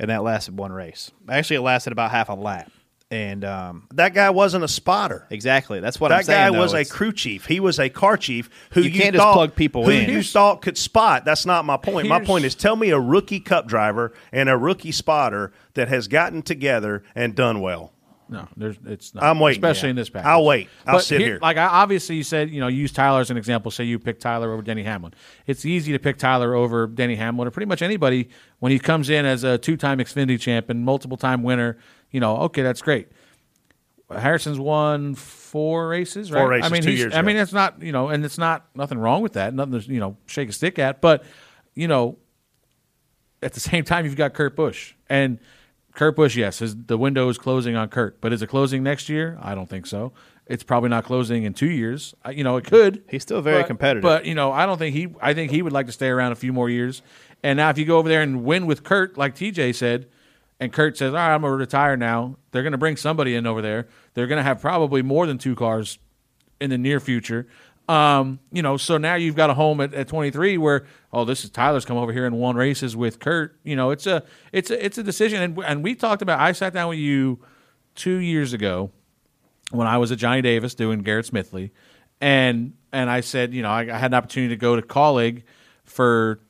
Speaker 3: and that lasted one race. Actually, it lasted about half a lap. And um,
Speaker 1: that guy wasn't a spotter.
Speaker 3: Exactly. That's what
Speaker 1: that
Speaker 3: I'm saying.
Speaker 1: guy
Speaker 3: though.
Speaker 1: was a
Speaker 3: It's-
Speaker 1: crew chief. He was a car chief who
Speaker 3: You
Speaker 1: you,
Speaker 3: can't just
Speaker 1: thought,
Speaker 3: plug people
Speaker 1: who
Speaker 3: in.
Speaker 1: you thought could spot. That's not my point. My
Speaker 3: Here's-
Speaker 1: point is, tell me a rookie cup driver and a rookie spotter that has gotten together and done well.
Speaker 5: No, there's it's not.
Speaker 1: I'm waiting.
Speaker 5: especially
Speaker 1: Yeah.
Speaker 5: in this package.
Speaker 1: I'll wait. I'll sit here.
Speaker 5: Like I obviously you said, you know, use Tyler as an example. Say you pick Tyler over Denny Hamlin. It's easy to pick Tyler over Denny Hamlin or pretty much anybody when he comes in as a two-time Xfinity champion, multiple-time winner. You know, okay, that's great. Harrison's won four races, right?
Speaker 1: Four races,
Speaker 5: I mean,
Speaker 1: two
Speaker 5: he's-
Speaker 1: years
Speaker 5: I
Speaker 1: ago.
Speaker 5: mean, it's not you know, and it's not nothing wrong with that. Nothing to you know, shake a stick at. But you know, at the same time, you've got Kurt Busch and Kurt Busch. Yes, his, the window is closing on Kurt, but is it closing next year? I don't think so. It's probably not closing in two years. I, you know, it could.
Speaker 3: He's still very
Speaker 5: but-
Speaker 3: competitive.
Speaker 5: but you know, I don't think he. I think he would like to stay around a few more years. And now, if you go over there and win with Kurt, like TJ said, and Kurt says, "All right, I'm gonna retire now," they're gonna bring somebody in over there. They're gonna have probably more than two cars in the near future. Um, you know, so now you've got a home at, at 23 where oh, this is Tyler's come over here and won races with Kurt. You know, it's a it's a it's a decision, and and we talked about. I sat down with you two years ago when I was at Johnny Davis doing Garrett Smithley, and and I said, you know, I, I had an opportunity to go to colleague for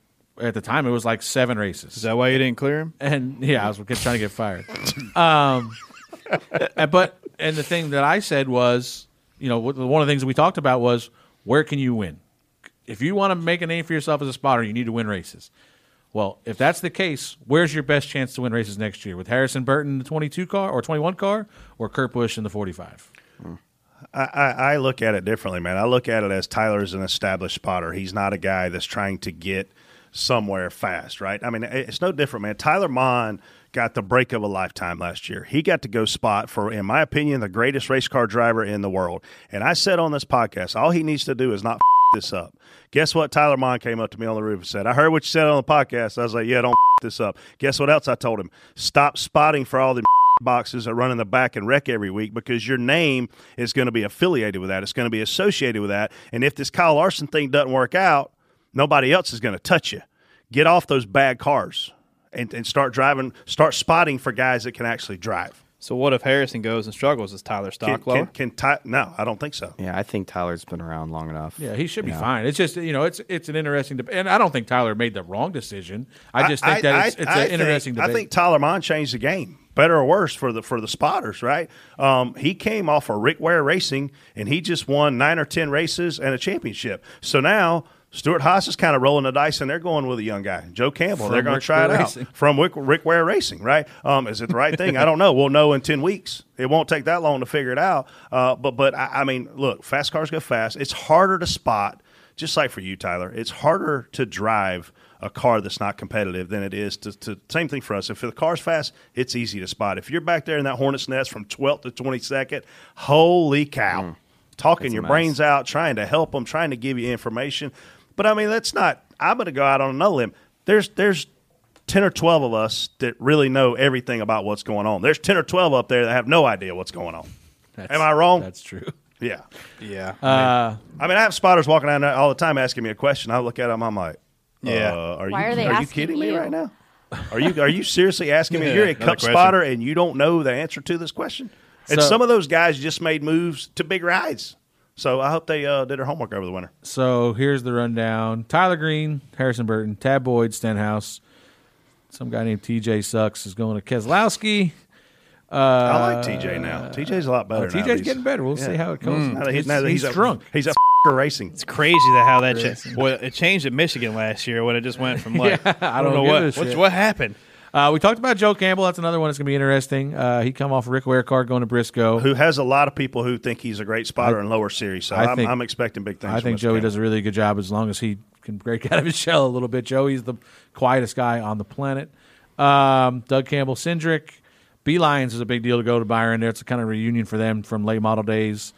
Speaker 5: at the time it was like seven races. Is
Speaker 3: that why you didn't clear him?
Speaker 5: And yeah, I was trying to get fired. um, and- Uh, but and the thing that I said was, you know, wh- one of the things that we talked about was where can you win? If you want to make a name for yourself as a spotter, you need to win races. Well, if that's the case, where's your best chance to win races next year with Harrison Burton in the 22 car or 21 car or Kurt Busch in the 45?
Speaker 1: I, I, I look at it differently, man. I look at it as Tyler's an established spotter. He's not a guy that's trying to get somewhere fast, right? I mean, it- it's no different, man. Tyler Mond got the break of a lifetime last year. He got to go spot for, in my opinion, the greatest race car driver in the world. And I said on this podcast, all he needs to do is not f- this up. Guess what? Tyler Mond came up to me on the roof and said, I heard what you said on the podcast. I was like, yeah, don't f- this up. Guess what else I told him? Stop spotting for all the boxes that run in the back and wreck every week because your name is going to be affiliated with that. It's going to be associated with that. And if this Kyle Larson thing doesn't work out, nobody else is going to touch you. Get off those bad cars and, and start driving, start spotting for guys that can actually drive.
Speaker 3: So what if Harrison goes and struggles? Is Tyler
Speaker 1: Can,
Speaker 3: Stockwell?
Speaker 1: can, can Ty- no, I don't think so.
Speaker 6: Yeah, I think Tyler's been around long enough.
Speaker 5: Yeah, he should be
Speaker 6: Yeah.
Speaker 5: fine. It's just you know, it's it's an interesting debate, and I don't think Tyler made the wrong decision. I just think that it's, it's
Speaker 1: I
Speaker 5: an
Speaker 1: think-
Speaker 5: interesting debate.
Speaker 1: I think Tyler Mond changed the game, better or worse for the for the spotters. Right? Um, he came off of Rick Ware Racing, and he just won nine or ten races and a championship. So now. Stuart Haas is kind of rolling the dice, and they're going with a young guy, Joe Campbell.
Speaker 5: From
Speaker 1: they're going
Speaker 5: Rick
Speaker 1: to try it
Speaker 5: Ware
Speaker 1: out
Speaker 5: Racing.
Speaker 1: from Rick, Rick Ware Racing, right? Um, is it the right thing? I don't know. We'll know in ten weeks. It won't take that long to figure it out. Uh, but but I, I mean, look, fast cars go fast. It's harder to spot, just like for you, Tyler. It's harder to drive a car that's not competitive than it is to, to same thing for us. If the car's fast, it's easy to spot. If you're back there in that hornet's nest from 12th to 22nd, holy cow. Talking your
Speaker 3: Mm. a mess.
Speaker 1: brains out, trying to help them, trying to give you information. But I mean, that's not I'm going to go out on another limb. There's there's 10 or 12 of us that really know everything about what's going on. There's 10 or 12 up there that have no idea what's going on. Am I wrong?
Speaker 5: That's true. Uh,
Speaker 1: Yeah.
Speaker 3: Yeah.
Speaker 1: I, mean, I mean, I have spotters walking down there all the time asking me a question. I look at them, I'm like,
Speaker 3: Yeah.
Speaker 1: yeah. are
Speaker 3: Why
Speaker 1: you,
Speaker 3: are they
Speaker 1: you
Speaker 3: asking
Speaker 1: kidding me
Speaker 3: you?
Speaker 1: right now? Are you are you seriously asking me?
Speaker 3: Yeah,
Speaker 1: You're a
Speaker 3: another
Speaker 1: cup
Speaker 3: question.
Speaker 1: spotter and you don't know the answer to this question. And
Speaker 5: So-
Speaker 1: some of those guys just made moves to big rides. So I hope they uh, did their homework over the winter.
Speaker 5: So here's the rundown: Tyler Green, Harrison Burton, Tad Boyd, Stenhouse, some guy named TJ Sucks is going to Keselowski. Uh,
Speaker 1: I like TJ now. TJ's a lot better.
Speaker 5: TJ's getting better. We'll see how it
Speaker 3: Mm.
Speaker 5: goes.
Speaker 1: Now that he's,
Speaker 5: He's-
Speaker 1: now that
Speaker 5: he's
Speaker 1: he's, a-
Speaker 5: drunk.
Speaker 1: he's a f***er racing. It's
Speaker 14: crazy that how that
Speaker 1: Racing.
Speaker 14: changed. Well, it changed at Michigan last year when it just went from like
Speaker 5: Yeah,
Speaker 14: I, don't know what
Speaker 5: give a
Speaker 14: what's-
Speaker 5: shit.
Speaker 14: what happened.
Speaker 5: Uh, we talked about Joe Campbell. That's another one that's going to be interesting. Uh, he come off a Rick Ware car going to Briscoe.
Speaker 1: Who has a lot of people who think he's a great spotter in lower series. So
Speaker 5: I
Speaker 1: I am
Speaker 5: think-
Speaker 1: I'm expecting big things.
Speaker 5: I
Speaker 1: from
Speaker 5: think
Speaker 1: Mr.
Speaker 5: Joey
Speaker 1: Campbell.
Speaker 5: does a really good job as long as he can break out of his shell a little bit. Joey's the quietest guy on the planet. Um, Doug Campbell, Cindric, B Lions is a big deal to go to Byron. There, it's a kind of reunion for them from late model days.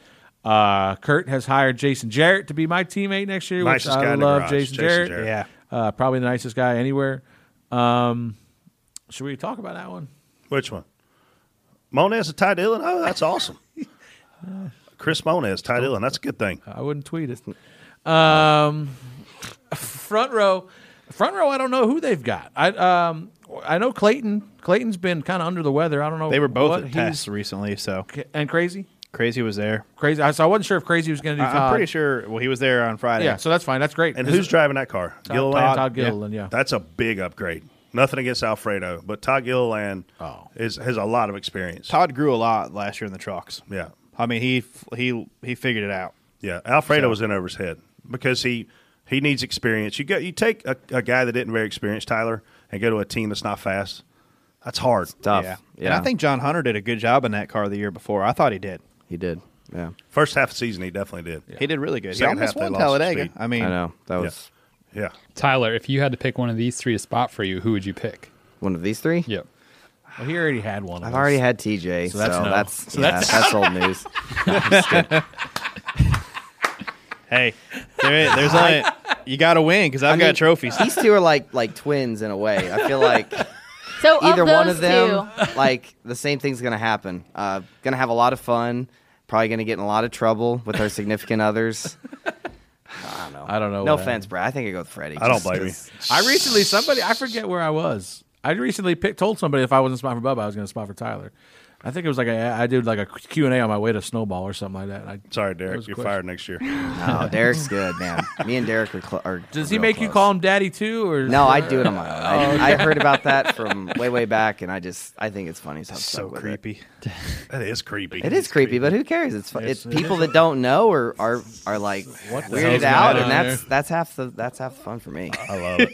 Speaker 5: Uh, Kurt has hired Jason Jarrett to be my teammate next year,
Speaker 1: Nicest
Speaker 5: which
Speaker 1: guy
Speaker 5: I
Speaker 1: in the
Speaker 5: love.
Speaker 1: garage,
Speaker 5: Jason,
Speaker 1: Jason
Speaker 5: Jarrett,
Speaker 1: Jarrett. Yeah.
Speaker 5: uh, probably the nicest guy anywhere. Um, should we talk about that one?
Speaker 1: Which one? Monez and Ty Dillon? Oh, that's awesome. Chris Monez, Ty Dillon. That's a good thing. Mm.
Speaker 5: I wouldn't tweet it. Um, front row, front row. I don't know who they've got. I um, I know Clayton. Clayton's been kind of under the weather. I don't know.
Speaker 14: They were both
Speaker 5: Oh, what
Speaker 14: at
Speaker 5: he's-
Speaker 14: tests recently, so
Speaker 5: and crazy.
Speaker 14: Crazy was there.
Speaker 5: Crazy. I, so I wasn't sure if Crazy was going to do.
Speaker 14: I- I'm
Speaker 5: Todd.
Speaker 14: pretty sure. Well, he was there on Friday.
Speaker 5: Yeah, so that's fine. That's great.
Speaker 1: And
Speaker 5: Is
Speaker 1: who's
Speaker 5: it-
Speaker 1: driving that car?
Speaker 14: Uh,
Speaker 5: Todd-
Speaker 1: Gilliland?
Speaker 5: Todd Gilliland, yeah.
Speaker 1: That's a big upgrade. Nothing against Alfredo, but Todd Gilliland
Speaker 5: Oh.
Speaker 1: is has a lot of experience. Todd grew a lot last year in the trucks. Yeah, I mean he he he figured it out. Yeah, Alfredo
Speaker 3: So-
Speaker 1: was in over his head because he he needs experience. You go you take a, a guy that isn't very experienced, Tyler, and go to a team that's not fast. That's hard.
Speaker 14: Yeah. And I think John Hunter did a good job in that car the year before. I thought he did.
Speaker 6: He did. Yeah.
Speaker 1: First half of the season, he definitely did.
Speaker 14: He did really good. He
Speaker 1: Second half,
Speaker 14: almost
Speaker 1: they
Speaker 14: won
Speaker 1: lost some
Speaker 14: Talladega.
Speaker 1: speed.
Speaker 14: I mean-
Speaker 6: I know that
Speaker 1: Yeah.
Speaker 6: was
Speaker 1: yeah.
Speaker 15: Tyler, if you had to pick one of these three to spot for you, who would you pick?
Speaker 6: One of these three?
Speaker 15: Yep.
Speaker 5: Well, Oh, he already had one. Of
Speaker 6: I've
Speaker 5: us.
Speaker 6: already had TJ, so that's
Speaker 5: no.
Speaker 6: that's,
Speaker 5: So
Speaker 6: yeah, that's, old news. No, I'm just kidding.
Speaker 14: Hey, there, there's only you got to win because I've
Speaker 6: I
Speaker 14: got
Speaker 6: mean,
Speaker 14: trophies.
Speaker 6: These two are like like twins in a way. I feel like
Speaker 7: So
Speaker 6: either
Speaker 7: of
Speaker 6: one
Speaker 7: those
Speaker 6: of them, like the same thing's gonna happen. Uh, gonna have a lot of fun. Probably gonna get in a lot of trouble with our significant others. I don't know.
Speaker 5: I don't know
Speaker 6: No
Speaker 5: what
Speaker 6: offense, Brad. I think I go with Freddie.
Speaker 5: I don't
Speaker 6: just
Speaker 5: blame you.
Speaker 6: 'cause-
Speaker 5: I recently somebody I forget where I was. I recently picked, told somebody if I wasn't spot for Bubba, I was going to spot for Tyler. I think it was like a, I did like a Q and A on my way to Snowball or something like that. I,
Speaker 1: Sorry, Derek, you're fired next year.
Speaker 6: No, Oh, Derek's good, man. Me and Derek are. Cl- are
Speaker 5: Does he make you call him Daddy too? Or
Speaker 6: No, I do it on my own. I,
Speaker 5: Oh, okay.
Speaker 6: I heard about that from way way back, and I just I think it's funny. So, I'm
Speaker 14: so
Speaker 6: stuck with it.
Speaker 14: creepy.
Speaker 1: That is creepy.
Speaker 6: It is creepy, but who cares? It's fu- it's
Speaker 14: Yes, it
Speaker 6: people
Speaker 14: is.
Speaker 6: that don't know are are, are like
Speaker 14: the
Speaker 6: weirded
Speaker 14: hell's
Speaker 6: out, and
Speaker 14: going on
Speaker 6: that's that's half the that's half the fun for me. I
Speaker 1: love it.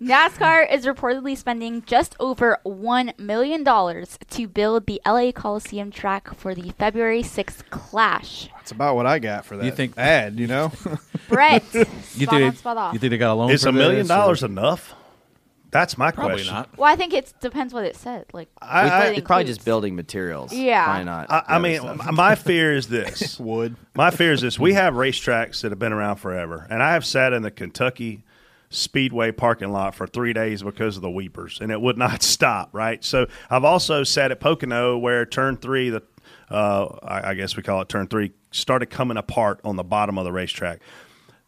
Speaker 7: NASCAR is reportedly spending just over $1 million to build the LA Coliseum track for the February 6th clash.
Speaker 14: That's about what I got for that.
Speaker 5: You think
Speaker 14: ad? You know,
Speaker 7: Brett, spot
Speaker 5: You
Speaker 7: on,
Speaker 5: think,
Speaker 7: spot off.
Speaker 5: they, you think they got a loan?
Speaker 1: Is
Speaker 5: for
Speaker 1: a million
Speaker 5: this,
Speaker 1: dollars
Speaker 5: or-
Speaker 1: enough? That's my
Speaker 5: Probably
Speaker 1: question.
Speaker 5: not.
Speaker 7: well, I think it depends what it said. Like,
Speaker 1: I-
Speaker 7: what
Speaker 1: I-
Speaker 7: it
Speaker 1: it's probably
Speaker 7: includes.
Speaker 6: Just building materials.
Speaker 7: Yeah.
Speaker 6: Why not?
Speaker 1: I, I
Speaker 6: the
Speaker 1: mean,
Speaker 6: other stuff?
Speaker 1: m- my fear is this. Wood. My fear is this. We have racetracks that have been around forever, and I have sat in the Kentucky Speedway parking lot for three days because of the weepers, and it would not stop. Right. So I've also sat at Pocono where turn three, the uh, I, I guess we call it turn three, started coming apart on the bottom of the racetrack.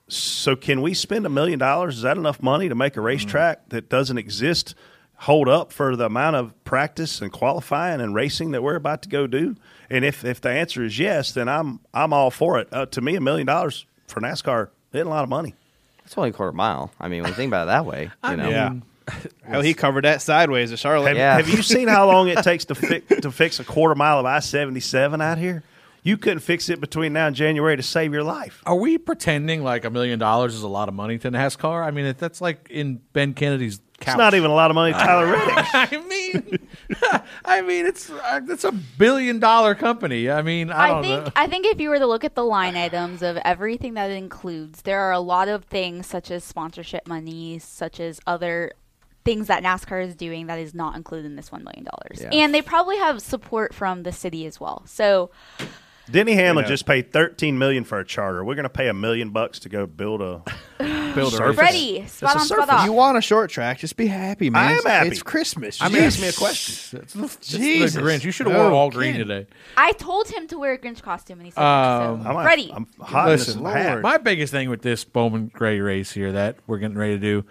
Speaker 1: So can we spend a million dollars? Is that enough money to make a racetrack that doesn't exist hold up for the amount of practice and qualifying and racing that we're about to go do? And if if the answer is yes, then I'm I'm all for it. Uh, to me, a million dollars for NASCAR isn't a lot of money.
Speaker 6: It's only a quarter mile. I mean, when you think about it that way, you know.
Speaker 14: yeah. Hell, he covered that sideways at Charlotte.
Speaker 1: Have, have you seen how long it takes to fix to fix a quarter mile of I seventy seven out here? You couldn't fix it between now and January to save your life.
Speaker 5: Are we pretending like a million dollars is a lot of money to NASCAR? I mean, if that's like in Ben Kennedy's couch.
Speaker 1: It's not even a lot of money, to Tyler Reddick.
Speaker 5: I mean, I mean, it's uh, it's a billion dollar company. I mean, I,
Speaker 7: I
Speaker 5: don't
Speaker 7: think
Speaker 5: know.
Speaker 7: I think if you were to look at the line items of everything that it includes, there are a lot of things such as sponsorship money, such as other things that NASCAR is doing that is not included in this one million dollars.
Speaker 1: Yeah.
Speaker 7: And they probably have support from the city as well. So
Speaker 1: Denny Hamlin
Speaker 7: You know.
Speaker 1: just paid thirteen million for a charter. We're going to pay a million bucks to go build a build
Speaker 7: surface. Freddie, spot on, spot off.
Speaker 14: You want a short track? Just be happy, man.
Speaker 1: I am
Speaker 14: It's-
Speaker 1: happy.
Speaker 14: It's Christmas.
Speaker 1: I mean,
Speaker 14: Jeez.
Speaker 1: ask me a question.
Speaker 5: It's the,
Speaker 14: it's
Speaker 5: the
Speaker 14: Jesus.
Speaker 5: Grinch. You should have
Speaker 14: No
Speaker 5: worn all green
Speaker 14: kidding.
Speaker 5: today.
Speaker 7: I told him to wear a Grinch costume, and he said,
Speaker 5: Um,
Speaker 7: so. Ready?
Speaker 5: Listen, my biggest thing with this Bowman Gray race here that we're getting ready to do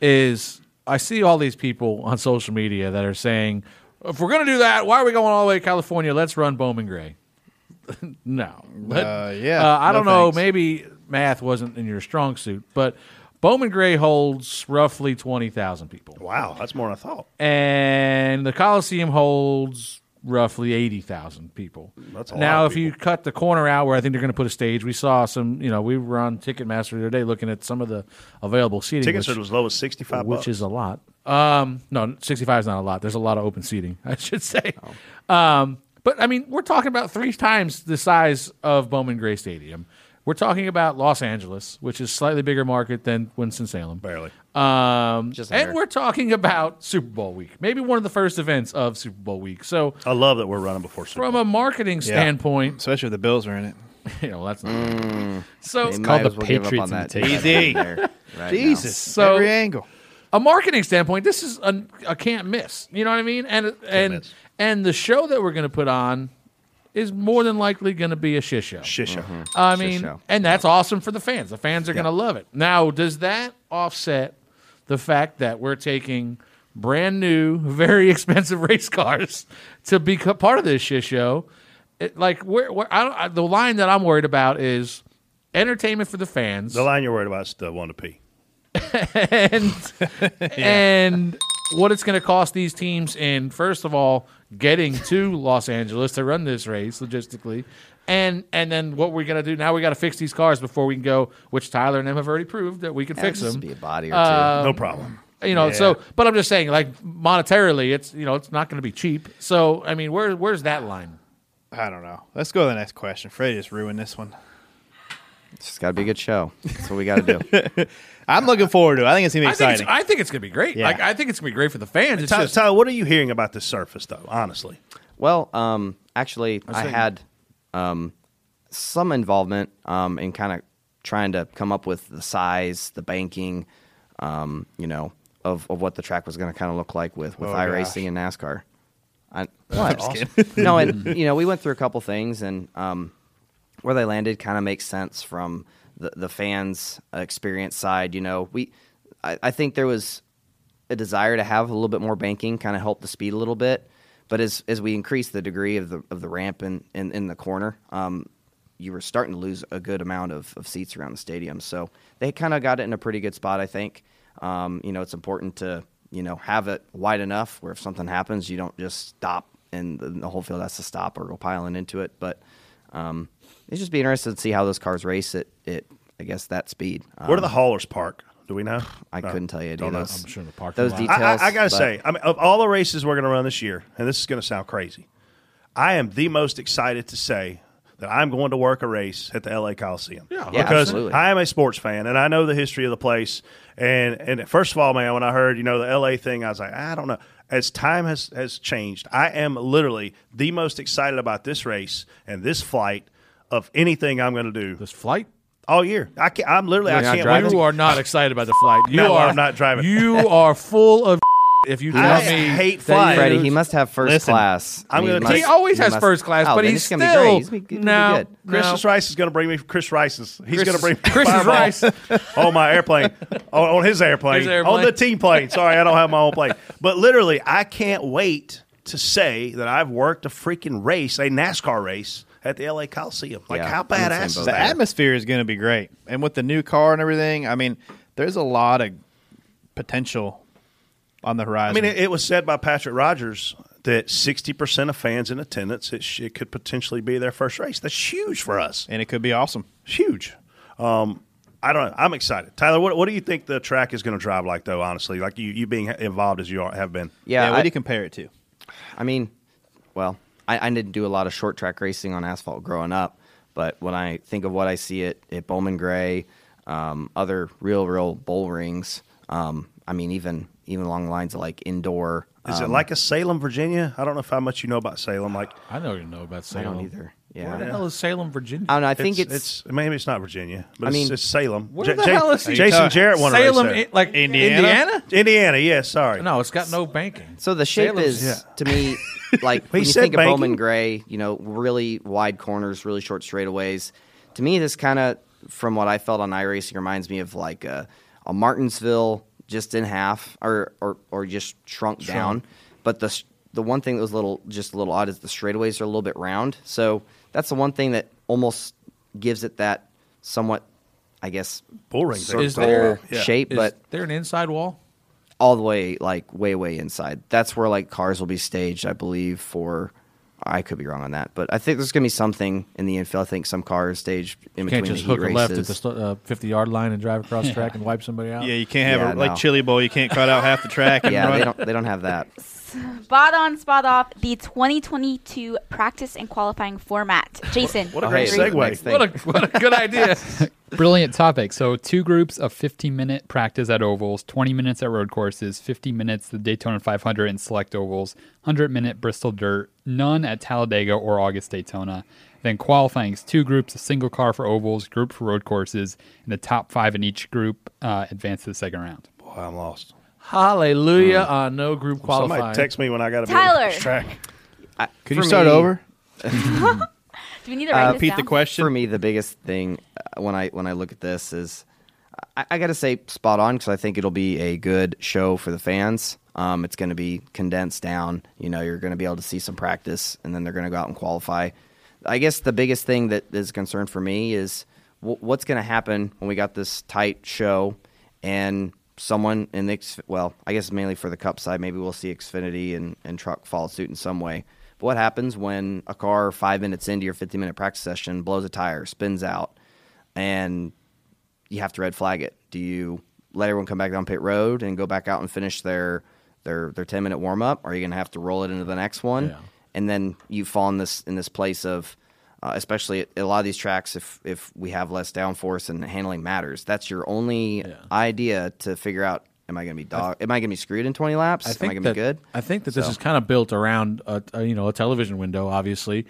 Speaker 5: is I see all these people on social media that are saying, if we're going to do that, why are we going all the way to California? Let's run Bowman Gray. no. Let-
Speaker 14: Uh, yeah,
Speaker 5: uh, I
Speaker 14: no
Speaker 5: don't know.
Speaker 14: thanks.
Speaker 5: Maybe math wasn't in your strong suit, but Bowman Gray holds roughly 20,000 people.
Speaker 1: Wow, that's more than I thought.
Speaker 5: And the Coliseum holds roughly 80,000 people.
Speaker 1: That's a
Speaker 5: now,
Speaker 1: lot
Speaker 5: if you cut the corner out where I think they're going to put a stage, we saw some, you know, we were on Ticketmaster the other day looking at some of the available seating.
Speaker 1: Tickets
Speaker 5: which-
Speaker 1: are as low as sixty five,
Speaker 5: which is a lot. Um, no, 65 is not a lot. There's a lot of open seating, I should say.
Speaker 1: Oh.
Speaker 5: Um, but I mean, we're talking about three times the size of Bowman Gray Stadium. We're talking about Los Angeles, which is slightly bigger market than Winston Salem,
Speaker 1: barely.
Speaker 5: Um,
Speaker 1: Just
Speaker 5: and
Speaker 1: under.
Speaker 5: we're talking about Super Bowl week, maybe one of the first events of Super Bowl week. So
Speaker 1: I love that we're running before Super
Speaker 5: from a marketing standpoint,
Speaker 14: especially if the Bills are in it.
Speaker 5: you know that's not. So
Speaker 6: Mm.
Speaker 14: They It's called might the as well give up Patriots on and that. the Texans. Easy. Right now. Jesus, every angle.
Speaker 5: A marketing standpoint, this is a, a can't miss. You know what I mean? And and
Speaker 1: miss.
Speaker 5: and the show that we're going to put on is more than likely going to be a shit show.
Speaker 1: Shit show.
Speaker 5: I
Speaker 1: Shit
Speaker 5: mean,
Speaker 1: show.
Speaker 5: and that's awesome for the fans. The fans are going to love it. Now, does that offset the fact that we're taking brand new, very expensive race cars to be co- part of this shit show? It, like, where, where I don't, I, the line that I'm worried about is entertainment for the fans.
Speaker 1: The line you're worried about is the one to pee.
Speaker 5: and and what it's going to cost these teams in first of all getting to Los Angeles to run this race logistically, and and then what we're going to do now? We got to fix these cars before we can go, which Tyler and them have already proved that we can
Speaker 6: Yeah,
Speaker 5: fix
Speaker 6: just
Speaker 5: them. Um,
Speaker 6: be a body or two.
Speaker 1: No problem.
Speaker 5: You know,
Speaker 1: Yeah.
Speaker 5: so but I'm just saying, like monetarily, it's you know it's not going to be cheap. So I mean, where where's that line?
Speaker 3: I don't know. Let's go to the next question. Freddie just ruined this one.
Speaker 6: It's just got to be a good show. That's what we got to do.
Speaker 3: I'm looking forward to. it. I think it's gonna be
Speaker 5: I think
Speaker 3: exciting.
Speaker 5: it's, I think it's going to be great.
Speaker 3: Yeah.
Speaker 5: Like I think it's going to be great for the fans. It's
Speaker 1: Tyler,
Speaker 5: just
Speaker 1: Tyler, what are you hearing about this surface, though? Honestly,
Speaker 6: Well, um, actually,
Speaker 1: I was
Speaker 6: I,
Speaker 1: thinking-
Speaker 6: had um, some involvement um, in kind of trying to come up with the size, the banking, um, you know, of, of what the track was going to kind of look like with, with
Speaker 14: Oh,
Speaker 6: iRacing and NASCAR. I,
Speaker 14: I'm
Speaker 6: what?
Speaker 14: just kidding.
Speaker 6: no, and you know, we went through a couple things, and um, where they landed kind of makes sense from the the fans' experience side. You know, we, I, I think there was a desire to have a little bit more banking, kind of help the speed a little bit. But as as we increased the degree of the of the ramp in in, in the corner, um, you were starting to lose a good amount of, of seats around the stadium. So they kind of got it in a pretty good spot, I think. Um, you know, it's important to you know have it wide enough where if something happens, you don't just stop and the, the whole field has to stop or go piling into it. But um, it's just be interested to see how those cars race at it. I guess that speed.
Speaker 1: where do
Speaker 6: Um,
Speaker 1: the haulers park? Do we know?
Speaker 6: I
Speaker 1: No,
Speaker 6: couldn't tell you any
Speaker 1: don't
Speaker 6: of
Speaker 1: know.
Speaker 6: those- I'm sure the parking those lot. details,
Speaker 1: I, I, I gotta
Speaker 6: but-
Speaker 1: say, I mean, of all the races we're gonna run this year, and this is gonna sound crazy, I am the most excited to say that I'm going to work a race at the LA Coliseum. Yeah,
Speaker 6: Yeah,
Speaker 1: because
Speaker 6: absolutely.
Speaker 1: I am a sports fan and I know the history of the place. And and first of all, man, when I heard you know the LA thing, I was like, I don't know. As time has has changed, I am literally the most excited about this race and this flight of anything I'm going to do. This
Speaker 5: flight.
Speaker 1: All year, I can't, I'm literally I can't wait.
Speaker 5: You are not excited about the flight. You
Speaker 1: No,
Speaker 5: are
Speaker 1: I'm not driving.
Speaker 5: You are full of. if you tell
Speaker 1: I
Speaker 5: me
Speaker 1: hate
Speaker 5: that
Speaker 1: flying.
Speaker 6: Freddie, he must have first
Speaker 1: Listen,
Speaker 6: class.
Speaker 1: I'm
Speaker 6: I mean,
Speaker 1: gonna-
Speaker 6: must-
Speaker 1: He always has
Speaker 6: must-
Speaker 1: first class,
Speaker 6: oh,
Speaker 1: but
Speaker 6: then
Speaker 1: he's
Speaker 6: it's gonna be
Speaker 1: still-
Speaker 6: great. It's gonna be- it'll be
Speaker 1: No,
Speaker 6: good.
Speaker 1: Chris's Rice is going to bring me Chris Rice's. He's going to
Speaker 5: Chris's-
Speaker 1: bring me
Speaker 5: Chris's
Speaker 1: fireball
Speaker 5: Rice.
Speaker 1: on my airplane, on, on his airplane,
Speaker 5: His airplane.
Speaker 1: on the team plane. Sorry, I don't have my own plane. But literally, I can't wait to say that I've worked a freaking race, a NASCAR race at the LA Coliseum. Like how badass is
Speaker 3: The
Speaker 1: that?
Speaker 3: atmosphere is going to be great, and with the new car and everything, I mean, there's a lot of potential on the
Speaker 1: I
Speaker 3: horizon.
Speaker 1: mean, it, it was said by Patrick Rogers that 60% of fans in attendance, it, sh- it could potentially be their first race. That's huge for us.
Speaker 3: And it could be awesome.
Speaker 1: Huge. Um, I don't know. I'm excited. Tyler, what, what do you think the track is going to drive like, though, honestly? Like you, you being involved as you are, have been.
Speaker 6: Yeah, I-
Speaker 3: compare it to?
Speaker 6: I mean, well, I, I didn't do a lot of short track racing on asphalt growing up, but when I think of what I see at, at Bowman Gray, um, other real, real bull rings, um, I mean, even even along the lines of like indoor.
Speaker 1: Is it
Speaker 6: um,
Speaker 1: like a Salem, Virginia? I don't know if how much you know about Salem. Like
Speaker 5: I don't even know about
Speaker 6: I don't either. Yeah.
Speaker 5: Where the hell is Salem, Virginia?
Speaker 6: I don't know, I think
Speaker 1: it's, maybe it's not Virginia, but
Speaker 6: I
Speaker 1: it's,
Speaker 6: mean-
Speaker 1: it's Salem.
Speaker 5: Where
Speaker 1: Ja-
Speaker 5: the
Speaker 1: Ja-
Speaker 5: hell is he?
Speaker 1: Jason Jarrett won
Speaker 5: Salem,
Speaker 1: a race there.
Speaker 5: in- like Indiana? Indiana?
Speaker 1: Indiana, yeah, sorry.
Speaker 5: No, it's got no banking.
Speaker 6: So the shape
Speaker 5: Salem's-
Speaker 6: is to me like when you
Speaker 1: said
Speaker 6: think
Speaker 1: banking.
Speaker 6: of Bowman Gray, you know, really wide corners, really short straightaways. To me, this kind of from what I felt on iRacing reminds me of like a, a Martinsville just in half or or, or just shrunk,
Speaker 14: Shrunk.
Speaker 6: down. But the s- the one thing that was a little just a little odd is the straightaways are a little bit round. So that's the one thing that almost gives it that somewhat, I guess,
Speaker 1: bull ring
Speaker 5: thing. Is
Speaker 6: circle
Speaker 5: there- yeah.
Speaker 6: shape.
Speaker 5: Is
Speaker 6: but
Speaker 5: there an inside wall?
Speaker 6: all the way like way way inside. That's where like cars will be staged, I believe. For I could be wrong on that, but I think there's gonna be something in the infield. I think some cars staged in
Speaker 5: You
Speaker 6: between
Speaker 5: can't just
Speaker 6: the heat
Speaker 5: hook a
Speaker 6: races.
Speaker 5: left at the st- uh, 50 yard line and drive across
Speaker 6: Yeah.
Speaker 5: track and wipe somebody out.
Speaker 3: Yeah, you can't have
Speaker 6: Yeah,
Speaker 3: a, like
Speaker 6: no.
Speaker 3: Chili Bowl. You can't cut out half the track. And
Speaker 6: yeah,
Speaker 3: run
Speaker 6: they
Speaker 3: it.
Speaker 6: don't they don't have that.
Speaker 7: Spot on, spot off. The 2022 practice and qualifying format. Jason,
Speaker 5: Oh,
Speaker 1: what a great segue.
Speaker 8: What
Speaker 5: a, what a good idea.
Speaker 8: Brilliant topic. So, two groups of 15 minute practice at ovals, 20 minutes at road courses, 50 minutes the Daytona 500 and select ovals, 100 minute Bristol Dirt, none at Talladega or August Daytona. Then qualifying is two groups, a single car for ovals, group for road courses, and the top five in each group uh, advance to the second round.
Speaker 1: Boy, I'm lost.
Speaker 5: Hallelujah on no group qualifying.
Speaker 1: Somebody text me when I got to be on
Speaker 7: Tyler.
Speaker 1: this track.
Speaker 6: Could
Speaker 1: you start over?
Speaker 7: Do we need to write this down?
Speaker 6: question. Uh, For me, the biggest thing uh, when I when I look at this is, I, I got to say, spot on because I think it'll be a good show for the fans. Um, it's going to be condensed down. You know, you're going to be able to see some practice, and then they're going to go out and qualify. I guess the biggest thing that is a concern for me is wh- what's going to happen when we got this tight show, and someone in the X- well, I guess mainly for the Cup side, maybe we'll see Xfinity and and truck follow suit in some way. But what happens when a car five minutes into your 50 minute practice session blows a tire, spins out, and you have to red flag it? Do you let everyone come back down pit road and go back out and finish their their their 10 minute warm up? Are you going to have to roll it into the next one?
Speaker 14: Yeah.
Speaker 6: And then you fall in this in this place of uh, especially at a lot of these tracks if if we have less downforce and handling matters. That's your only idea to figure out am I going to be dog am I going to be screwed in 20 laps? am I going to
Speaker 5: that,
Speaker 6: be good?
Speaker 5: I think that this
Speaker 6: So-
Speaker 5: is kind of built around a, a, you know a television window, obviously.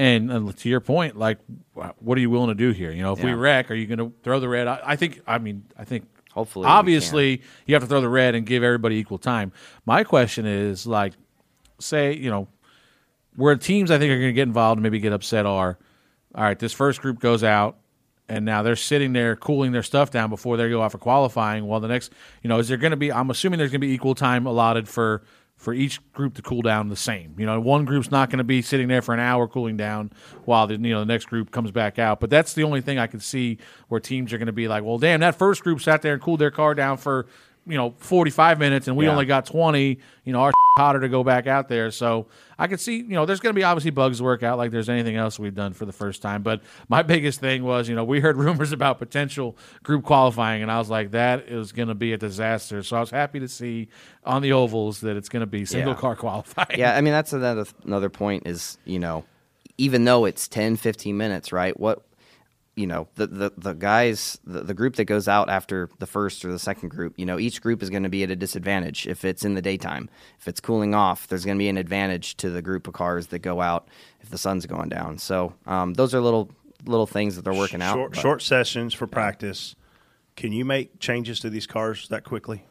Speaker 5: And, uh, to your point, like, wh- what are you willing to do here? You know, if we
Speaker 12: Yeah.
Speaker 5: wreck, are you going to throw the red? I, I think. I mean, I think.
Speaker 6: Hopefully,
Speaker 12: we can.
Speaker 5: obviously, you have to throw the red and give everybody equal time. My question is, like, say, you know, where teams I think are going to get involved and maybe get upset are, all right, this first group goes out, and now they're sitting there cooling their stuff down before they go out for qualifying. While the next, you know, is there going to be? I'm assuming there's going to be equal time allotted for for each group to cool down the same. You know, one group's not going to be sitting there for an hour cooling down while the you know the next group comes back out. But that's the only thing I can see where teams are going to be like, well, damn, that first group sat there and cooled their car down for you know 45 minutes and we
Speaker 12: Yeah.
Speaker 5: only got 20 you know our hotter to go back out there so i could see you know there's going to be obviously bugs to work out like there's anything else we've done for the first time but my biggest thing was you know we heard rumors about potential group qualifying and i was like that is going to be a disaster so i was happy to see on the ovals that it's going to be single
Speaker 6: Yeah.
Speaker 5: car qualifying
Speaker 6: Yeah, I mean that's another another point is, you know, even though it's 10 15 minutes, right? What you know, the the, the guys the, the group that goes out after the first or the second group, you know, each group is going to be at a disadvantage if it's in the daytime. If it's cooling off, there's going to be an advantage to the group of cars that go out if the sun's going down. So, um, those are little little things that they're working out.
Speaker 1: short,
Speaker 6: but-
Speaker 1: short sessions for practice. Can you make changes to these cars that quickly?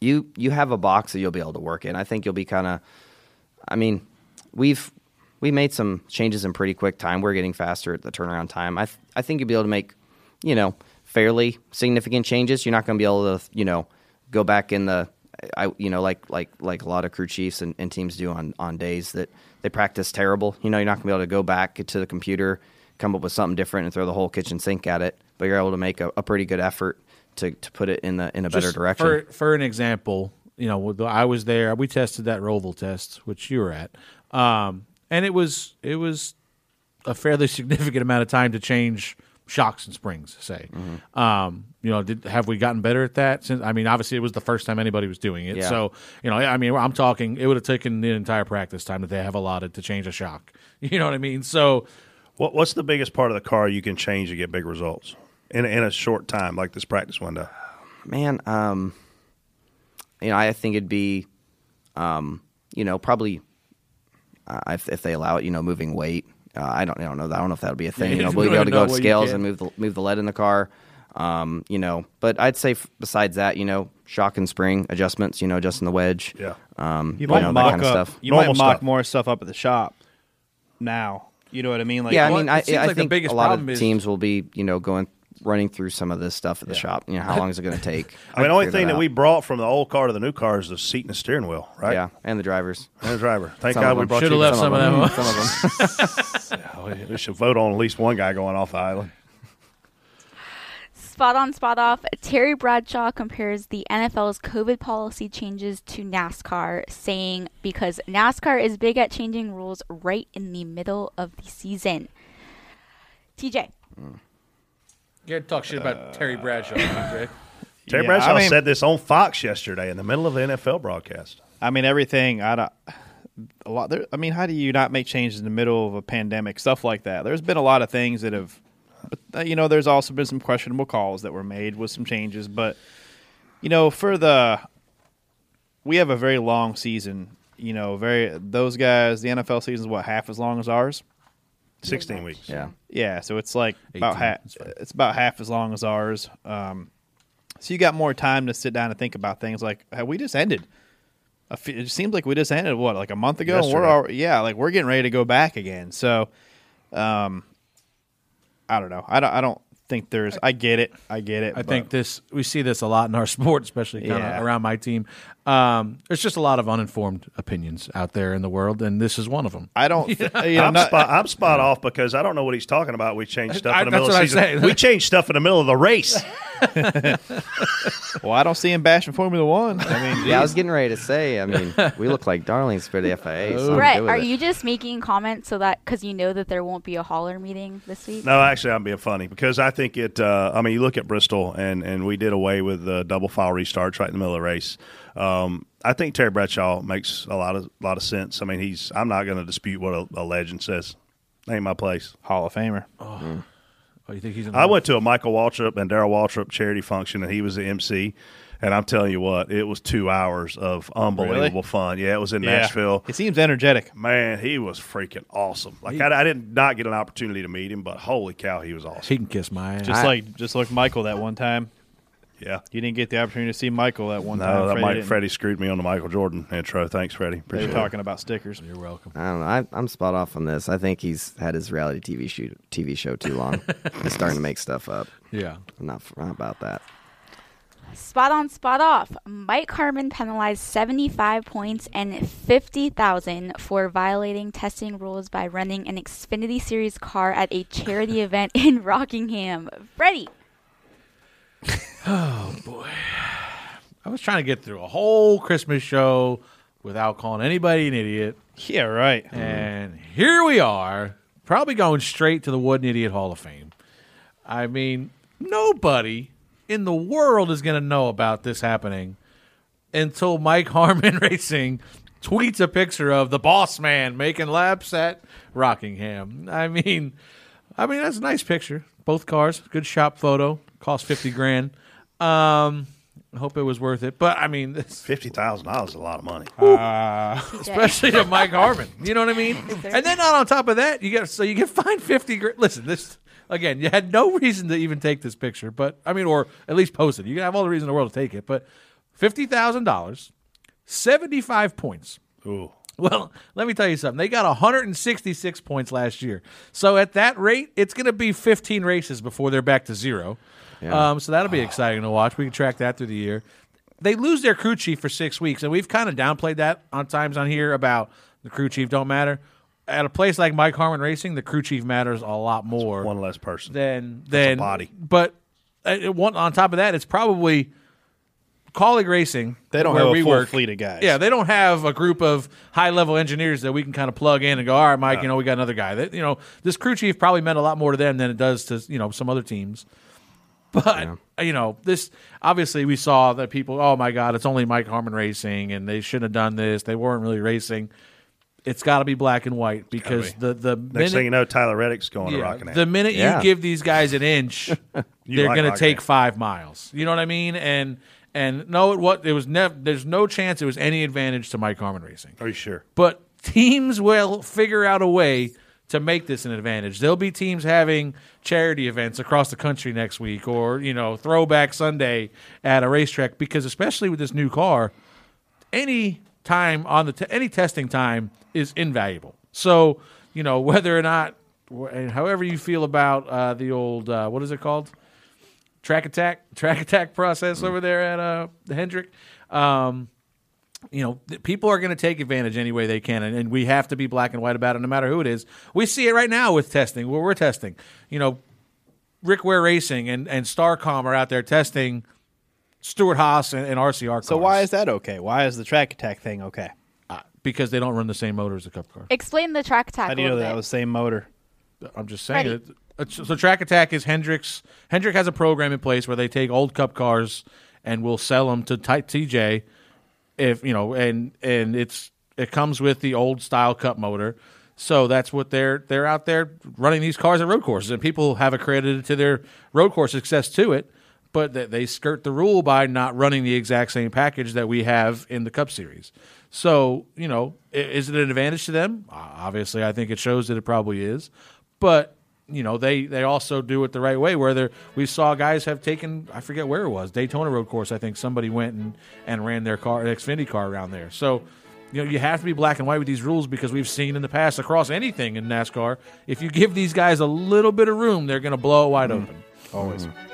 Speaker 6: you you have a box that you'll be able to work in. I think you'll be kind of. I mean, we've we made some changes in pretty quick time. We're getting faster at the turnaround time. I th- I think you'll be able to make, you know, fairly significant changes. You're not going to be able to, you know, go back in the. I you know like like like a lot of crew chiefs and, and teams do on on days that they practice terrible. You know you're not going to be able to go back to the computer, come up with something different, and throw the whole kitchen sink at it. But you're able to make a, a pretty good effort to, to put it in the in a better
Speaker 5: Just
Speaker 6: direction.
Speaker 5: For, for an example, you know, with the- I was there. We tested that Roval test, which you were at, um, and it was it was a fairly significant amount of time to change shocks and springs. Say, um, you know, did, have we gotten better at that? Since I mean, obviously, it was the first time anybody was doing it.
Speaker 12: Yeah.
Speaker 5: So, you know, I mean, I'm talking. It would have taken the entire practice time that they have allotted to change a shock. You know what I mean? So,
Speaker 1: what, what's the biggest part of the car you can change to get big results in, in a short time, like this practice window?
Speaker 6: man, um, you know, I think it'd be, um, you know, probably uh, if, if they allow it, you know, moving weight. Uh, I don't, I don't know. that- I don't know if that'll be a thing.
Speaker 12: Yeah,
Speaker 6: You know,
Speaker 12: you
Speaker 6: we'll be
Speaker 12: really
Speaker 6: able to
Speaker 12: know
Speaker 6: go to
Speaker 12: what you
Speaker 6: scales
Speaker 12: can.
Speaker 6: and move the move the lead in the car. Um, you know, but I'd say f- besides that, you know, shock and spring adjustments. You know, adjusting the wedge.
Speaker 1: Yeah.
Speaker 6: Um,
Speaker 3: You
Speaker 6: you,
Speaker 3: might
Speaker 6: know, that
Speaker 3: mock
Speaker 6: kind of
Speaker 3: up.
Speaker 6: stuff.
Speaker 3: You might mock more stuff up at the shop now. You know what I mean? Like,
Speaker 6: yeah, I mean, I, I think a lot of teams will be, you know, going running through some of this stuff at the shop. You know, how long is it going to take?
Speaker 1: I mean, the only
Speaker 6: Figure
Speaker 1: thing that,
Speaker 6: out.
Speaker 1: we brought from the old car to the new car is the seat and the steering wheel, right?
Speaker 6: Yeah, and the drivers.
Speaker 1: And the driver. Thank
Speaker 6: Some
Speaker 1: God
Speaker 6: of
Speaker 1: we
Speaker 6: them.
Speaker 1: brought
Speaker 6: Shoulda
Speaker 1: you
Speaker 6: left some of them.
Speaker 1: of them. we should vote on at least one guy going off the island.
Speaker 7: Spot on, spot off. Terry Bradshaw compares the NFL's COVID policy changes to NASCAR, saying, because NASCAR is big at changing rules right in the middle of the season. TJ,
Speaker 5: yeah, talk shit about Terry Bradshaw. Andre.
Speaker 3: Yeah,
Speaker 1: Terry Bradshaw
Speaker 3: I mean-
Speaker 1: said this on Fox yesterday in the middle of the NFL broadcast.
Speaker 3: I mean, everything. I don't. A lot. There, I mean, how do you not make changes in the middle of a pandemic? Stuff like that. There's been a lot of things that have, but uh, you know, there's also been some questionable calls that were made with some changes. But you know, for the we have a very long season. You know, very those guys. The NFL season is what half as long as ours.
Speaker 1: 16 weeks.
Speaker 6: Yeah.
Speaker 3: Yeah, so it's like
Speaker 1: 18,
Speaker 3: about half. It's about half as long as ours. Um, so you got more time to sit down and think about things like hey, we just ended. A fe- It seems like we just ended what like a month ago. And we're
Speaker 1: Yesterday.
Speaker 3: all, yeah, like we're getting ready to go back again. So, um, I don't know. I don't. I don't think there's. I get it. I get it.
Speaker 5: I
Speaker 3: but-
Speaker 5: think this we see this a lot in our sport, especially kind of
Speaker 3: Yeah.
Speaker 5: around my team. Um, there's just a lot of uninformed opinions out there in the world, and this is one of them.
Speaker 3: I don't.
Speaker 1: I'm, spot, I'm spot off because I don't know what he's talking about. We changed stuff
Speaker 5: I-
Speaker 1: in the
Speaker 5: that's
Speaker 1: middle of
Speaker 5: what
Speaker 1: the
Speaker 5: I
Speaker 1: season.
Speaker 5: say.
Speaker 1: We changed stuff in the middle of the race.
Speaker 3: well, I don't see him bashing Formula One. I mean,
Speaker 6: yeah, I was getting ready to say. I mean, we look like darlings for the FIA.
Speaker 1: Oh,
Speaker 6: So I'm
Speaker 7: Brett,
Speaker 6: good with
Speaker 7: are
Speaker 6: it.
Speaker 7: you just making comments so that because you know that there won't be a hauler meeting this week?
Speaker 1: No, actually, I'm being funny because I think it. Uh, I mean, you look at Bristol, and and we did away with the double file restarts right in the middle of the race. Um, I think Terry Bradshaw makes a lot of lot of sense. I mean, he's. I'm not going to dispute what a, a legend says. Ain't my place.
Speaker 3: Hall of Famer.
Speaker 5: Oh, you think he's? in
Speaker 1: I
Speaker 5: love?
Speaker 1: went to a Michael Waltrip and Daryl Waltrip charity function, and he was the MC. And I'm telling you what, it was two hours of unbelievable
Speaker 3: Really?
Speaker 1: fun. Yeah, it was in
Speaker 3: Yeah.
Speaker 1: Nashville.
Speaker 3: It seems energetic.
Speaker 1: Man, he was freaking awesome. Like
Speaker 3: He-
Speaker 1: I, I did not get an opportunity to meet him, but holy cow, he was awesome.
Speaker 5: He can kiss my ass.
Speaker 1: Just I-
Speaker 3: like just like Michael that one time.
Speaker 1: Yeah,
Speaker 3: you didn't get the opportunity to see Michael that one time.
Speaker 1: No, that
Speaker 3: Freddie
Speaker 1: Mike
Speaker 3: didn't.
Speaker 1: Freddie screwed me on the Michael Jordan intro. Thanks, Freddie.
Speaker 3: They
Speaker 1: Appreciate
Speaker 3: were
Speaker 1: it.
Speaker 3: talking about stickers.
Speaker 5: You're welcome.
Speaker 6: I don't know. I, I'm spot off on this. I think he's had his reality TV shoot, TV show too long. he's starting to make stuff up.
Speaker 5: Yeah,
Speaker 6: I'm not, I'm not about that.
Speaker 7: Spot on, spot off. Mike Harmon penalized 75 points and 50,000 for violating testing rules by running an Xfinity Series car at a charity event in Rockingham. Freddie,
Speaker 5: Oh boy. I was trying to get through a whole Christmas show without calling anybody an idiot.
Speaker 3: Yeah, right.
Speaker 5: And here we are, probably going straight to the Wooden Idiot Hall of Fame. I mean, nobody in the world is going to know about this happening until Mike Harmon Racing tweets a picture of the boss man making laps at Rockingham. I mean, I mean that's a nice picture. Both cars, good shop photo. Cost fifty grand. Um, I hope it was worth it. But I mean, this Uh,
Speaker 1: fifty thousand dollars is a lot of money,
Speaker 5: especially to Mike Harmon. You know what I mean? And then not on top of that, you get so you get fined fifty grand. Listen, this again, you had no reason to even take this picture, but I mean, or at least post it. You can have all the reason in the world to take it, but fifty thousand dollars, seventy five points.
Speaker 1: Ooh.
Speaker 5: Well, let me tell you something. They got 166 points last year. So at that rate, it's going to be 15 races before they're back to zero.
Speaker 14: Yeah.
Speaker 5: Um, so that'll be exciting to watch. We can track that through the year. They lose their crew chief for six weeks, and we've kind of downplayed that on times on here about the crew chief don't matter. At a place like Mike Harmon Racing, the crew chief matters a lot more. one
Speaker 1: less person
Speaker 5: than
Speaker 1: a
Speaker 5: than
Speaker 1: body.
Speaker 5: But uh, it- one, on top of that, it's probably colleague racing.
Speaker 3: They don't
Speaker 5: where
Speaker 3: have a
Speaker 5: we
Speaker 3: full
Speaker 5: work.
Speaker 3: fleet of guys.
Speaker 5: Yeah, they don't have a group of high level engineers that we can kind of plug in and go, all right, Mike,
Speaker 3: No.
Speaker 5: you know, we got another guy. That you know, this crew chief probably meant a lot more to them than it does to you know some other teams. But uh, you know, this obviously we saw that people, oh my God, it's only Mike Harmon racing, and they shouldn't have done this. They weren't really racing. It's got to be black and white because
Speaker 1: be.
Speaker 5: the the
Speaker 1: Next
Speaker 5: minute-
Speaker 1: thing you know, Tyler Reddick's going to Rockingham.
Speaker 5: the minute
Speaker 1: Yeah.
Speaker 5: you give these guys an inch, they're
Speaker 1: You like
Speaker 5: going to
Speaker 1: Rockingham.
Speaker 5: take five miles. You know what I mean? And and no, it what it was. Nev- there's no chance it was any advantage to Mike Harmon Racing.
Speaker 1: Are you sure?
Speaker 5: But teams will figure out a way to make this an advantage. There'll be teams having charity events across the country next week, or you know, Throwback Sunday at a racetrack because especially with this new car, any time on the t- any testing time is invaluable. So you know whether or not, wh- and however you feel about uh, the old uh, what is it called, track attack track attack process over there at uh, the Hendrick. Um, you know, th- people are going to take advantage any way they can, and, and we have to be black and white about it, no matter who it is. We see it right now with testing, where we're testing. You know, Rick Ware Racing and, and Starcom are out there testing Stuart Haas and, and RCR cars. Uh,
Speaker 3: So why is that okay? Why is the track attack thing okay?
Speaker 5: because they don't run the same motor as a cup car.
Speaker 7: explain the track attack.
Speaker 3: How do you
Speaker 7: a
Speaker 3: know
Speaker 7: little
Speaker 3: that
Speaker 7: bit.
Speaker 3: was same motor?
Speaker 5: I'm just saying it. Uh, So track attack is Hendricks. Hendrick has a program in place where they take old cup cars and will sell them to Ty- TJ. If you know, and and it's it comes with the old style cup motor. So that's what they're they're out there running these cars at road courses, and people have accredited to their road course success to it. But that they skirt the rule by not running the exact same package that we have in the Cup Series. So you know, i- is it an advantage to them? O- Obviously, I think it shows that it probably is but you know they they also do it the right way where they're- we saw guys have taken i forget where it was daytona road course i think somebody went and and ran their car an xfinity car around there so you know you have to be black and white with these rules because we've seen in the past across anything in nascar if you give these guys a little bit of room they're going to blow it wide open always
Speaker 1: Mm-hmm.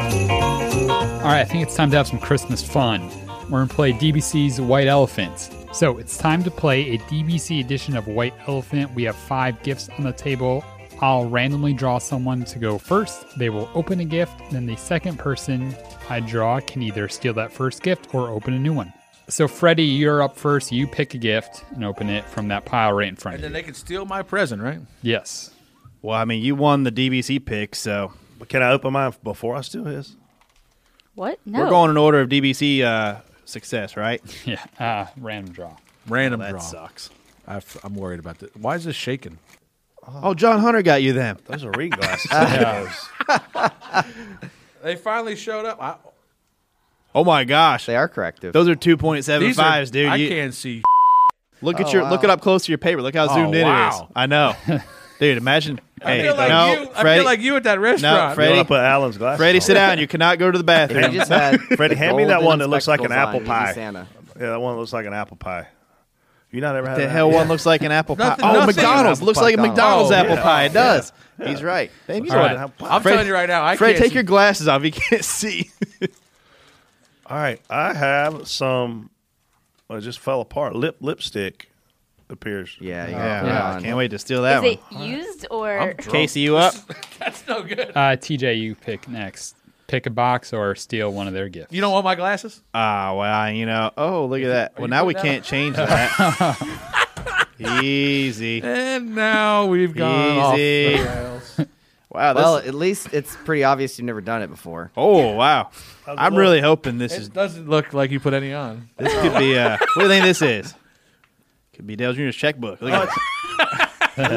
Speaker 8: All right, I think it's time to have some Christmas fun. We're going to play DBC's White Elephant. So it's time to play a DBC edition of White Elephant. We have five gifts on the table. I'll randomly draw someone to go first. They will open a gift, then the second person I draw can either steal that first gift or open a new one. So, Freddie, you're up first. You pick a gift and open it from that pile right in front
Speaker 5: And
Speaker 8: of you.
Speaker 5: then they can steal my present, right?
Speaker 8: Yes.
Speaker 3: Well, I mean, you won the DBC pick, so.
Speaker 1: But can I open mine before I steal his?
Speaker 7: What? No.
Speaker 3: We're going in order of DBC uh, success, right?
Speaker 8: Yeah. Uh, random draw.
Speaker 5: Random
Speaker 3: that
Speaker 5: draw.
Speaker 3: sucks.
Speaker 5: i am worried about this. Why is this shaking?
Speaker 3: Oh, John Hunter got you them.
Speaker 1: Those are read glasses.
Speaker 5: They finally showed up. I,
Speaker 3: Oh my gosh,
Speaker 6: they are corrective.
Speaker 3: Those are two point seven
Speaker 5: These are-
Speaker 3: fives, dude.
Speaker 5: I
Speaker 3: You-
Speaker 5: can't see.
Speaker 3: Look at
Speaker 5: Oh,
Speaker 3: your look it
Speaker 5: wow.
Speaker 3: up close to your paper. Look how
Speaker 5: Oh,
Speaker 3: zoomed in it is.
Speaker 5: wow.
Speaker 3: I know, dude. Imagine. hey,
Speaker 5: I feel like
Speaker 3: no,
Speaker 5: you. I
Speaker 3: Freddie-
Speaker 5: feel like you at that
Speaker 3: No,
Speaker 5: restaurant.
Speaker 3: Freddie.
Speaker 1: I put Alan's glasses
Speaker 3: Freddie,
Speaker 1: on.
Speaker 3: sit down. You cannot go to the bathroom.
Speaker 1: Hand- Freddie, hand me that one that looks like an apple
Speaker 6: on,
Speaker 1: pie.
Speaker 6: he'd be Santa.
Speaker 1: Yeah, that one looks like an apple pie. You not ever had
Speaker 3: the
Speaker 1: an
Speaker 3: hell
Speaker 1: apple
Speaker 3: one
Speaker 1: pie?
Speaker 3: looks like an apple
Speaker 1: Nothing-
Speaker 3: pie. Oh,
Speaker 1: nothing.
Speaker 3: McDonald's
Speaker 1: Apple
Speaker 3: looks
Speaker 1: pie.
Speaker 3: like a McDonald's
Speaker 1: Oh,
Speaker 3: apple
Speaker 1: yeah.
Speaker 3: pie. It
Speaker 1: Yeah.
Speaker 3: does.
Speaker 1: Yeah.
Speaker 3: He's right. Damn, you
Speaker 1: All
Speaker 3: know
Speaker 1: right.
Speaker 3: what-
Speaker 1: I'm telling you right now, I
Speaker 3: Fred,
Speaker 1: can't
Speaker 3: take
Speaker 1: see.
Speaker 3: your glasses off. You can't see.
Speaker 1: All right, I have some. Well, it just fell apart. Lip lipstick appears. Uh,
Speaker 6: Yeah,
Speaker 3: yeah, yeah. Can't wait to steal
Speaker 7: Is it used or
Speaker 3: Casey, you up?
Speaker 5: That's no good.
Speaker 8: Uh, TJ, you pick next. Pick a box or steal one of their gifts.
Speaker 5: You don't want my glasses?
Speaker 3: Ah, well, you know. Oh, look at that. Well, now we
Speaker 5: putting
Speaker 3: can't change that. Easy.
Speaker 5: And now we've gone
Speaker 3: Easy.
Speaker 5: off the rails.
Speaker 3: Wow.
Speaker 6: well,
Speaker 3: this-
Speaker 6: at least it's pretty obvious you've never done it before.
Speaker 3: Oh wow! I'm really hoping this
Speaker 5: It
Speaker 3: is.
Speaker 5: doesn't look like you put any on.
Speaker 3: This could be. Uh, what do you think this is? Could be Dale Jr.'s checkbook. Look at this.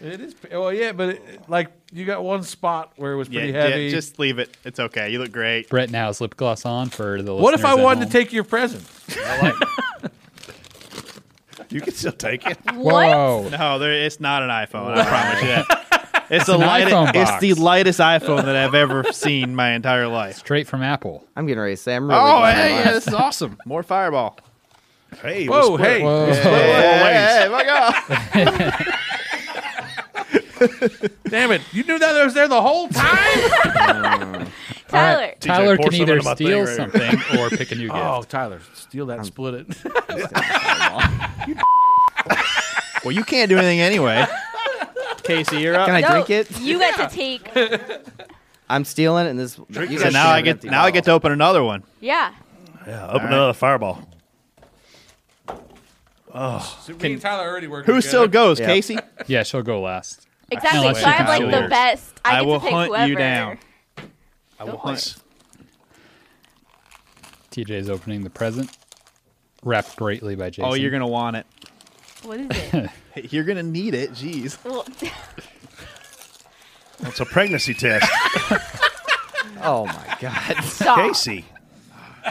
Speaker 5: It is. Well, yeah, but it, like you got one spot where it was
Speaker 3: Yeah,
Speaker 5: pretty
Speaker 3: yeah,
Speaker 5: heavy.
Speaker 3: just leave it. It's okay. You look great.
Speaker 8: Brett now has lip gloss on for the
Speaker 5: what if I
Speaker 8: listeners at
Speaker 5: wanted to
Speaker 8: home.
Speaker 5: take your present?
Speaker 1: You can still take it.
Speaker 8: Whoa.
Speaker 3: No, there, it's not an iPhone. I promise you that. It's,
Speaker 8: It's
Speaker 3: the
Speaker 8: an
Speaker 3: light,
Speaker 8: iPhone
Speaker 3: It's
Speaker 8: box.
Speaker 3: the lightest iPhone that I've ever seen my entire life.
Speaker 8: Straight from Apple.
Speaker 6: I'm getting ready to say I'm really.
Speaker 3: Oh,
Speaker 6: glad I
Speaker 3: hey, yeah,
Speaker 6: laughed.
Speaker 3: this is awesome. More Fireball.
Speaker 1: Hey,
Speaker 5: Whoa, hey. Whoa.
Speaker 3: Hey, my God.
Speaker 5: Damn it! You knew that I was there the whole time.
Speaker 7: Tyler.
Speaker 8: Tyler
Speaker 1: pour
Speaker 8: can
Speaker 1: some
Speaker 8: either
Speaker 1: into my thing
Speaker 8: steal
Speaker 1: right here.
Speaker 8: something or pick a new gift.
Speaker 5: oh, Tyler, steal that, and split it.
Speaker 3: Well, you can't do anything anyway. Casey, you're up.
Speaker 6: Can I
Speaker 7: No,
Speaker 6: drink it?
Speaker 7: You got to take.
Speaker 6: I'm stealing it, and this. you
Speaker 3: so
Speaker 6: guys
Speaker 3: now
Speaker 6: have
Speaker 3: I
Speaker 6: an
Speaker 3: get
Speaker 6: empty
Speaker 3: now I get to open another one.
Speaker 7: Yeah.
Speaker 1: Yeah, open another fireball.
Speaker 5: So me and Tyler already worked.
Speaker 3: Who
Speaker 5: together.
Speaker 3: still goes?
Speaker 6: Yeah.
Speaker 3: Casey.
Speaker 8: Yeah, she'll go last.
Speaker 7: Exactly.
Speaker 8: Unless
Speaker 7: So I
Speaker 8: you
Speaker 7: have
Speaker 8: can
Speaker 7: like the
Speaker 8: steal yours.
Speaker 7: best. I,
Speaker 3: I
Speaker 7: get
Speaker 3: will
Speaker 7: to pick
Speaker 3: hunt
Speaker 7: whoever.
Speaker 3: you down. I
Speaker 7: Go
Speaker 3: will
Speaker 7: for
Speaker 3: hunt.
Speaker 8: TJ's opening the present. Wrapped greatly by Jason.
Speaker 3: Oh, you're gonna want it.
Speaker 7: What is it?
Speaker 3: You're gonna need it. Jeez.
Speaker 7: well,
Speaker 1: It's a pregnancy test.
Speaker 6: bottle. Oh my god.
Speaker 7: stop.
Speaker 1: Casey.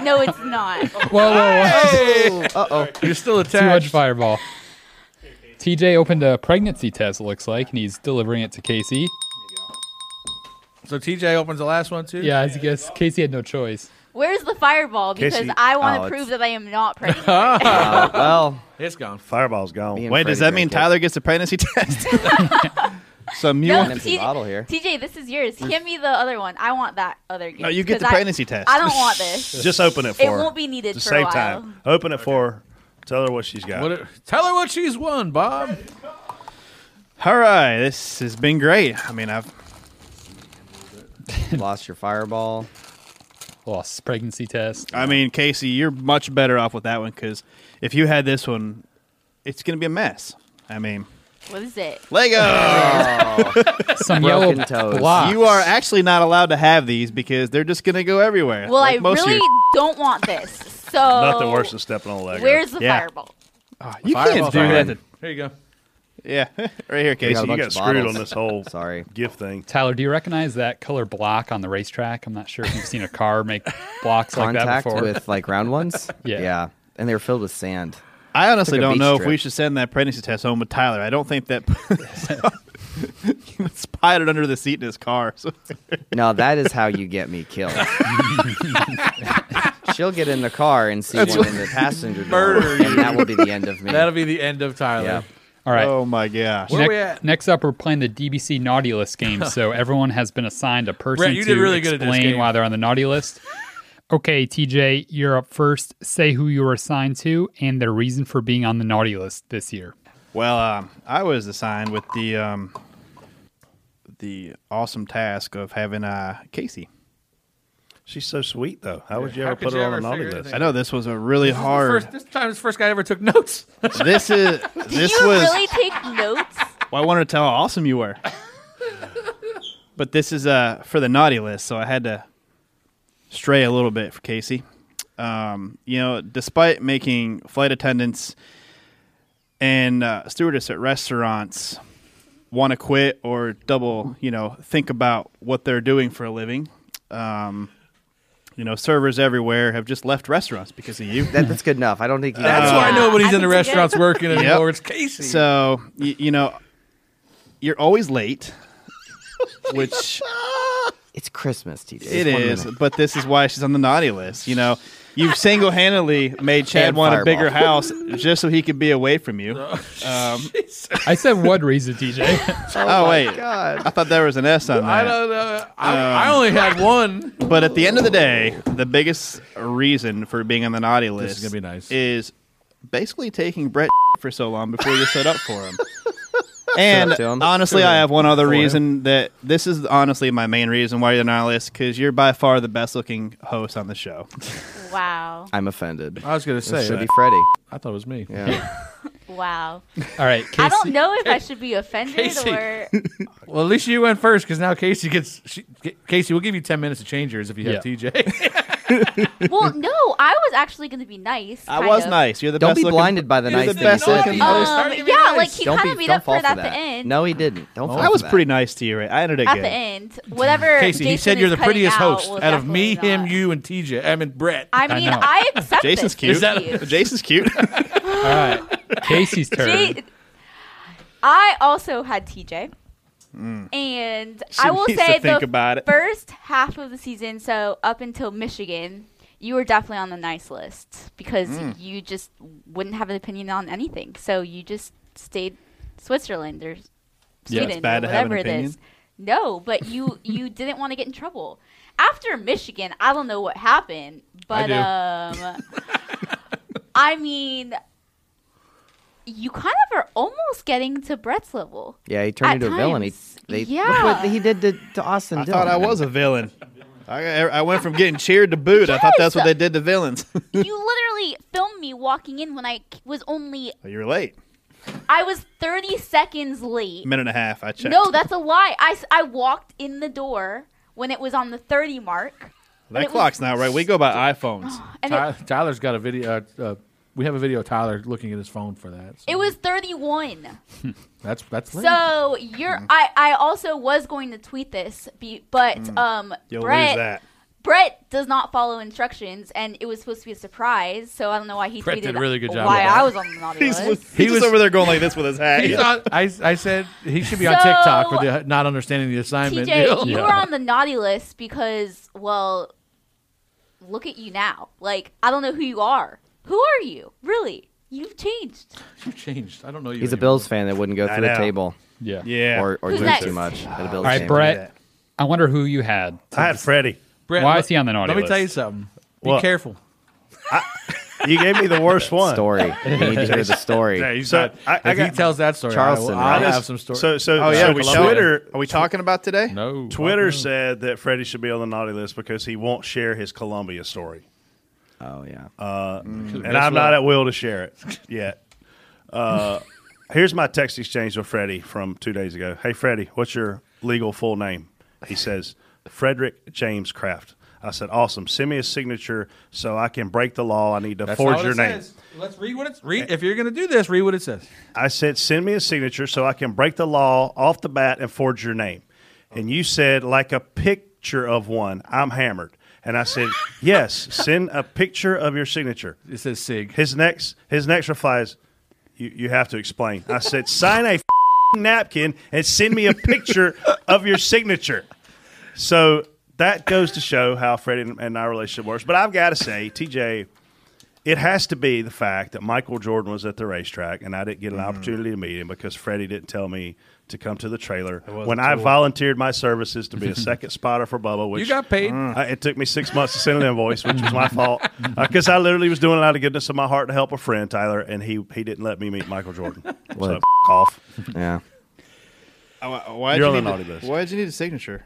Speaker 7: No, it's not.
Speaker 8: Whoa, whoa, whoa.
Speaker 6: Uh oh.
Speaker 5: You're still
Speaker 8: Too much
Speaker 5: attached.
Speaker 8: fireball. TJ opened a pregnancy test, it looks like, and he's delivering it to Casey.
Speaker 5: So TJ opens the last one too.
Speaker 8: Yeah, I guess Casey had no choice.
Speaker 7: Where's the fireball? Because
Speaker 1: Casey-
Speaker 7: I want
Speaker 6: Oh,
Speaker 7: to
Speaker 6: it's-
Speaker 7: prove that I am not pregnant.
Speaker 6: Uh, well,
Speaker 5: it's gone.
Speaker 1: Fireball's gone.
Speaker 6: me and
Speaker 3: Wait, does
Speaker 6: Freddie
Speaker 3: that mean
Speaker 6: drink it.
Speaker 3: Tyler gets a pregnancy test? Some you
Speaker 7: No,
Speaker 6: An
Speaker 3: want-
Speaker 6: empty
Speaker 7: T-
Speaker 6: bottle here.
Speaker 7: TJ, this is yours. Give me the other one. I want that other gift.
Speaker 3: No, you get the
Speaker 7: 'cause I-
Speaker 3: pregnancy test.
Speaker 7: I don't want this.
Speaker 1: Just open it for
Speaker 7: It
Speaker 1: her.
Speaker 7: won't be needed
Speaker 1: to
Speaker 7: for a
Speaker 1: save
Speaker 7: while.
Speaker 1: time. Open it for her. Tell her what she's got.
Speaker 5: What it- tell her what she's won, Bob.
Speaker 3: All right, this has been great. I mean, I've
Speaker 6: Lost your fireball.
Speaker 8: Lost pregnancy test.
Speaker 3: I mean, Casey, you're much better off with that one because if you had this one, it's gonna be a mess. I mean,
Speaker 7: What is it?
Speaker 3: Lego.
Speaker 8: Some
Speaker 6: Broken
Speaker 8: yellow
Speaker 6: toes.
Speaker 8: blocks.
Speaker 3: you are actually not allowed to have these because they're just gonna go everywhere.
Speaker 7: Well,
Speaker 3: like
Speaker 7: I
Speaker 3: most of
Speaker 7: really
Speaker 3: your-
Speaker 7: don't want this. So
Speaker 1: Nothing worse than stepping on a leg.
Speaker 7: Where's the
Speaker 3: Yeah.
Speaker 7: fireball?
Speaker 8: Ah,
Speaker 3: Oh, you can't
Speaker 5: Fireball's
Speaker 3: do
Speaker 5: gone.
Speaker 3: that.
Speaker 5: Here you go.
Speaker 3: Yeah, right here,
Speaker 6: got
Speaker 3: Casey.
Speaker 6: a
Speaker 1: You
Speaker 6: bunch
Speaker 1: got
Speaker 6: of
Speaker 1: screwed
Speaker 6: bottles.
Speaker 1: on this whole
Speaker 6: Sorry.
Speaker 1: gift thing.
Speaker 8: Tyler, do you recognize that color block on the racetrack? I'm not sure if you've seen a car make blocks like that
Speaker 6: Contact
Speaker 8: before.
Speaker 6: with like round ones.
Speaker 8: Yeah.
Speaker 6: Yeah, and they were filled with sand.
Speaker 3: I honestly
Speaker 6: Took a
Speaker 3: don't
Speaker 6: beach
Speaker 3: know if
Speaker 6: trip.
Speaker 3: we should send that pregnancy test home with Tyler. I don't think that he spied it under the seat in his car. So
Speaker 6: No, that is how you get me killed. She'll get in the car and see one in the passenger door,
Speaker 5: Murder
Speaker 6: and that will be the end of me.
Speaker 5: That'll be the end of Tyler.
Speaker 6: Yeah.
Speaker 8: All right.
Speaker 3: Oh my gosh.
Speaker 8: Where we at? Next up, we're playing the DBC naughty list game. so everyone has been assigned a person
Speaker 5: Brett, you
Speaker 8: to
Speaker 5: did really good at this
Speaker 8: explain
Speaker 5: game.
Speaker 8: why they're on the naughty list. okay, TJ, you're up first. Say who you were assigned to and their reason for being on the naughty list this year.
Speaker 3: Well, um, I was assigned with the um, the awesome task of having uh, Casey.
Speaker 1: She's so sweet, though. How would you
Speaker 5: How
Speaker 1: ever
Speaker 5: could
Speaker 1: put
Speaker 5: you
Speaker 1: her on
Speaker 5: ever
Speaker 1: a naughty
Speaker 5: figure
Speaker 1: list?
Speaker 5: anything
Speaker 3: I know this was a really hard.
Speaker 5: First, this time, this first guy ever took notes.
Speaker 3: This is Uh, this
Speaker 7: you
Speaker 3: was.
Speaker 7: really take notes?
Speaker 3: Well, I wanted to tell how awesome you were. but this is uh, for the naughty list, so I had to stray a little bit for Casey. Um, you know, despite making flight attendants and uh, stewardess at restaurants want to quit or double, you know, think about what they're doing for a living. Um, you know, servers everywhere have just left restaurants because of you.
Speaker 6: That, that's good enough. I don't think you.
Speaker 5: That's why nobody's in the restaurants working
Speaker 3: Yep.
Speaker 5: anymore. It's Casey.
Speaker 3: So you, you know, you're always late, which
Speaker 6: it's Christmas, TJ.
Speaker 3: it
Speaker 6: It's one
Speaker 3: is.
Speaker 6: minute.
Speaker 3: But this is why she's on the naughty list. You know, you've single handedly made Chad
Speaker 8: And
Speaker 3: want a
Speaker 8: Fireball.
Speaker 3: bigger house just so he could be away from you.
Speaker 5: Oh,
Speaker 3: Um,
Speaker 8: I said what reason, TJ?
Speaker 3: oh, wait, I thought there was an S on that.
Speaker 5: I don't know. I, I
Speaker 3: Um,
Speaker 5: only had one.
Speaker 3: But at the end of the day, the biggest reason for being on the naughty list
Speaker 5: is gonna be nice.
Speaker 3: is basically taking Brett for so long before you set up for him. and
Speaker 6: Shut up to him.
Speaker 3: honestly,
Speaker 6: Shut
Speaker 3: I
Speaker 6: up
Speaker 3: have one other
Speaker 6: for him.
Speaker 3: reason that this is honestly my main reason why you're on the naughty list because you're by far the best looking host on the show.
Speaker 7: Wow.
Speaker 6: I'm offended.
Speaker 5: I was gonna
Speaker 6: It
Speaker 5: say uh,
Speaker 6: should
Speaker 5: that.
Speaker 6: be Freddy.
Speaker 5: I thought it was me.
Speaker 6: Yeah.
Speaker 7: Wow.
Speaker 8: All right,
Speaker 7: I don't know if I should be offended
Speaker 5: Casey.
Speaker 7: or
Speaker 5: Well, at least you went first because now Casey gets. She, Ca- Casey, we'll give you ten minutes to change yours if you have TJ.
Speaker 7: well, no, I was actually going to be nice.
Speaker 3: I
Speaker 7: kind
Speaker 3: was
Speaker 7: of.
Speaker 3: nice. You're the
Speaker 6: Don't
Speaker 3: best
Speaker 6: be
Speaker 3: looking-
Speaker 6: blinded by the
Speaker 3: you're
Speaker 6: nice
Speaker 3: the
Speaker 6: thing he
Speaker 3: best
Speaker 6: said.
Speaker 3: looking
Speaker 6: Um,
Speaker 3: host.
Speaker 7: Um, yeah, like he
Speaker 6: Don't
Speaker 7: kind
Speaker 6: be,
Speaker 7: of made
Speaker 6: don't
Speaker 7: up
Speaker 6: fall
Speaker 7: for it at
Speaker 6: that.
Speaker 7: the end.
Speaker 6: No, he didn't. Don't. fall
Speaker 3: I was
Speaker 6: for that.
Speaker 3: pretty nice to you. Right? I ended it
Speaker 7: at
Speaker 3: good.
Speaker 7: the end, whatever.
Speaker 5: Casey, he
Speaker 7: Jason
Speaker 5: said you're
Speaker 7: is
Speaker 5: the
Speaker 7: cutting
Speaker 5: prettiest
Speaker 7: out
Speaker 5: host
Speaker 7: was
Speaker 5: out of me,
Speaker 7: definitely
Speaker 5: him,
Speaker 7: not.
Speaker 5: you, and TJ. I mean Brett.
Speaker 7: I mean, I, accept
Speaker 3: Jason's
Speaker 7: it.
Speaker 3: cute.
Speaker 7: Thank you.
Speaker 3: Jason's cute.
Speaker 8: All right, Casey's turn.
Speaker 7: Jay- I also had TJ.
Speaker 6: Mm.
Speaker 7: And
Speaker 3: She
Speaker 7: I will
Speaker 3: needs to
Speaker 7: say
Speaker 3: think
Speaker 7: the
Speaker 3: about it.
Speaker 7: first half of the season, so up until Michigan, you were definitely on the nice list because
Speaker 3: Mm.
Speaker 7: you just wouldn't have an opinion on anything. So you just stayed Switzerland or
Speaker 3: Yeah,
Speaker 7: Sweden
Speaker 3: it's bad
Speaker 7: or
Speaker 3: to have an
Speaker 7: whatever it is.
Speaker 3: opinion.
Speaker 7: No, but you you didn't want to get in trouble. After Michigan, I don't know what happened, but
Speaker 5: do.
Speaker 7: um I mean you kind of are almost getting to Brett's level.
Speaker 6: Yeah, he turned
Speaker 7: At
Speaker 6: into a villain. He,
Speaker 7: times,
Speaker 6: they,
Speaker 7: yeah.
Speaker 6: Look what he did to, to Austin.
Speaker 3: I thought I was a villain. I, I went from getting cheered to booed. I thought that's what they did to villains.
Speaker 7: you literally filmed me walking in when I c- was only
Speaker 3: you were late.
Speaker 7: I was 30 seconds late.
Speaker 3: Minute and a half. I checked.
Speaker 7: No, that's a lie. I, s- I walked in the door when it was on the 30 mark. and
Speaker 3: that
Speaker 7: it
Speaker 3: clock's
Speaker 7: was-
Speaker 3: not right. We go by iPhones.
Speaker 7: And
Speaker 5: Tyler,
Speaker 7: it,
Speaker 5: Tyler's got a video. Uh, uh, we have a video of Tyler looking at his phone for that. so
Speaker 7: it was 31.
Speaker 5: that's that's late.
Speaker 7: So you're
Speaker 3: Mm.
Speaker 7: I, I also was going to tweet this, be, but
Speaker 3: Mm.
Speaker 7: um
Speaker 5: You'll lose
Speaker 7: Brett
Speaker 5: that.
Speaker 7: Brett does not follow instructions, and it was supposed to be a surprise. So I don't know why he
Speaker 5: Brett
Speaker 7: tweeted
Speaker 5: did a really good job
Speaker 7: why
Speaker 5: with that.
Speaker 7: I was on the naughty
Speaker 3: He's,
Speaker 7: list.
Speaker 3: he's just over there going like this with his hat.
Speaker 5: He's on, I, I said he should be on
Speaker 7: So-
Speaker 5: TikTok with the, not understanding the assignment. deal.
Speaker 7: TJ, you were on the naughty list because, well, look at you now. Like, I don't know who you are. Who are you? Really? You've changed.
Speaker 5: You changed. I don't know you.
Speaker 6: He's a
Speaker 5: anymore.
Speaker 6: Bills fan that wouldn't go
Speaker 5: I
Speaker 6: through a
Speaker 5: know.
Speaker 6: table.
Speaker 8: Yeah.
Speaker 3: Yeah.
Speaker 6: Or, or
Speaker 7: Who's
Speaker 6: drink too
Speaker 7: next?
Speaker 6: much at a Bills
Speaker 8: All right,
Speaker 6: game.
Speaker 8: Brett. I wonder who you had.
Speaker 1: I had Freddie.
Speaker 5: Brett,
Speaker 8: Why
Speaker 5: let-
Speaker 8: is he on the naughty
Speaker 5: Let me
Speaker 8: list?
Speaker 5: tell you something. Be
Speaker 1: What?
Speaker 5: careful.
Speaker 1: You gave me the worst one.
Speaker 6: Story. We need to hear the story.
Speaker 5: Yeah, he's
Speaker 1: So,
Speaker 5: not-
Speaker 1: I- I
Speaker 5: if he
Speaker 1: got-
Speaker 5: tells that story,
Speaker 6: Charleston,
Speaker 5: I will, I'll
Speaker 6: right?
Speaker 5: have some story.
Speaker 1: So, so,
Speaker 3: oh yeah,
Speaker 1: so
Speaker 3: we
Speaker 1: Twitter,
Speaker 3: Are we talking about today?
Speaker 5: no,
Speaker 1: Twitter said that Freddie should be on the naughty list because he won't share his Columbia story.
Speaker 6: Oh yeah.
Speaker 1: Uh,
Speaker 5: Mm. Guess
Speaker 1: and I'm
Speaker 5: what?
Speaker 1: not at will to share it yet. Uh, here's my text exchange with Freddie from two days ago. Hey, Freddie, what's your legal full name? He says, Frederick James Kraft. I said, awesome. Send me a signature so I can break the law. I need to
Speaker 5: That's not
Speaker 1: forge
Speaker 5: what
Speaker 1: your
Speaker 5: it
Speaker 1: name. Eh.
Speaker 5: says. Let's read what it's read. If you're going to do this, read what it says.
Speaker 1: I said, send me a signature so I can break the law off the bat and forge your name. And you said, like a picture of one. I'm hammered. And I said, yes, send a picture of your signature.
Speaker 5: It says Sig.
Speaker 1: His next, his next reply is, you, you have to explain. I said, sign a napkin and send me a picture of your signature. So that goes to show how Freddie and our relationship works. But I've got to say, TJ It has to be the fact that Michael Jordan was at the racetrack and I didn't
Speaker 5: Mm-hmm.
Speaker 1: get an opportunity to meet him because Freddie didn't tell me to come to the trailer
Speaker 5: wasn't
Speaker 1: when I
Speaker 5: told.
Speaker 1: volunteered my services to be a second spotter for Bubba. Which Mm.
Speaker 5: You got paid.
Speaker 1: I- it took me six months to send an invoice, which was my fault because I literally was doing it out of goodness of my heart to help a friend, Tyler, and he he didn't let me meet Michael Jordan.
Speaker 6: What
Speaker 1: so
Speaker 6: a
Speaker 1: f- off.
Speaker 6: Yeah.
Speaker 3: Why you
Speaker 1: You're on the
Speaker 3: need
Speaker 1: naughty
Speaker 3: to-
Speaker 1: list.
Speaker 3: Why did you need a signature?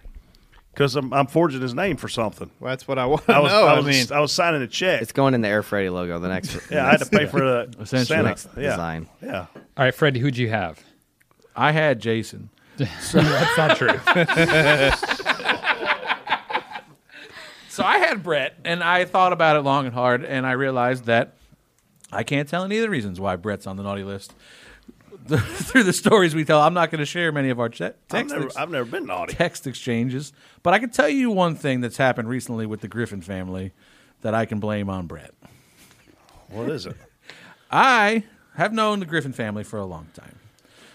Speaker 1: Because I'm, I'm forging his name for something.
Speaker 3: Well, that's what I want.
Speaker 1: I was,
Speaker 3: no,
Speaker 1: I was,
Speaker 3: I mean,
Speaker 1: I was signing a check.
Speaker 6: It's going in the Air Freddy logo. The next.
Speaker 1: Yeah, I had to pay for the
Speaker 6: Essentially.
Speaker 1: Santa.
Speaker 6: Next
Speaker 1: Yeah.
Speaker 6: design.
Speaker 1: Yeah.
Speaker 8: All right, Freddie, who'd you have?
Speaker 5: I had Jason.
Speaker 8: That's not true.
Speaker 5: So I had Brett, and I thought about it long and hard, and I realized that I can't tell any of the reasons why Brett's on the naughty list. Through the stories we tell, I'm not going to share many of our chat
Speaker 1: I've
Speaker 5: text
Speaker 1: never,
Speaker 5: ex-
Speaker 1: I've never been naughty.
Speaker 5: text exchanges, but I can tell you one thing that's happened recently with the Griffin family that I can blame on Brett.
Speaker 1: What is it?
Speaker 5: I have known the Griffin family for a long time.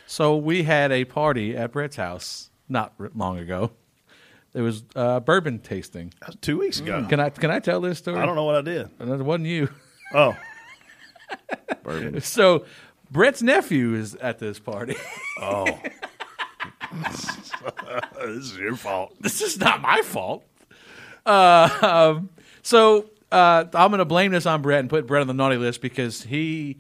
Speaker 5: So we had a party at Brett's house not r- long ago. There was uh, bourbon tasting. Mm.
Speaker 1: Two weeks ago.
Speaker 5: Can I can I tell this story?
Speaker 1: I don't know what I did.
Speaker 5: And It wasn't you.
Speaker 1: Oh.
Speaker 5: So Brett's nephew is at this party.
Speaker 1: Oh. this is your fault.
Speaker 5: This is not my fault. Uh, um, so uh, I'm going to blame this on Brett and put Brett on the naughty list because he,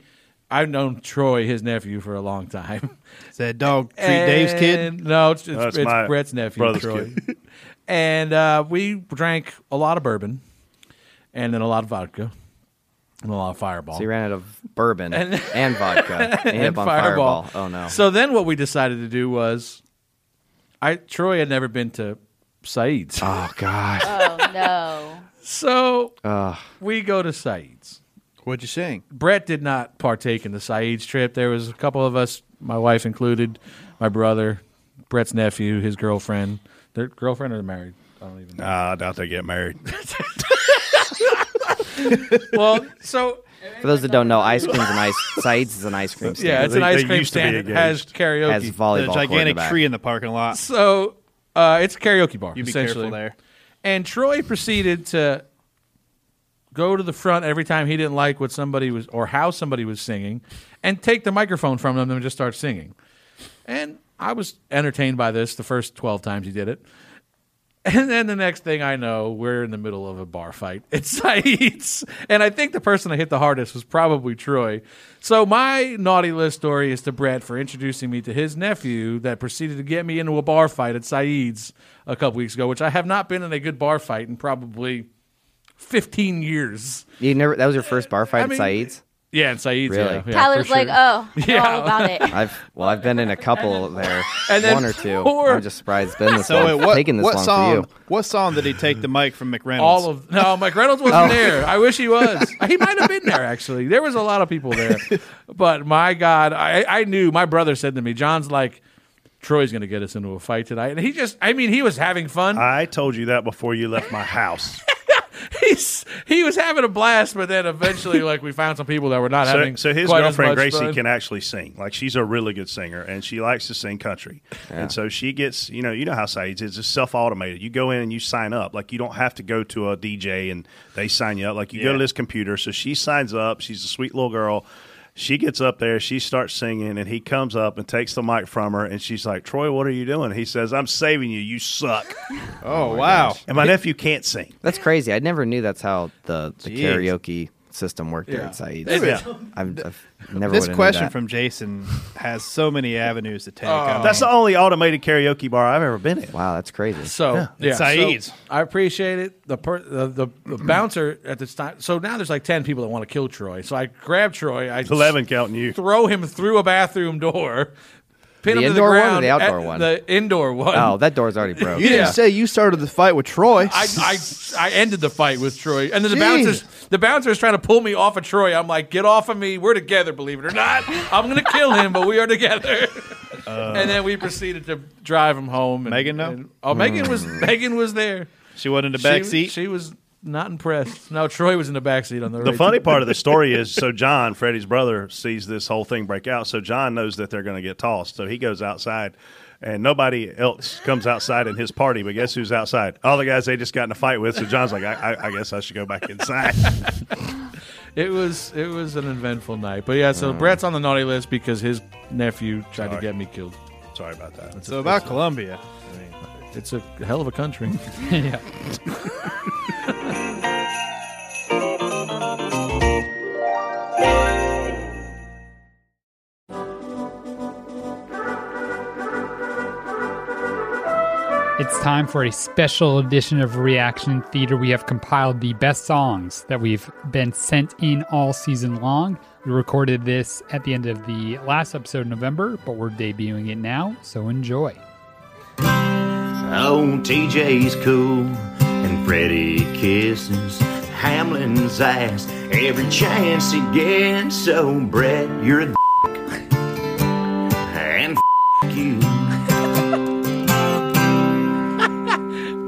Speaker 5: I've known Troy, his nephew, for a long time.
Speaker 14: Is that dog treat
Speaker 5: And-
Speaker 14: Dave's kid?
Speaker 5: No, it's, it's,
Speaker 14: No, it's
Speaker 5: it's
Speaker 14: my
Speaker 5: Brett's nephew,
Speaker 14: brother's
Speaker 5: Troy. and uh, we drank a lot of bourbon and then a lot of vodka and a lot of fireball.
Speaker 6: So you ran out of bourbon and,
Speaker 5: And-
Speaker 6: vodka. And, you ended up on fireball. Oh no.
Speaker 5: So then what we decided to do was, I Troy had never been to Saeed's.
Speaker 6: Oh God.
Speaker 7: Oh no.
Speaker 5: So
Speaker 6: Ugh.
Speaker 5: we go to Saeed's.
Speaker 3: What'd you sing?
Speaker 5: Brett did not partake in the Saeed's trip. There was a couple of us, my wife included, my brother, Brett's nephew, his girlfriend. Their girlfriend or married? I don't even know.
Speaker 1: Nah, Uh, I doubt they get married.
Speaker 5: well, so
Speaker 6: For those that don't know, ice cream's an ice. Saeed's is an ice cream stand.
Speaker 5: Yeah, it's an ice cream stand that has karaoke.
Speaker 6: Has volleyball court in the back.
Speaker 3: in the parking lot.
Speaker 5: So uh, it's a karaoke bar.
Speaker 3: You be
Speaker 5: essentially.
Speaker 3: careful there.
Speaker 5: And Troy proceeded to go to the front every time he didn't like what somebody was or how somebody was singing, and take the microphone from them and just start singing. And I was entertained by this the first twelve times he did it. And then the next thing I know, we're in the middle of a bar fight at Saeed's. And I think the person I hit the hardest was probably Troy. So my naughty list story is to Brett for introducing me to his nephew that proceeded to get me into a bar fight at Saeed's a couple weeks ago, which I have not been in a good bar fight in probably 15 years.
Speaker 6: You never. That was your first bar fight
Speaker 5: mean,
Speaker 6: at Saeed's.
Speaker 5: Yeah, in Saeed's.
Speaker 6: Really?
Speaker 5: Yeah, yeah,
Speaker 7: Tyler's
Speaker 5: for sure.
Speaker 7: like, oh, I know
Speaker 5: Yeah.
Speaker 7: all about it.
Speaker 6: I've well, I've been in a couple there,
Speaker 5: and then
Speaker 6: one or two.
Speaker 5: four.
Speaker 6: I'm just surprised it's been this
Speaker 3: So
Speaker 6: long.
Speaker 3: wait, what,
Speaker 6: taking this
Speaker 3: what
Speaker 6: long
Speaker 3: song?
Speaker 6: for you.
Speaker 3: What song did he take the mic from McReynolds?
Speaker 5: All of no, Mike Reynolds wasn't there. I wish he was. He might have been there actually. There was a lot of people there, but my God, I, I knew. My brother said to me, "John's like, Troy's going to get us into a fight tonight," and he just, I mean, he was having fun.
Speaker 1: I told you that before you left my house.
Speaker 5: He's he was having a blast, but then eventually, like, we found some people that were not
Speaker 1: so,
Speaker 5: having.
Speaker 1: so his
Speaker 5: quite as
Speaker 1: girlfriend
Speaker 5: much
Speaker 1: Gracie
Speaker 5: fun.
Speaker 1: can actually sing. Like she's a really good singer, and she likes to sing country. And so she gets, you know, you know how Saeed's is. It's self automated. You go in and you sign up. Like you don't have to go to a DJ and they sign you up. Like you go to this computer. So she signs up. She's a sweet little girl. She gets up there. She starts singing, and he comes up and takes the mic from her. And she's like, "Troy, what are you doing?" He says, "I'm saving you. You suck."
Speaker 3: Oh, wow.
Speaker 1: And my nephew can't sing.
Speaker 6: That's crazy. I never knew that's how the, the
Speaker 3: Jeez.
Speaker 6: karaoke system worked there
Speaker 3: Yeah.
Speaker 6: at Saeed's.
Speaker 3: There we go.
Speaker 6: I've, I've never
Speaker 3: this
Speaker 6: would've knew
Speaker 3: question
Speaker 6: that.
Speaker 3: from Jason has so many avenues to take.
Speaker 5: Oh.
Speaker 3: I mean,
Speaker 1: That's the only automated karaoke bar I've ever been in.
Speaker 6: Wow, that's crazy.
Speaker 5: So yeah, so
Speaker 3: Saeed's.
Speaker 5: I appreciate it. The, per, the the the bouncer at this time. So now there's like ten people that want to kill Troy. So I grab Troy. I
Speaker 1: Eleven counting you.
Speaker 5: Throw him through a bathroom door. Pin
Speaker 6: The
Speaker 5: him to the
Speaker 6: indoor one or
Speaker 5: ground.
Speaker 6: the outdoor
Speaker 5: at
Speaker 6: one?
Speaker 5: The indoor one.
Speaker 6: Oh, that door's already broke.
Speaker 5: You didn't Yeah. say
Speaker 3: you started the fight with Troy. Uh,
Speaker 5: I, I, I ended the fight with Troy, and then the
Speaker 3: Jeez.
Speaker 5: bouncers the bouncer is trying to pull me off of Troy. I'm like, get off of me! We're together, believe it or not. I'm gonna kill him, but we are together.
Speaker 1: Uh.
Speaker 5: and then we proceeded to drive him home. And,
Speaker 3: Megan, no?
Speaker 5: and- oh, Megan was
Speaker 6: Hmm.
Speaker 5: Megan was there.
Speaker 3: Hmm. She wasn't in the back
Speaker 5: She-
Speaker 3: seat?
Speaker 5: She was not impressed. No, Troy was in the back seat on the.
Speaker 1: The
Speaker 5: race.
Speaker 1: funny part of the story is so John, Freddie's brother, sees this whole thing break out. So John knows that they're going to get tossed. So he goes outside, and nobody else comes outside in his party. But guess who's outside? All the guys they just got in a fight with. So John's like, I, I, I guess I should go back inside.
Speaker 5: it was it was an eventful night. But yeah, so Brett's on the naughty list because his nephew tried to
Speaker 1: Sorry.
Speaker 5: get me killed.
Speaker 1: Sorry about that.
Speaker 5: It's
Speaker 3: So
Speaker 5: a-
Speaker 3: about
Speaker 5: it's a-
Speaker 3: Colombia.
Speaker 5: It's a hell of a country.
Speaker 8: yeah. It's time for a special edition of Reaction Theater. We have compiled the best songs that we've been sent in all season long. We recorded this at the end of the last episode in November, but we're debuting it now, so enjoy.
Speaker 16: Oh, TJ's cool and Freddie kisses Hamlin's ass every chance he gets. So, Brett, you're a d- and f- you.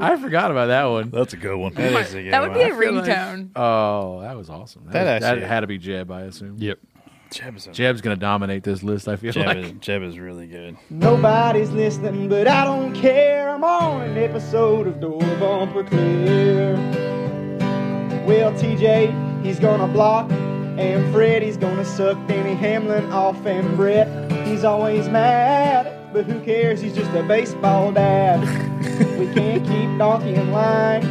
Speaker 5: I forgot about that one.
Speaker 1: That's a good one.
Speaker 5: That,
Speaker 17: That would be a ringtone.
Speaker 5: Oh, that was awesome. That,
Speaker 3: That
Speaker 5: that,
Speaker 3: actually-
Speaker 5: had to be Jeb, I assume.
Speaker 8: Yep.
Speaker 3: Jeb's,
Speaker 5: Jeb's going to dominate this list, I feel
Speaker 3: Jeb,
Speaker 5: like.
Speaker 3: is, Jeb is really good.
Speaker 14: Nobody's listening, but I don't care. I'm on an episode of Door Bumper Clear. Well, TJ, he's gonna block, and Freddy's gonna suck Danny Hamlin off, and Brett, he's always mad. But who cares? He's just a baseball dad. we can't keep Donkey in line,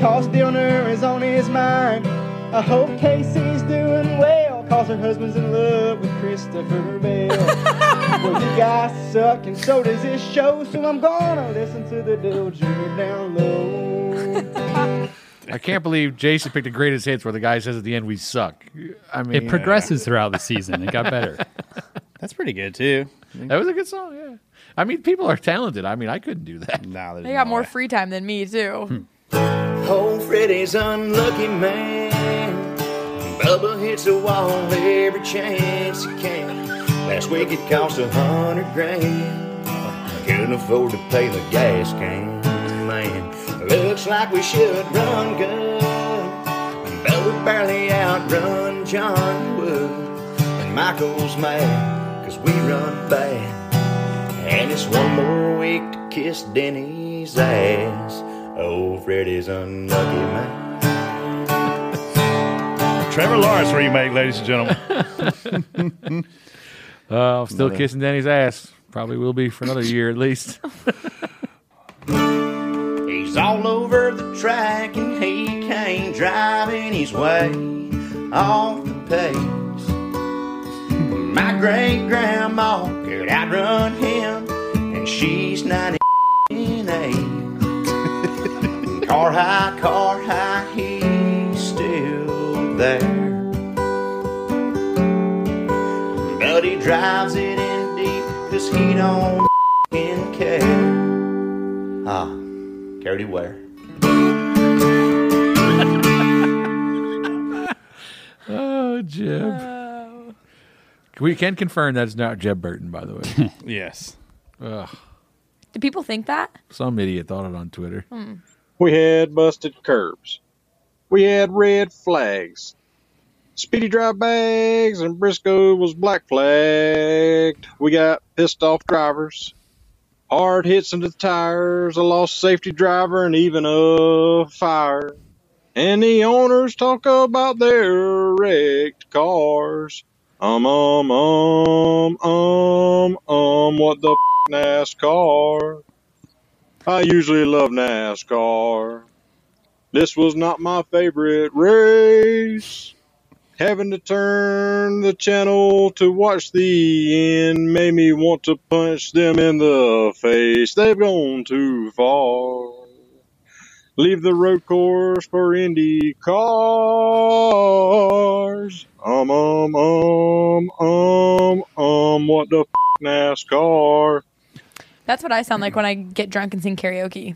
Speaker 14: cause Dillner is on his mind. I hope Casey's doing well, cause her husband's in love with Christopher Bell. Well, you guys suck, and so does this show. So I'm gonna listen to the Dilger down low.
Speaker 5: I can't believe Jason picked the greatest hits where the guy says at the end, we suck. I mean,
Speaker 8: It progresses throughout the season. It got better.
Speaker 3: That's pretty good, too.
Speaker 5: That was a good song, yeah. I mean, people are talented. I mean, I couldn't do that.
Speaker 3: Nah,
Speaker 17: They got more free time than me too.
Speaker 16: Oh, Freddy's unlucky man. Bubba hits a wall every chance he can. Last week it cost a hundred grand. Couldn't afford to pay the gas can. Man, looks like we should run good. But we barely outrun John Wood. And Michael's mad, cause we run bad. And it's one more week to kiss Denny's ass. Old Freddy's unlucky man.
Speaker 1: Trevor Lawrence remake, ladies and gentlemen.
Speaker 5: Uh, I'm still
Speaker 1: Another-
Speaker 5: kissing Danny's ass. Probably will be for another year at least.
Speaker 16: He's all over the track and he can't drive and he's way off the pace. My great grandma could outrun him and she's 98. car high, car high, he's still there. But he drives it in deep cause he don't f***ing care. Ah, Cody Ware.
Speaker 5: oh, Jeb.
Speaker 17: Uh,
Speaker 5: We can confirm that's not Jeb Burton, by the way.
Speaker 3: yes.
Speaker 5: Ugh,
Speaker 17: Do people think that?
Speaker 5: some idiot thought it on Twitter.
Speaker 17: Hmm.
Speaker 18: We had busted curbs. We had red flags. Speedy drive bags and Briscoe was black flagged. We got pissed off drivers. Hard hits into the tires, a lost safety driver, and even a fire. And the owners talk about their wrecked cars. Um, um, um, um, um, what the f- NASCAR? I usually love NASCAR. This was not my favorite race. Having to turn the channel to watch the end made me want to punch them in the face. They've gone too far. Leave the road course for Indy cars. Um, um, um, um, um, what the f- NASCAR?
Speaker 17: That's what I sound like when I get drunk and sing karaoke.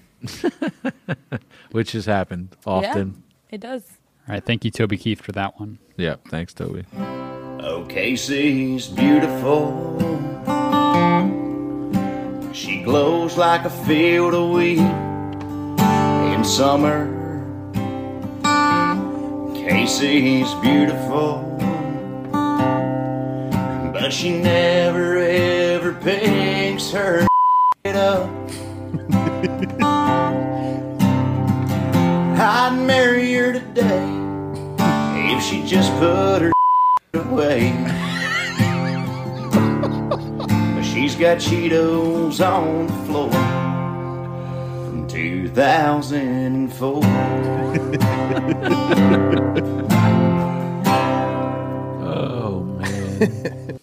Speaker 5: Which has happened often.
Speaker 17: Yeah, it does.
Speaker 8: All right. Thank you, Toby Keith, for that one.
Speaker 5: Yeah. Thanks, Toby.
Speaker 16: Oh, Casey's beautiful. She glows like a field of wheat in summer. Casey's beautiful, but she never ever picks her up. I'd marry her today if she just put her away. but she's got Cheetos on the floor from 2004.
Speaker 5: Oh man.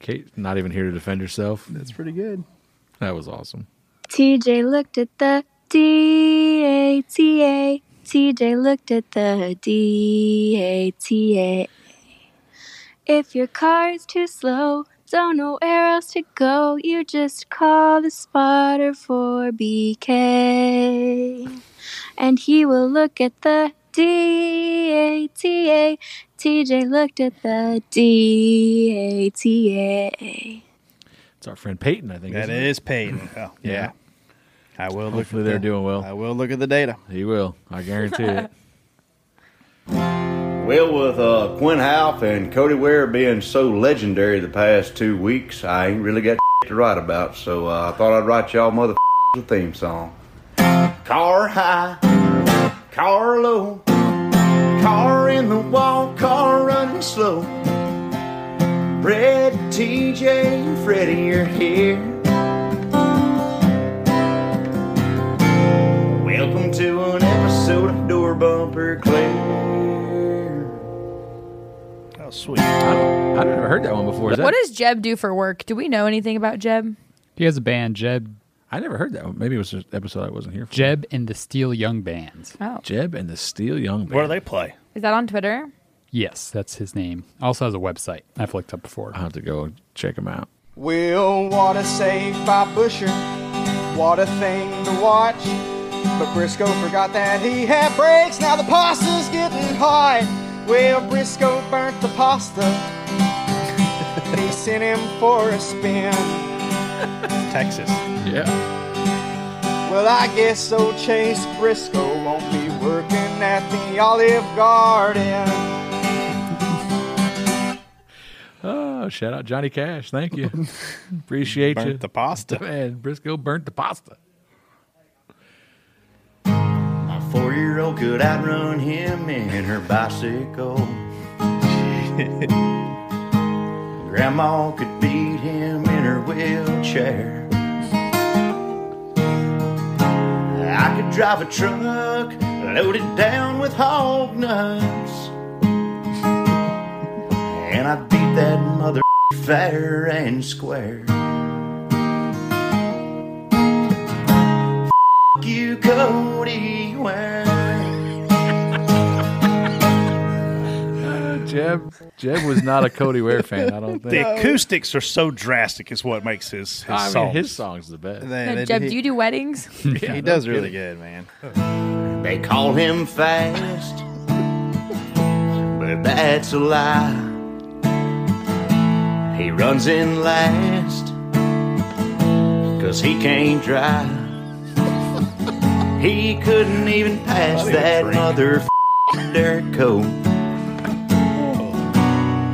Speaker 5: Kate's not even here to defend herself.
Speaker 3: That's pretty good.
Speaker 5: That was awesome.
Speaker 19: TJ looked at the DATA. TJ looked at the DATA. If your car is too slow, don't know where else to go, you just call the spotter for BK. And he will look at the DATA. TJ looked at the DATA.
Speaker 5: It's our friend Peyton, I think.
Speaker 3: That
Speaker 5: isn't it?
Speaker 3: is Peyton. Oh,
Speaker 5: Yeah.
Speaker 3: I will look
Speaker 5: Hopefully
Speaker 3: at
Speaker 5: they're
Speaker 3: the-
Speaker 5: doing well.
Speaker 3: I will look at the data.
Speaker 5: He will. I guarantee it.
Speaker 16: Well, with uh, Quinn Half and Cody Ware being so legendary the past two weeks, I ain't really got to write about, so uh, I thought I'd write y'all mother a theme song. Car high, car low, car in the wall, car running slow. Brett, TJ, and Freddie are here. Welcome to an episode of Door Bumper Clear.
Speaker 1: Oh, sweet.
Speaker 5: I've never heard that one before. Is that,
Speaker 17: what does Jeb do for work? Do we know anything about Jeb?
Speaker 8: He has a band, Jeb.
Speaker 5: I never heard that one. Maybe it was an episode I wasn't here for.
Speaker 8: Jeb and the Steel Young Band.
Speaker 17: Oh.
Speaker 5: Jeb and the Steel Young Band.
Speaker 1: What do they play?
Speaker 17: Is that on Twitter?
Speaker 8: Yes, that's his name. Also has a website I've looked up before. I'll
Speaker 5: have to go check him out.
Speaker 14: Well, what a save by Busher. What a thing to watch. But Briscoe forgot that he had brakes. Now the pasta's getting hot. Well, Briscoe burnt the pasta. they sent him for a spin.
Speaker 3: Texas.
Speaker 5: Yeah.
Speaker 14: Well, I guess old Chase Briscoe won't be working at the Olive Garden.
Speaker 5: Oh, shout out Johnny Cash. Thank you. Appreciate
Speaker 3: Burnt
Speaker 5: you.
Speaker 3: the pasta.
Speaker 5: Man, Briscoe burnt the pasta.
Speaker 16: My four year old could outrun him in her bicycle. Grandma could beat him in her wheelchair. I could drive a truck loaded down with hog nuts. And I beat that mother fair and square. F- you, Cody Ware.
Speaker 5: Uh, Jeb Jeb was not a Cody Ware fan, I don't think.
Speaker 1: The acoustics are so drastic, is what makes his, his
Speaker 5: I mean,
Speaker 1: songs.
Speaker 5: his song's the best.
Speaker 17: No, Jeb, do you do weddings?
Speaker 3: he does really good, man.
Speaker 16: They call him fast, but that's a lie. He runs in last, cause he can't drive. He couldn't even pass
Speaker 4: Not even
Speaker 16: that
Speaker 4: drink.
Speaker 16: mother dirt coat.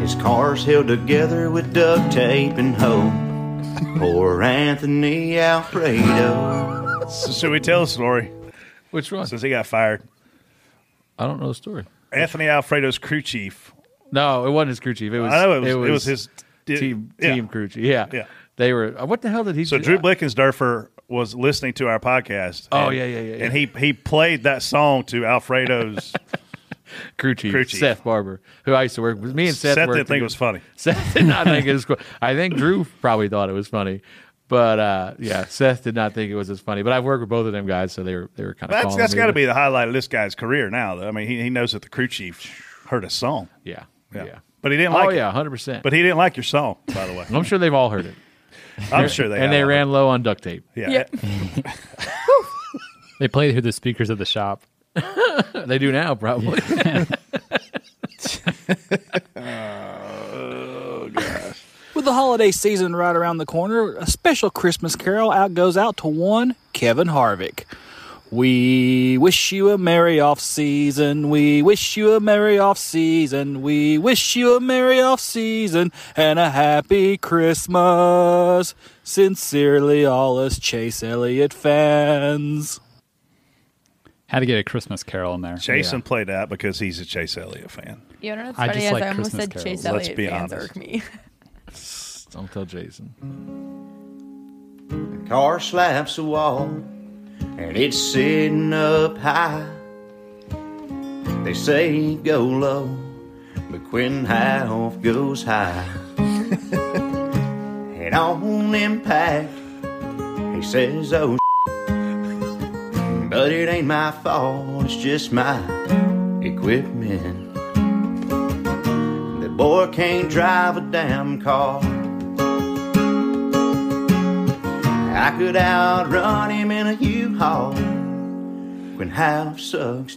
Speaker 16: His car's held together with duct tape and hope. Poor Anthony Alfredo.
Speaker 1: Should we tell the story?
Speaker 5: Which one?
Speaker 1: Since he got fired.
Speaker 5: I don't know the story.
Speaker 1: Anthony Alfredo's crew chief.
Speaker 5: No, it wasn't his crew chief. It was
Speaker 1: I know it was- it was his-
Speaker 5: team
Speaker 1: yeah.
Speaker 5: team crew chief. Yeah.
Speaker 1: Yeah.
Speaker 5: They were uh, what the hell did he
Speaker 1: So
Speaker 5: do?
Speaker 1: Drew Blickensderfer was listening to our podcast.
Speaker 5: Oh,
Speaker 1: and-
Speaker 5: yeah, yeah, yeah, yeah.
Speaker 1: And he he played that song to Alfredo's
Speaker 5: crew chief,
Speaker 1: crew chief.
Speaker 5: Seth Barber, who I used to work with. Me and Seth,
Speaker 1: Seth didn't
Speaker 5: worked
Speaker 1: think it
Speaker 5: together.
Speaker 1: was funny.
Speaker 5: Seth did not think it was. cool. I think Drew probably thought it was funny, but uh, yeah, Seth did not think it was as funny. But I've worked with both of them guys, so they were they were kind of.
Speaker 1: That's
Speaker 5: calling
Speaker 1: that's
Speaker 5: me
Speaker 1: got to be the highlight of this guy's career now. Though. I mean, he, he knows that the crew chief heard a song.
Speaker 5: Yeah,
Speaker 1: yeah,
Speaker 5: yeah.
Speaker 1: But he didn't
Speaker 5: Oh,
Speaker 1: like. it.
Speaker 5: yeah, 100%.
Speaker 1: But he didn't like your song, by the way.
Speaker 5: I'm sure they've all heard it.
Speaker 1: I'm sure they
Speaker 5: and they
Speaker 1: have.
Speaker 5: ran low on duct tape.
Speaker 1: Yeah.
Speaker 8: They play through the speakers of the shop.
Speaker 5: they do now probably.
Speaker 1: Oh,
Speaker 20: With the holiday season right around the corner, a special Christmas carol out goes out to one Kevin Harvick. We wish you a merry off season. We wish you a merry off season. We wish you a merry off season and a happy Christmas. Sincerely, all us Chase Elliott fans.
Speaker 8: Had to get a Christmas Carol in there.
Speaker 1: Jason played that because he's a Chase Elliott fan.
Speaker 17: You know what's
Speaker 8: I
Speaker 17: funny
Speaker 8: just
Speaker 17: is
Speaker 8: like
Speaker 17: I almost
Speaker 8: Christmas
Speaker 17: said
Speaker 8: carols.
Speaker 17: Chase
Speaker 1: Let's
Speaker 17: Elliott
Speaker 1: be
Speaker 17: fans
Speaker 1: honest.
Speaker 17: irk me.
Speaker 5: Don't tell Jason.
Speaker 16: Car slaps the wall and it's sitting up high. They say go low, but Quentin Half goes high. and on impact, he says, oh, but it ain't my fault, it's just my equipment. The boy can't drive a damn car. I could outrun him in a U-Haul when half sucks.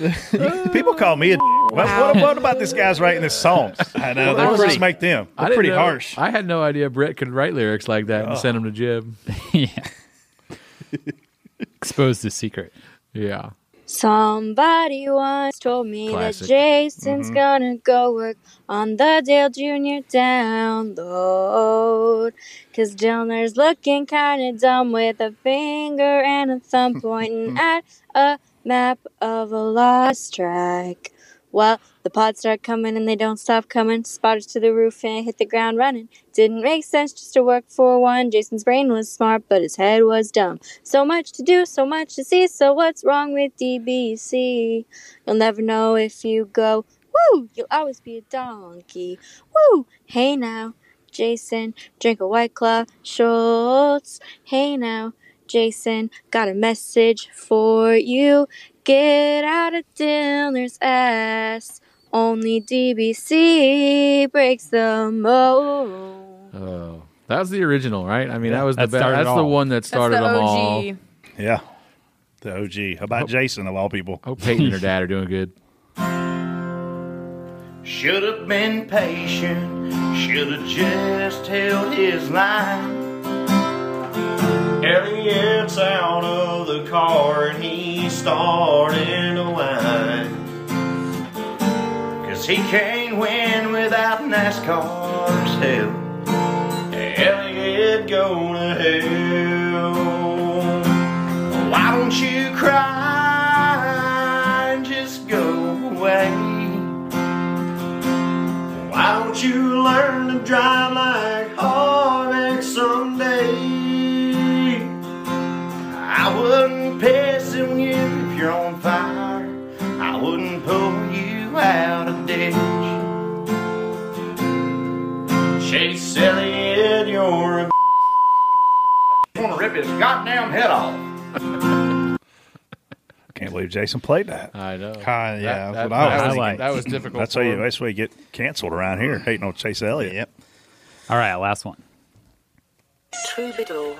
Speaker 1: People call me a. What, what, what about this guy's writing this song? I know.
Speaker 5: Wow.
Speaker 1: That
Speaker 5: Pretty-
Speaker 1: just make them
Speaker 5: I
Speaker 1: They're
Speaker 5: didn't
Speaker 1: pretty
Speaker 5: know-
Speaker 1: harsh.
Speaker 5: I had no idea Brett could write lyrics like that
Speaker 1: Oh.
Speaker 5: and send them to Jib.
Speaker 8: Exposed the secret.
Speaker 5: Yeah.
Speaker 19: Somebody once told me
Speaker 8: Classic.
Speaker 19: that Jason's
Speaker 8: Mhm.
Speaker 19: gonna go work on the Dale Jr. download. Cause Dillner's looking kinda dumb with a finger and a thumb pointing at a map of a lost track. Well, the pods start coming and they don't stop coming. Spotters to the roof and hit the ground running. Didn't make sense just to work for one. Jason's brain was smart, but his head was dumb. So much to do, so much to see. So what's wrong with DBC? You'll never know if you go. Woo! You'll always be a donkey. Woo! Hey now, Jason, drink a white claw, Schultz. Hey now, Jason, got a message for you. Get out of Dillner's ass. Only DBC breaks the mold.
Speaker 5: Oh, that was the original, right? I mean, that was the
Speaker 8: That
Speaker 5: best.
Speaker 8: started
Speaker 5: That's
Speaker 8: it
Speaker 5: the
Speaker 8: all.
Speaker 5: one that
Speaker 8: That's
Speaker 5: started
Speaker 8: the
Speaker 5: them
Speaker 8: OG.
Speaker 5: all.
Speaker 1: Yeah. The OG. How about Jason, of all people?
Speaker 5: Hope Peyton and her dad are doing good.
Speaker 16: Should have been patient, should have just held his line. Elliot's out of the car and he's starting to whine. Cause he can't win without NASCAR's help. Elliot going to hell. Why don't you cry and just go away? Why don't you learn to drive like Harvick someday? I wouldn't piss on you if you're on fire. I wouldn't pull you out of ditch. Chase Elliott, you're a I want to rip his goddamn head off.
Speaker 1: Can't believe Jason played that.
Speaker 5: I know.
Speaker 1: yeah, that's
Speaker 5: That-
Speaker 1: what I was
Speaker 5: that- that was-
Speaker 1: thinking.
Speaker 5: that was difficult
Speaker 1: That's why you,
Speaker 5: for him.
Speaker 1: that's why you get canceled around here, hating on Chase Elliott. Yep.
Speaker 8: All right, last one.
Speaker 2: Troubadour.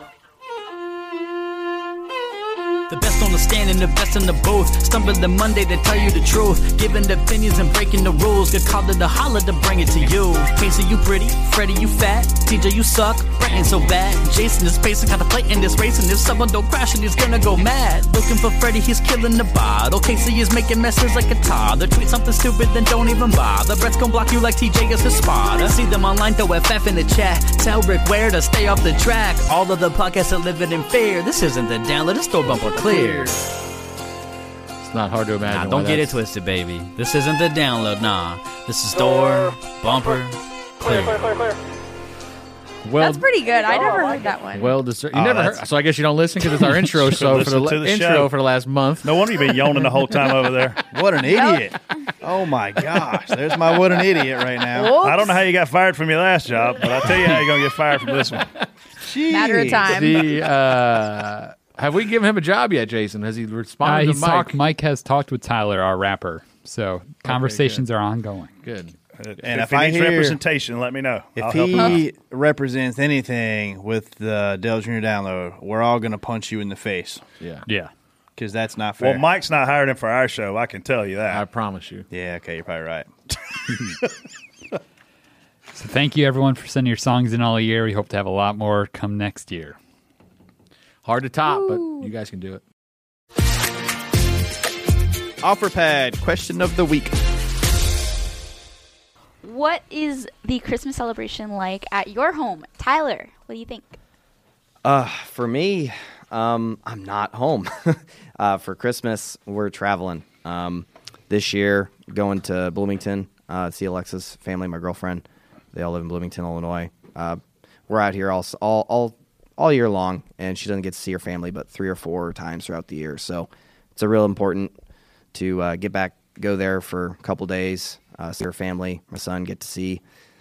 Speaker 21: The best on the stand and the best in the booth. Stumble the Monday to tell you the truth. Giving the opinions and breaking the rules. Get called to the holler to bring it to you. Casey, you pretty. Freddie, you fat. TJ, you suck. Bratton so bad. Jason is pacing, got to play in this race. And if someone don't crash, then he's gonna go mad. Looking for Freddie, he's killing the bottle. Casey is making messes like a toddler. Tweet something stupid, then don't even bother. Brett's gonna block you like TJ is his spotter. See them online, throw FF in the chat. Tell Rick where to stay off the track. All of the podcasts are living in fear. This isn't the download, it's door bumper clear.
Speaker 5: It's not hard to imagine.
Speaker 21: Nah,
Speaker 5: why
Speaker 21: don't get it
Speaker 5: that's-
Speaker 21: twisted, baby. This isn't the download, nah. This is door bumper clear. Oh,
Speaker 5: Well,
Speaker 17: That's pretty good. I never heard that one.
Speaker 5: well deserved. You
Speaker 1: Oh,
Speaker 5: never
Speaker 1: that's-
Speaker 5: heard. So I guess you don't listen because it's our intro. so for the,
Speaker 1: Listen
Speaker 5: la-
Speaker 1: to the
Speaker 5: intro
Speaker 1: show.
Speaker 5: for the last month.
Speaker 1: No wonder you've been yawning the whole time over there.
Speaker 3: What an idiot.
Speaker 1: Oh, my
Speaker 3: Gosh, there's my what an idiot right now.
Speaker 1: I don't know how you got fired from your last job, but I'll tell you how you're going to get fired from this one.
Speaker 17: Matter of time.
Speaker 5: The, uh, have we given him a job yet, Jason? Has he
Speaker 8: Uh,
Speaker 5: responded
Speaker 8: he's
Speaker 5: to Mike?
Speaker 8: talked- Mike has talked with Tyler, our rapper. So conversations are ongoing.
Speaker 5: Good.
Speaker 1: And
Speaker 3: if
Speaker 1: if,
Speaker 3: I
Speaker 1: he needs
Speaker 3: hear-
Speaker 1: representation, let me know. I'll
Speaker 3: If
Speaker 1: help him out.
Speaker 3: he represents anything with the Dell Jr. download, we're all going to punch you in the face.
Speaker 5: Yeah.
Speaker 8: Yeah.
Speaker 3: Because that's not fair.
Speaker 1: Well, Mike's not hiring him for our show. I can tell you that. I
Speaker 5: promise you.
Speaker 3: Yeah, okay, you're probably right.
Speaker 8: So thank you everyone for sending your songs in all year. We hope to have a lot more come next year.
Speaker 5: Hard to top, but you guys can do it.
Speaker 3: OfferPad question of the week.
Speaker 7: What is the Christmas celebration like at your home? Tyler, what do you think?
Speaker 6: Uh, for me, um, I'm not home. uh, for Christmas, we're traveling. Um, this year, going to Bloomington, uh, see Alexa's family, my girlfriend. They all live in Bloomington, Illinois. Uh, we're out here all, s- all, all, all year long, and she doesn't get to see her family but three or four times throughout the year. So it's a real important to uh, get back, go there for a couple days, uh, see her family, my son, get to see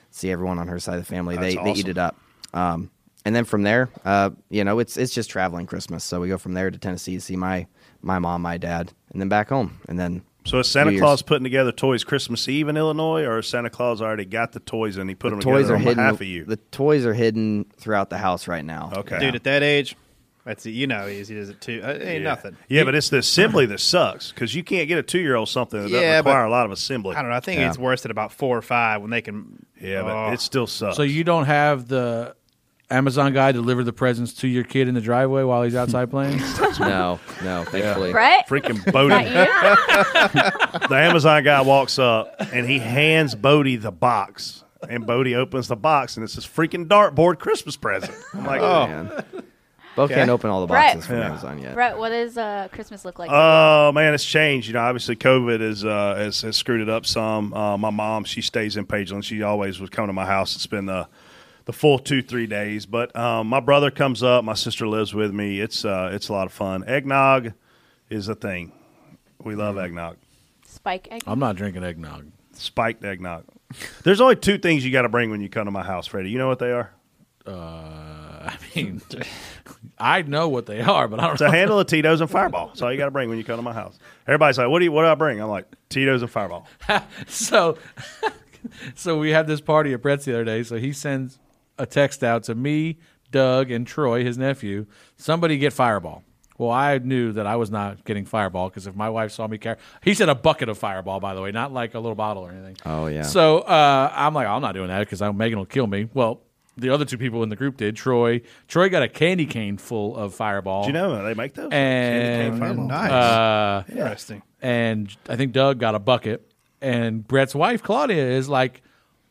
Speaker 6: see everyone on her side of the family.
Speaker 3: That's
Speaker 6: they they eat
Speaker 3: awesome.
Speaker 6: it up. Um, and then from there, uh, you know, it's it's just traveling Christmas. So we go from there to Tennessee to see my my mom, my dad, and then back home. And then
Speaker 1: So is Santa
Speaker 6: New Year's.
Speaker 1: Claus putting together toys Christmas Eve in Illinois, or has Santa Claus already got the toys and he put them
Speaker 6: toys
Speaker 1: together
Speaker 6: are
Speaker 1: on
Speaker 6: hidden.
Speaker 1: behalf of you? Oh,
Speaker 6: The toys are hidden throughout the house right now.
Speaker 1: Okay.
Speaker 3: Dude, at that age, that's you know he easy does it too. Uh, ain't nothing.
Speaker 1: Yeah, but it's the assembly that sucks because you can't get a two year old something that doesn't
Speaker 3: Yeah, but-
Speaker 1: require a lot of assembly.
Speaker 3: I don't know. I think
Speaker 1: Yeah.
Speaker 3: it's worse at about four or five when they can. oh.
Speaker 1: Yeah, but it still sucks.
Speaker 5: So you don't have the Amazon guy deliver the presents to your kid in the driveway while he's outside playing?
Speaker 6: Oh, no, no, thankfully.
Speaker 7: Brett?
Speaker 1: Freaking Bodie. the Amazon guy walks up and he hands Bodie the box. And Bodie opens the box and it's this freaking dartboard Christmas present. I'm like,
Speaker 6: Oh,
Speaker 1: oh.
Speaker 6: man. Bo can't open all the
Speaker 7: Brett.
Speaker 6: boxes from
Speaker 1: Yeah.
Speaker 6: Amazon yet.
Speaker 7: Brett, what does uh, Christmas look like?
Speaker 1: Oh man, it's changed. You know, obviously COVID is uh, has, has screwed it up some. Uh, my mom, she stays in Pageland. She always would come to my house and spend the the full two three days. But um, my brother comes up. My sister lives with me. It's uh, it's a lot of fun. Eggnog is a thing. We love eggnog.
Speaker 7: Spike egg.
Speaker 5: Mm. not drinking eggnog.
Speaker 1: Spiked eggnog. There's only two things you got to bring when you come to my house, Freddie. You know what they are?
Speaker 5: Uh, I mean, I know what they are, but I don't
Speaker 1: It's
Speaker 5: know.
Speaker 1: a handle of Tito's and Fireball. That's all you got to bring when you come to my house. Everybody's like, "What do you? What do I bring?" I'm like, "Tito's and Fireball."
Speaker 5: so so we had this party at Brett's the other day. So he sends a text out to me, Doug, and Troy, his nephew. Somebody get Fireball. Well, I knew that I was not getting Fireball because if my wife saw me carry, he said a bucket of Fireball, by the way, not like a little bottle or anything.
Speaker 6: Oh yeah.
Speaker 5: So uh, I'm like, I'm not doing that because Megan will kill me. Well, the other two people in the group did. Troy, Troy got a candy cane full of Fireball.
Speaker 1: Do you know they make those? Candy cane
Speaker 5: And
Speaker 1: Fireball.
Speaker 3: Nice.
Speaker 5: uh,
Speaker 3: Interesting.
Speaker 5: And I think Doug got a bucket. And Brett's wife Claudia is like,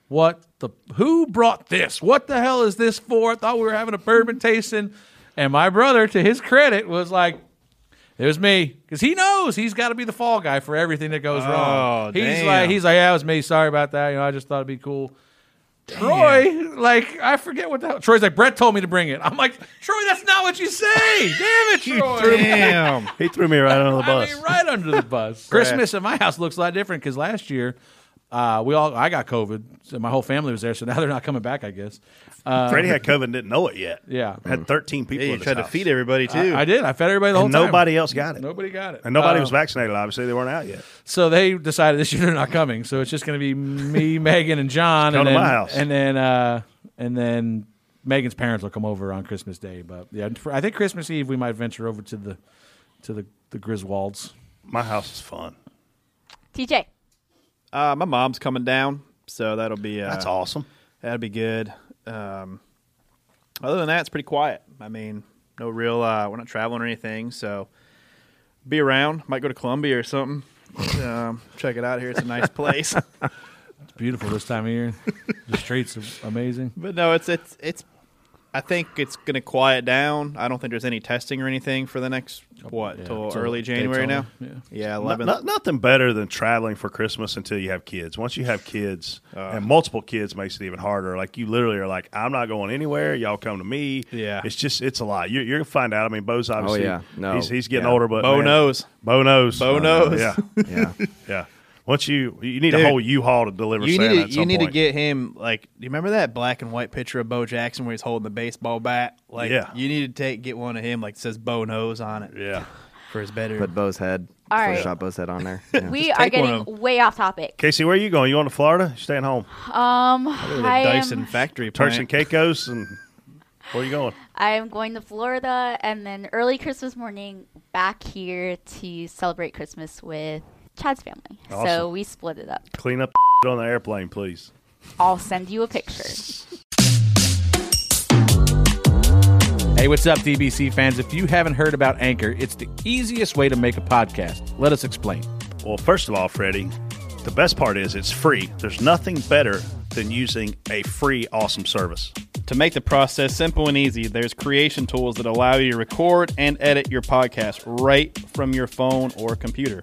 Speaker 5: "What the? Who brought this? What the hell is this for? I thought we were having a bourbon tasting." And my brother, to his credit, was like, "It was me," because he knows he's got to be the fall guy for everything that goes
Speaker 3: Oh,
Speaker 5: wrong. He's
Speaker 3: damn.
Speaker 5: like, he's like, "Yeah, it was me. Sorry about that. You know, I just thought it'd be cool." Troy, like I forget what that. Troy's like Brett told me to bring it. I'm like Troy, that's not what you say. Damn it, Troy!
Speaker 1: he threw me right under the
Speaker 5: I
Speaker 1: bus.
Speaker 5: mean, right under the bus. Christmas at my house looks a lot different because last year, uh, we all I got COVID, so my whole family was there. So now they're not coming back, I guess. Uh,
Speaker 1: Freddie had COVID and didn't know it yet.
Speaker 5: Yeah,
Speaker 1: Had 13 people.
Speaker 5: Yeah, you
Speaker 1: in his
Speaker 5: tried to
Speaker 1: house.
Speaker 5: feed everybody, too. I- I did. I fed everybody the
Speaker 1: And
Speaker 5: whole time.
Speaker 1: Nobody else got it.
Speaker 5: Nobody got it.
Speaker 1: And nobody
Speaker 5: Uh,
Speaker 1: was vaccinated. Obviously, they weren't out yet.
Speaker 5: So they decided this year they're not coming. So it's just going to be me, Megan, and John.
Speaker 1: Come
Speaker 5: and
Speaker 1: to
Speaker 5: then,
Speaker 1: my house.
Speaker 5: and then uh, and then Megan's parents will come over on Christmas Day. But yeah, for, I think Christmas Eve we might venture over to the to the the Griswolds.
Speaker 1: My house is fun.
Speaker 7: TJ.
Speaker 3: Uh, my mom's coming down, so that'll be uh,
Speaker 1: That's awesome.
Speaker 3: That'll be good. Um, other than that, it's pretty quiet. I mean, no real. Uh, we're not traveling or anything, so be around. Might go to Columbia or something. um, check it out here. It's a nice place.
Speaker 5: It's beautiful this time of year. the streets are amazing.
Speaker 3: But no, it's it's it's. I think it's going to quiet down. I don't think there's any testing or anything for the next what
Speaker 5: yeah,
Speaker 3: till
Speaker 5: till
Speaker 3: early January now.
Speaker 5: Daytona, yeah.
Speaker 3: yeah,
Speaker 1: No-
Speaker 3: eleven.
Speaker 1: no- nothing better than traveling for Christmas until you have kids. Once you have kids
Speaker 5: Uh.
Speaker 1: and multiple kids makes it even harder. Like you literally are like, I'm not going anywhere. Y'all come to me.
Speaker 3: Yeah.
Speaker 1: It's just it's a lot. You're, you're gonna find out. I mean,
Speaker 5: Oh,
Speaker 1: Bo's obviously
Speaker 3: yeah. No.
Speaker 1: he's he's getting
Speaker 3: Yeah.
Speaker 1: older, but
Speaker 3: Bo
Speaker 1: man,
Speaker 3: knows.
Speaker 1: Bo knows.
Speaker 3: Bo
Speaker 1: Uh,
Speaker 3: knows.
Speaker 1: Yeah.
Speaker 3: Yeah.
Speaker 1: yeah. Once you you need
Speaker 3: Dude,
Speaker 1: a whole U-Haul to deliver.
Speaker 3: You
Speaker 1: Santa
Speaker 3: need
Speaker 1: at
Speaker 3: to,
Speaker 1: some
Speaker 3: you need
Speaker 1: point.
Speaker 3: to get him like. Do you remember that black and white picture of Bo Jackson where he's holding the baseball bat? Like,
Speaker 1: Yeah.
Speaker 3: You need to take get one of him like says Bo nose on it.
Speaker 1: Yeah.
Speaker 3: For his bedroom.
Speaker 6: Put Bo's head.
Speaker 7: All
Speaker 6: Photoshop
Speaker 7: right.
Speaker 6: Bo's head on there.
Speaker 7: We are getting way off topic.
Speaker 1: Casey, where are you going? You going to Florida? You staying home?
Speaker 7: Um, I am,
Speaker 3: factory
Speaker 1: Turks
Speaker 3: plant.
Speaker 1: and Caicos, and where are you going?
Speaker 7: I am going to Florida and then early Christmas morning back here to celebrate Christmas with Chad's family. So
Speaker 1: Awesome.
Speaker 7: we split it up.
Speaker 1: Clean up on the airplane, please.
Speaker 7: I'll send you a picture.
Speaker 5: Hey, what's up, DBC fans? If you haven't heard about Anchor, it's the easiest way to make a podcast. Let us explain.
Speaker 1: Well, first of all, Freddie, the best part is it's free. There's nothing better than using a free awesome service.
Speaker 3: To make the process simple and easy, there's creation tools that allow you to record and edit your podcast right from your phone or computer.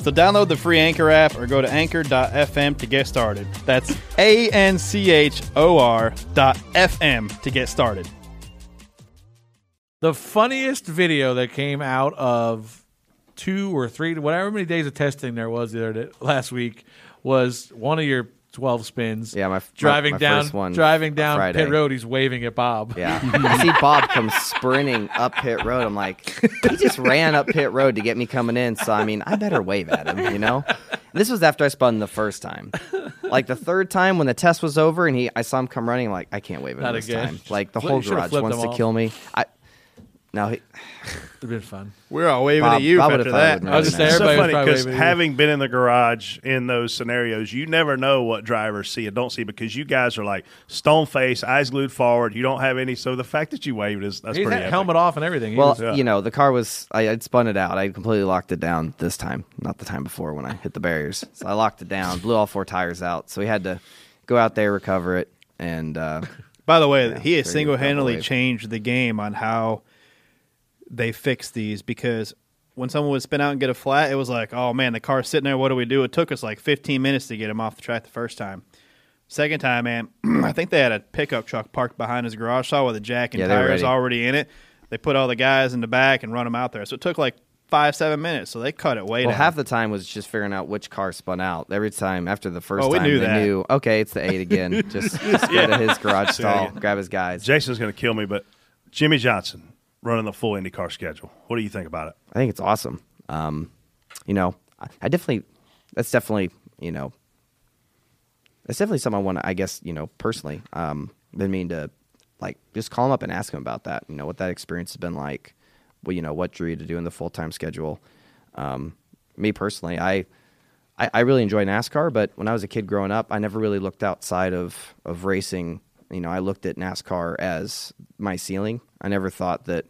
Speaker 3: So download the free Anchor app or go to anchor.fm to get started. That's A N C H O R dot FM to get started.
Speaker 5: The funniest video that came out of two or three, whatever many days of testing there was the other day, last week, was one of your twelve spins.
Speaker 6: Yeah, my my-
Speaker 5: driving
Speaker 6: my
Speaker 5: down,
Speaker 6: first one
Speaker 5: driving down
Speaker 6: Friday.
Speaker 5: pit road. He's waving at Bob.
Speaker 6: Yeah. I see Bob come sprinting up pit road. I'm like, he just ran up pit road to get me coming in. So, I mean, I better wave at him, you know? This was after I spun the first time. Like the third time when the test was over and he, I saw him come running, like, I can't wave at him
Speaker 5: Not
Speaker 6: this
Speaker 5: again.
Speaker 6: time. Like the
Speaker 5: Flip-
Speaker 6: whole
Speaker 5: you should've
Speaker 6: garage
Speaker 5: flipped
Speaker 6: wants
Speaker 5: him
Speaker 6: to
Speaker 5: off.
Speaker 6: kill me. I, no, he,
Speaker 5: It'd been fun.
Speaker 3: We're all waving
Speaker 6: Bob-
Speaker 3: at you
Speaker 6: Bob
Speaker 3: after
Speaker 6: would've
Speaker 3: that.
Speaker 6: thought
Speaker 1: I was just
Speaker 6: saying,
Speaker 1: so funny
Speaker 6: everybody was probably
Speaker 1: because
Speaker 6: waving.
Speaker 1: having been in the garage in those scenarios, you never know what drivers see and don't see because you guys are like stone face, eyes glued forward. You don't have any. So the fact that you waved is that's
Speaker 5: He's
Speaker 1: pretty
Speaker 5: had
Speaker 1: epic.
Speaker 5: helmet off and everything. He
Speaker 6: well,
Speaker 5: was-
Speaker 3: uh,
Speaker 6: you know, the car was, I had spun it out. I completely locked it down this time, not the time before when I hit the barriers. So I locked it down, blew all four tires out. So we had to go out there, recover it. And uh,
Speaker 3: By the way, he has
Speaker 6: very good
Speaker 3: single handedly
Speaker 6: double-wave.
Speaker 3: changed the game on how they fix these because when someone would spin out and get a flat, it was like, oh man, the car's sitting there. What do we do? It took us like 15 minutes to get him off the track the first time. Second time, man, I think they had a pickup truck parked behind his garage saw with a jack and
Speaker 6: Yeah, they were
Speaker 3: tires
Speaker 6: ready.
Speaker 3: already in it. They put all the guys in the back and run them out there. So it took like five, seven minutes. So they cut it way
Speaker 6: well,
Speaker 3: down.
Speaker 6: half the time was just figuring out which car spun out. Every time after the first
Speaker 3: Oh, we
Speaker 6: time,
Speaker 3: knew
Speaker 6: they
Speaker 3: that.
Speaker 6: knew, okay, it's the eight again. just just go to his garage stall, grab his guys.
Speaker 1: Jason's going to kill me, but Jimmy Johnson running the full IndyCar schedule. What do you think about it?
Speaker 6: I think it's awesome. Um, you know, I, I definitely, that's definitely, you know, that's definitely something I want to, I guess, you know, personally, um, been meaning to like just call him up and ask him about that, you know, what that experience has been like, well, you know, what drew you to doing the full time schedule. Um, me personally, I, I, I really enjoy NASCAR, but when I was a kid growing up, I never really looked outside of, of racing. You know, I looked at NASCAR as my ceiling. I never thought that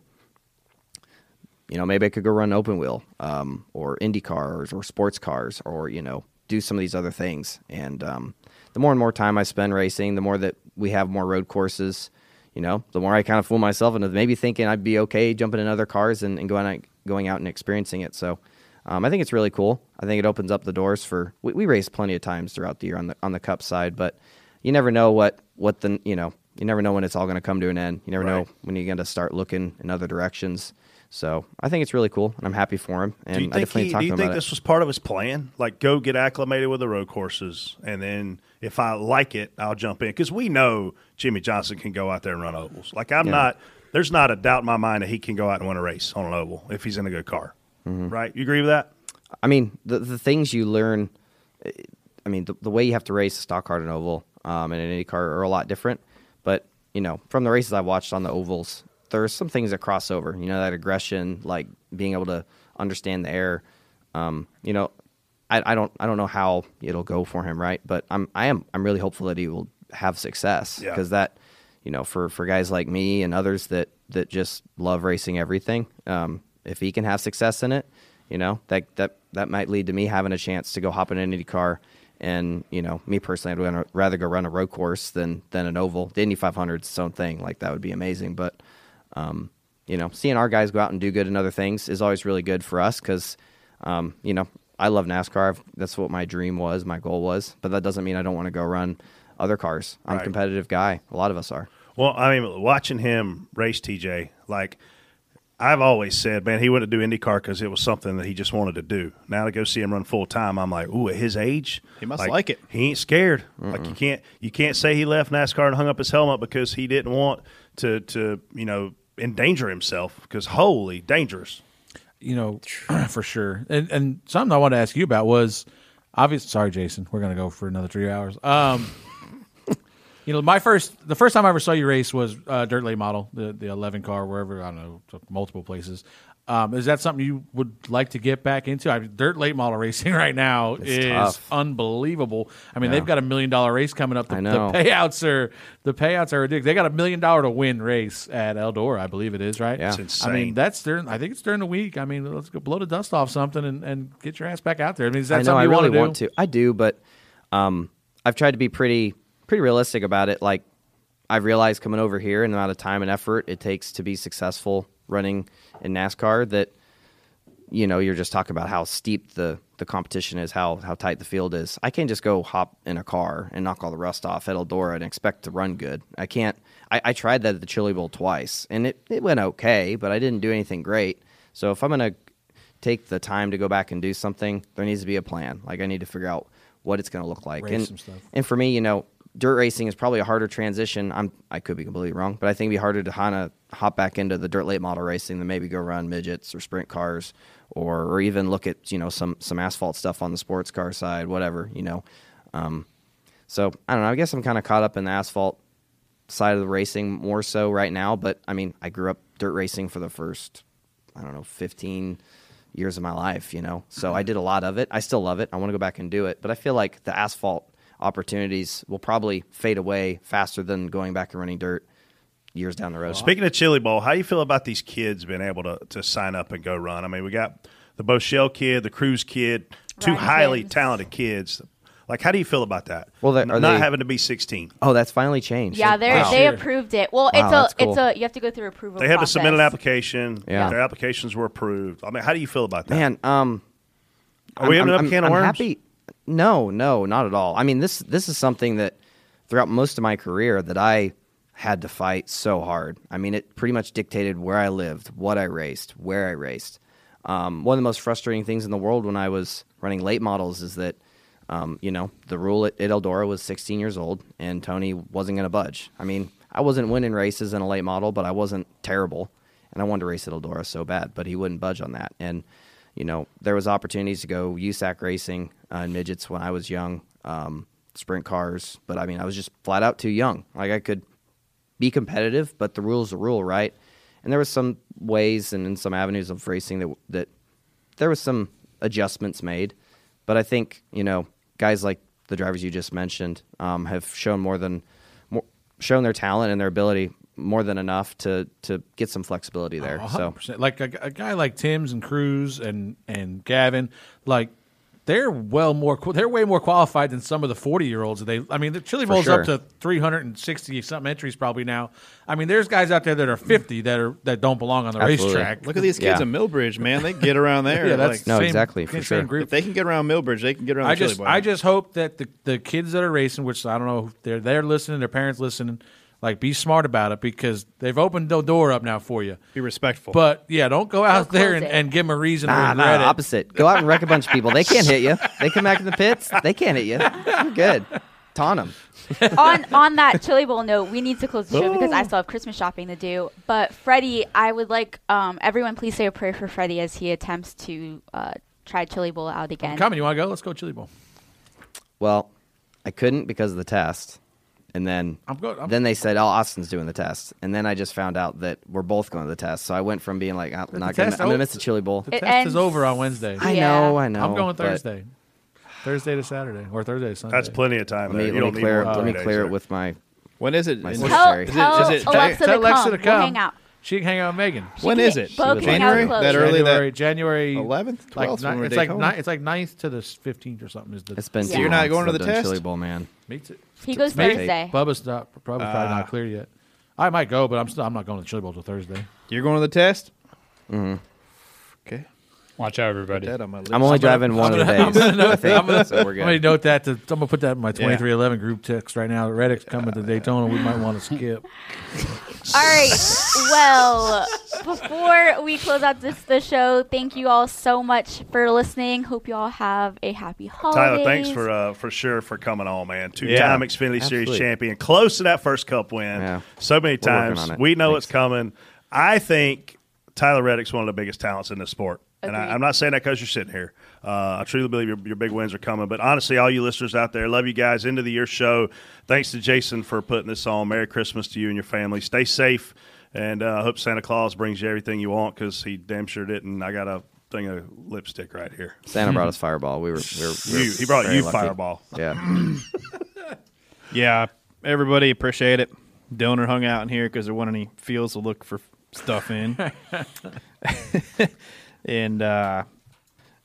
Speaker 6: you know, maybe I could go run open wheel um, or Indy cars or sports cars or, you know, do some of these other things. And um, the more and more time I spend racing, the more that we have more road courses, you know, the more I kind of fool myself into maybe thinking I'd be okay jumping in other cars and, and going, out, going out and experiencing it. So um, I think it's really cool. I think it opens up the doors for, we, we race plenty of times throughout the year on the, on the cup side, but you never know what, what the, you know, you never know when it's all going to come to an end. You never know when you're going to start looking in other directions. So I think it's really cool, and I'm happy for him. And
Speaker 1: do you
Speaker 6: I
Speaker 1: think,
Speaker 6: definitely
Speaker 1: he,
Speaker 6: talked
Speaker 1: do you
Speaker 6: to him
Speaker 1: think
Speaker 6: about
Speaker 1: this
Speaker 6: it.
Speaker 1: was part of his plan? Like, go get acclimated with the road courses, and then if I like it, I'll jump in. Because we know Jimmy Johnson can go out there and run ovals. Like, I'm
Speaker 6: Yeah.
Speaker 1: not, there's not a doubt in my mind that he can go out and win a race on an oval if he's in a good car.
Speaker 6: Mm-hmm.
Speaker 1: Right? You agree with that?
Speaker 6: I mean, the the things you learn. eh, I mean, the, the way you have to race a stock car and an oval um, and an Indy car are a lot different. But you know, from the races I watched on the ovals, there are some things that cross over. You know, that aggression, like being able to understand the air. Um, you know, I, I don't I don't know how it'll go for him, right? But I'm I am I'm really hopeful that he will have success
Speaker 2: Yeah.
Speaker 6: because that you know for for guys like me and others that that just love racing everything. Um, if he can have success in it, you know that that that might lead to me having a chance to go hop in an Indy car. And you know, me personally, I'd wanna- rather go run a road course than than an oval. The Indy 500 is its own thing; like that would be amazing. But um, you know, seeing our guys go out and do good in other things is always really good for us because, um, you know, I love NASCAR. I've, that's what my dream was, my goal was. But that doesn't mean I don't want to go run other cars. I'm
Speaker 1: Right.
Speaker 6: a competitive guy. A lot of us are.
Speaker 1: Well, I mean, watching him race TJ, like I've always said, man, he wouldn't do IndyCar because it was something that he just wanted to do. Now to go see him run full time, I'm like, ooh, at his age,
Speaker 3: He must like it.
Speaker 1: He ain't scared. Like you can't you can't say he left NASCAR and hung up his helmet because he didn't want to to you know endanger himself because holy dangerous.
Speaker 5: you know, for sure. And and something I wanted to ask you about was obvious. Sorry, Jason, we're gonna go for another three hours. Um, You know, my first, the first time I ever saw you race was uh, dirt late model, the the eleven car, wherever I don't know, t- multiple places. Um, is that something you would like to get back into? I mean, dirt late model racing right now
Speaker 6: It's
Speaker 5: is
Speaker 6: tough.
Speaker 5: unbelievable. I mean,
Speaker 6: Yeah.
Speaker 5: they've got a million dollar race coming up. The,
Speaker 6: I
Speaker 5: the
Speaker 6: know.
Speaker 5: payouts are the payouts are ridiculous. They got a million dollar to win race at Eldora, I believe it is, right?
Speaker 6: Yeah. It's
Speaker 5: I mean,
Speaker 6: insane.
Speaker 5: that's during. I think it's during the week. I mean, let's go blow the dust off something and, and get your ass back out there. I mean, is that
Speaker 6: I know
Speaker 5: something
Speaker 6: I
Speaker 5: you
Speaker 6: really
Speaker 5: want to do?
Speaker 6: want to. I do, but um, I've tried to be pretty pretty realistic about it. Like I realized coming over here and the amount of time and effort it takes to be successful running in NASCAR that you know you're just talking about how steep the the competition is, how how tight the field is. I can't just go hop in a car and knock all the rust off at Eldora and expect to run good. I can't. I, I tried that at the Chili Bowl twice, and it, it went okay, but I didn't do anything great. So if I'm gonna take the time to go back and do something, there needs to be a plan. Like I need to figure out what it's going to look like.
Speaker 5: Race
Speaker 6: and,
Speaker 5: some stuff.
Speaker 6: and for me, you know, dirt racing is probably a harder transition. I'm I could be completely wrong, but I think it'd be harder to kind hop back into the dirt late model racing than maybe go run midgets or sprint cars or or even look at you know some some asphalt stuff on the sports car side, whatever you know. Um, so I don't know. I guess I'm kind of caught up in the asphalt side of the racing more so right now. But I mean, I grew up dirt racing for the first I don't know 15 years of my life, you know. So I did a lot of it. I still love it. I want to go back and do it. But I feel like the asphalt opportunities will probably fade away faster than going back and running dirt years down the road.
Speaker 1: Speaking of Chili Bowl, how you feel about these kids being able to, to sign up and go run? I mean, we got the Bochelle kid, the Cruz kid, two
Speaker 6: Ryan
Speaker 1: highly
Speaker 6: Gibbs.
Speaker 1: talented kids. Like, how do you feel about that?
Speaker 6: Well, they-
Speaker 1: N-
Speaker 6: are
Speaker 1: not
Speaker 6: they-
Speaker 1: having to be sixteen.
Speaker 6: Oh, that's finally changed.
Speaker 7: Yeah, they are
Speaker 1: Wow.
Speaker 7: they
Speaker 1: Sure.
Speaker 7: approved it. Well,
Speaker 1: Wow,
Speaker 7: it's
Speaker 1: that's
Speaker 7: a
Speaker 1: cool.
Speaker 7: it's a you have to go through approval.
Speaker 1: They had to
Speaker 7: process.
Speaker 1: submit an application.
Speaker 6: Yeah.
Speaker 1: Their applications were approved. I mean, how do you feel about that?
Speaker 6: Man, um,
Speaker 1: Are we opening up a can of
Speaker 6: I'm
Speaker 1: worms?
Speaker 6: Happy. No, no, not at all. I mean, this this is something that throughout most of my career that I had to fight so hard. I mean, it pretty much dictated where I lived, what I raced, where I raced. Um, one of the most frustrating things in the world when I was running late models is that, um, you know, the rule at, at Eldora was 16 years old, and Tony wasn't going to budge. I mean, I wasn't winning races in a late model, but I wasn't terrible and I wanted to race at Eldora so bad, but he wouldn't budge on that. And you know, there was opportunities to go USAC racing uh, in midgets when I was young, um, sprint cars, but I mean, I was just flat out too young. Like I could be competitive, but the rule's the rule, right? And there was some ways and in some avenues of racing that that there was some adjustments made, but I think you know guys like the drivers you just mentioned um, have shown more than more, shown their talent and their ability more than enough to to get some flexibility there.
Speaker 5: A
Speaker 6: So
Speaker 5: hundred percent. like a, a guy like Tim's and Cruz and and Gavin, like they're well more qu- they're way more qualified than some of the forty year olds. They, I mean, the Chili
Speaker 6: For
Speaker 5: Bowl's up
Speaker 6: sure.
Speaker 5: to three hundred and sixty something entries probably now. I mean, there's guys out there that are fifty that are that don't belong on the
Speaker 6: Absolutely.
Speaker 5: racetrack.
Speaker 3: Look at these kids
Speaker 6: Yeah.
Speaker 3: in Millbridge, man. They can get around there.
Speaker 5: Yeah, that's
Speaker 3: like,
Speaker 6: No, same- exactly, for
Speaker 3: same
Speaker 6: sure.
Speaker 3: Group. If they can get around Millbridge, they can get around.
Speaker 5: I
Speaker 3: the Chili
Speaker 5: just
Speaker 3: Bowl.
Speaker 5: I just hope that the the kids that are racing, which I don't know, if they're they're listening, their parents listening, like be smart about it because they've opened the door up now for you.
Speaker 3: Be respectful,
Speaker 5: but yeah, don't go out
Speaker 6: close
Speaker 5: there and,
Speaker 6: it.
Speaker 5: and give them a reason to
Speaker 6: Nah,
Speaker 5: regret
Speaker 6: nah,
Speaker 5: it.
Speaker 6: opposite. Go out and wreck a bunch of people. They can't hit you. They come back in the pits. They can't hit you. You're good. Taunt them.
Speaker 7: on on that chili bowl note, we need to close the show because I still have Christmas shopping to do. But Freddie, I would like um, everyone please say a prayer for Freddie as he attempts to uh, try chili bowl out again.
Speaker 5: I'm coming. You want to go? Let's go Chili Bowl.
Speaker 6: Well, I couldn't because of the test. And then
Speaker 5: I'm good, I'm-
Speaker 6: then they said, "Oh, Austin's doing the test." And then I just found out that we're both going to the test. So I went from being like, "I'm not gonna,
Speaker 5: test-
Speaker 6: I'm
Speaker 5: oh,
Speaker 6: gonna miss the chili bowl."
Speaker 5: The test is over on Wednesday.
Speaker 6: I know, I know.
Speaker 5: I'm going
Speaker 6: but
Speaker 5: Thursday. Thursday to Saturday or Thursday to Sunday.
Speaker 1: That's plenty of time.
Speaker 6: Let me,
Speaker 1: there. You
Speaker 6: let me
Speaker 1: don't need
Speaker 6: clear,
Speaker 1: more
Speaker 6: let
Speaker 1: than
Speaker 6: me
Speaker 1: three
Speaker 6: clear
Speaker 1: days
Speaker 6: it with my
Speaker 3: When is it?
Speaker 6: My
Speaker 3: Is it-
Speaker 6: secretary.
Speaker 3: is it- Tell- is it- tell Alexa
Speaker 5: Tell
Speaker 3: to
Speaker 5: Alexa
Speaker 3: come.
Speaker 5: to
Speaker 3: We'll
Speaker 5: come.
Speaker 7: hang out.
Speaker 5: She can hang out with Megan.
Speaker 3: When is it?
Speaker 7: Bo can hang out
Speaker 3: January?
Speaker 7: close.
Speaker 3: That early? That-
Speaker 5: January, January
Speaker 3: 11th, 12th,
Speaker 5: Like,
Speaker 3: when
Speaker 5: ni-
Speaker 3: we're
Speaker 5: it's like
Speaker 3: Daytona.
Speaker 5: ni- it's like 9th to the fifteenth or something. Is the
Speaker 6: It's been
Speaker 3: So
Speaker 6: two
Speaker 3: you're not
Speaker 6: months
Speaker 3: going to
Speaker 6: since
Speaker 3: the
Speaker 6: I've done
Speaker 3: test?
Speaker 6: chili bowl, man.
Speaker 5: Me too.
Speaker 7: He goes
Speaker 5: Me-
Speaker 7: Thursday.
Speaker 5: Bubba's not probably, probably
Speaker 3: Ah.
Speaker 5: not clear yet. I might go, but I'm still I'm not going to Chili Bowl till Thursday.
Speaker 3: You're going to the test.
Speaker 6: Mm-hmm.
Speaker 3: Okay.
Speaker 8: Watch out, everybody.
Speaker 3: that on my list.
Speaker 6: I'm only driving one
Speaker 5: I'm
Speaker 6: of the
Speaker 5: gonna-
Speaker 6: days.
Speaker 5: I'm gonna
Speaker 6: I
Speaker 5: note-
Speaker 6: think,
Speaker 5: I'm gonna-
Speaker 6: so we're
Speaker 5: I'm gonna
Speaker 6: good.
Speaker 5: note that. To, I'm gonna put that in my
Speaker 6: Yeah.
Speaker 5: 2311 group text right now. Reddick's coming to Daytona. We might want to skip.
Speaker 7: All right. Well, before we close out this the show, thank you all so much for listening. Hope you all have a happy holiday.
Speaker 1: Tyler, thanks for uh, for sure for coming on, man. Two time
Speaker 3: Yeah.
Speaker 1: Xfinity Series
Speaker 3: Absolutely.
Speaker 1: champion, close to that first Cup win. So
Speaker 3: We're
Speaker 1: many
Speaker 3: working
Speaker 1: times,
Speaker 3: on it.
Speaker 1: we know it's coming. I think Tyler Reddick's one of the biggest talents in this sport. And I, I'm not saying that because you're sitting here. Uh, I truly believe your, your big wins are coming. But honestly, all you listeners out there, love you guys. End of the year show. Thanks to Jason for putting this on. Merry Christmas to you and your family. Stay safe. And uh, I hope Santa Claus brings you everything you want because he damn sure didn't. I got a thing of lipstick right here.
Speaker 6: Santa brought us Fireball. We were, we were, we were
Speaker 1: You- he brought
Speaker 6: very
Speaker 1: you
Speaker 6: lucky.
Speaker 1: Fireball.
Speaker 6: Yeah.
Speaker 3: Yeah, everybody appreciate it. Donor hung out in here because there weren't any fields to look for stuff in. and uh,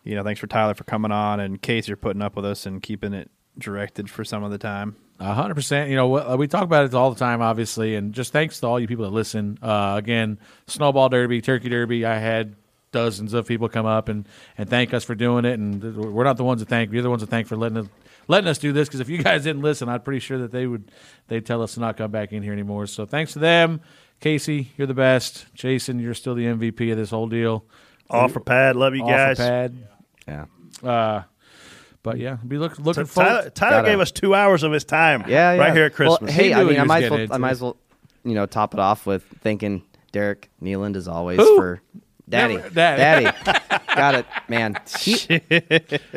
Speaker 3: you know, thanks for Tyler for coming on and Casey for putting up with us and keeping it directed for some of the time.
Speaker 5: A hundred percent. You know, what- we talk about it all the time, obviously, and just thanks to all you people that listen. Uh, again, Snowball Derby, Turkey Derby. I had dozens of people come up and, and thank us for doing it, and th- we're not the ones that thank. You're the ones that thank for letting us letting us do this. Because if you guys didn't listen, I'm pretty sure that they would they tell us to not come back in here anymore. So thanks to them, Casey, you're the best. Jason, you're still the MVP of this whole deal.
Speaker 1: Offer pad, love you
Speaker 5: Offer
Speaker 1: guys.
Speaker 5: pad.
Speaker 6: Yeah.
Speaker 5: Uh, but yeah, be look, looking
Speaker 1: So Tyler-
Speaker 5: forward.
Speaker 1: Tyler Gotta- gave us two hours of his time.
Speaker 6: Yeah, yeah.
Speaker 1: right here at
Speaker 6: Well,
Speaker 1: Christmas.
Speaker 6: hey, I mean, I might, as well, I might as well, you know, top it off with thanking Derek Nealand as always
Speaker 5: Who?
Speaker 6: for Daddy,
Speaker 5: Never- Daddy.
Speaker 6: Daddy, got it, man. He-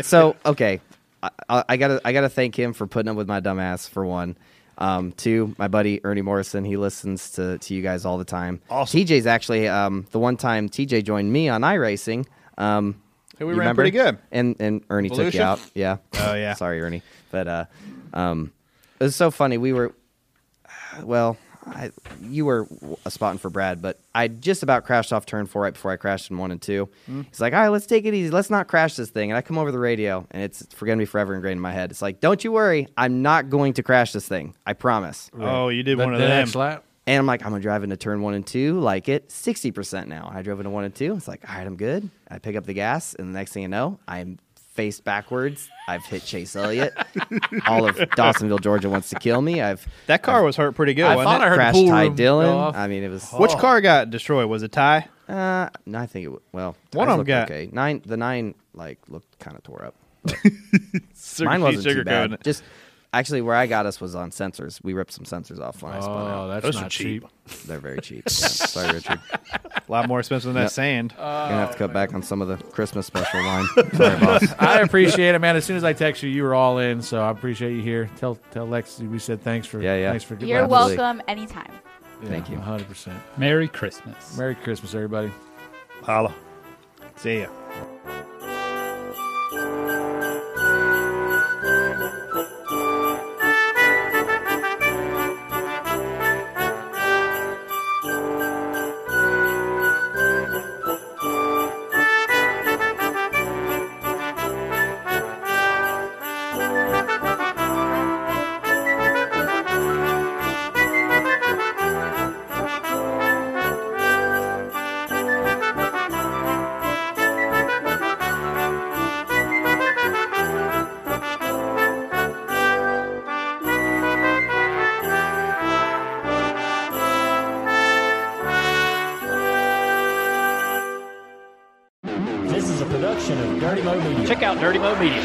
Speaker 6: so okay, I, I I gotta, I gotta thank him for putting up with my dumbass for one. Um, two, my buddy Ernie Morrison, he listens to, to you guys all the time. Awesome. TJ's actually um, the one time TJ joined me on iRacing. Um,
Speaker 3: Hey, we
Speaker 6: you
Speaker 3: ran pretty good.
Speaker 6: and and Ernie took
Speaker 3: Volusia?
Speaker 6: you out. Yeah.
Speaker 3: Oh, yeah.
Speaker 6: Sorry, Ernie. But uh, um, it was so funny. We were, well, I, you were a spotting for Brad, but I just about crashed off turn four right before I crashed in one and two.
Speaker 3: Mm.
Speaker 6: He's like, all right, let's take it easy. Let's not crash this thing. And I come over the radio, and it's for gonna be forever ingrained in my head. It's like, don't you worry, I'm not going to crash this thing. I promise.
Speaker 3: Oh, you did The- one of the them. next lap?
Speaker 6: And I'm like, I'm gonna drive into turn one and two, like it 60% now. I drove into one and two. It's like, all right, I'm good. I pick up the gas, and the next thing you know, I'm faced backwards. I've hit Chase Elliott. All of Dawsonville, Georgia wants to kill me. I've
Speaker 3: That car was hurt pretty good.
Speaker 6: I
Speaker 3: wasn't
Speaker 6: thought
Speaker 3: it?
Speaker 6: I heard Crashed pool Ty room Dillon. go off. I mean, it was-
Speaker 3: which
Speaker 6: Oh.
Speaker 3: car got destroyed? Was it Ty?
Speaker 6: Uh, no, I think it. w- Well,
Speaker 3: One of
Speaker 6: ours
Speaker 3: 'em
Speaker 6: looked
Speaker 3: got-
Speaker 6: okay. Nine. The nine like looked kind of tore up. but
Speaker 3: Sugar-
Speaker 6: Mine wasn't
Speaker 3: sugarcoating
Speaker 6: too bad.
Speaker 3: it.
Speaker 6: Just actually, where I got us was on sensors. We ripped some sensors off when I spun out.
Speaker 5: Oh, that's Those are not cheap.
Speaker 6: They're very cheap. yeah. Sorry, Richard.
Speaker 3: A lot more expensive than that
Speaker 6: Yep.
Speaker 3: sand.
Speaker 6: Gonna have to cut back on some of the Christmas special wine. Sorry, boss.
Speaker 5: I appreciate it, man. As soon as I text you, you were all in, so I appreciate you here. Tell tell Lexi we said thanks for
Speaker 6: Yeah, yeah.
Speaker 5: thanks for
Speaker 7: You're welcome anytime.
Speaker 6: Thank you.
Speaker 5: 100. percent
Speaker 8: Merry Christmas.
Speaker 5: Merry Christmas, everybody.
Speaker 1: Holla.
Speaker 3: See ya.
Speaker 2: This is a production of Dirty Mo Media. Check out Dirty Mo Media.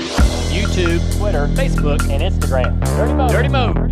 Speaker 2: YouTube, Twitter, Facebook, and Instagram. Dirty Mo. Dirty Mo.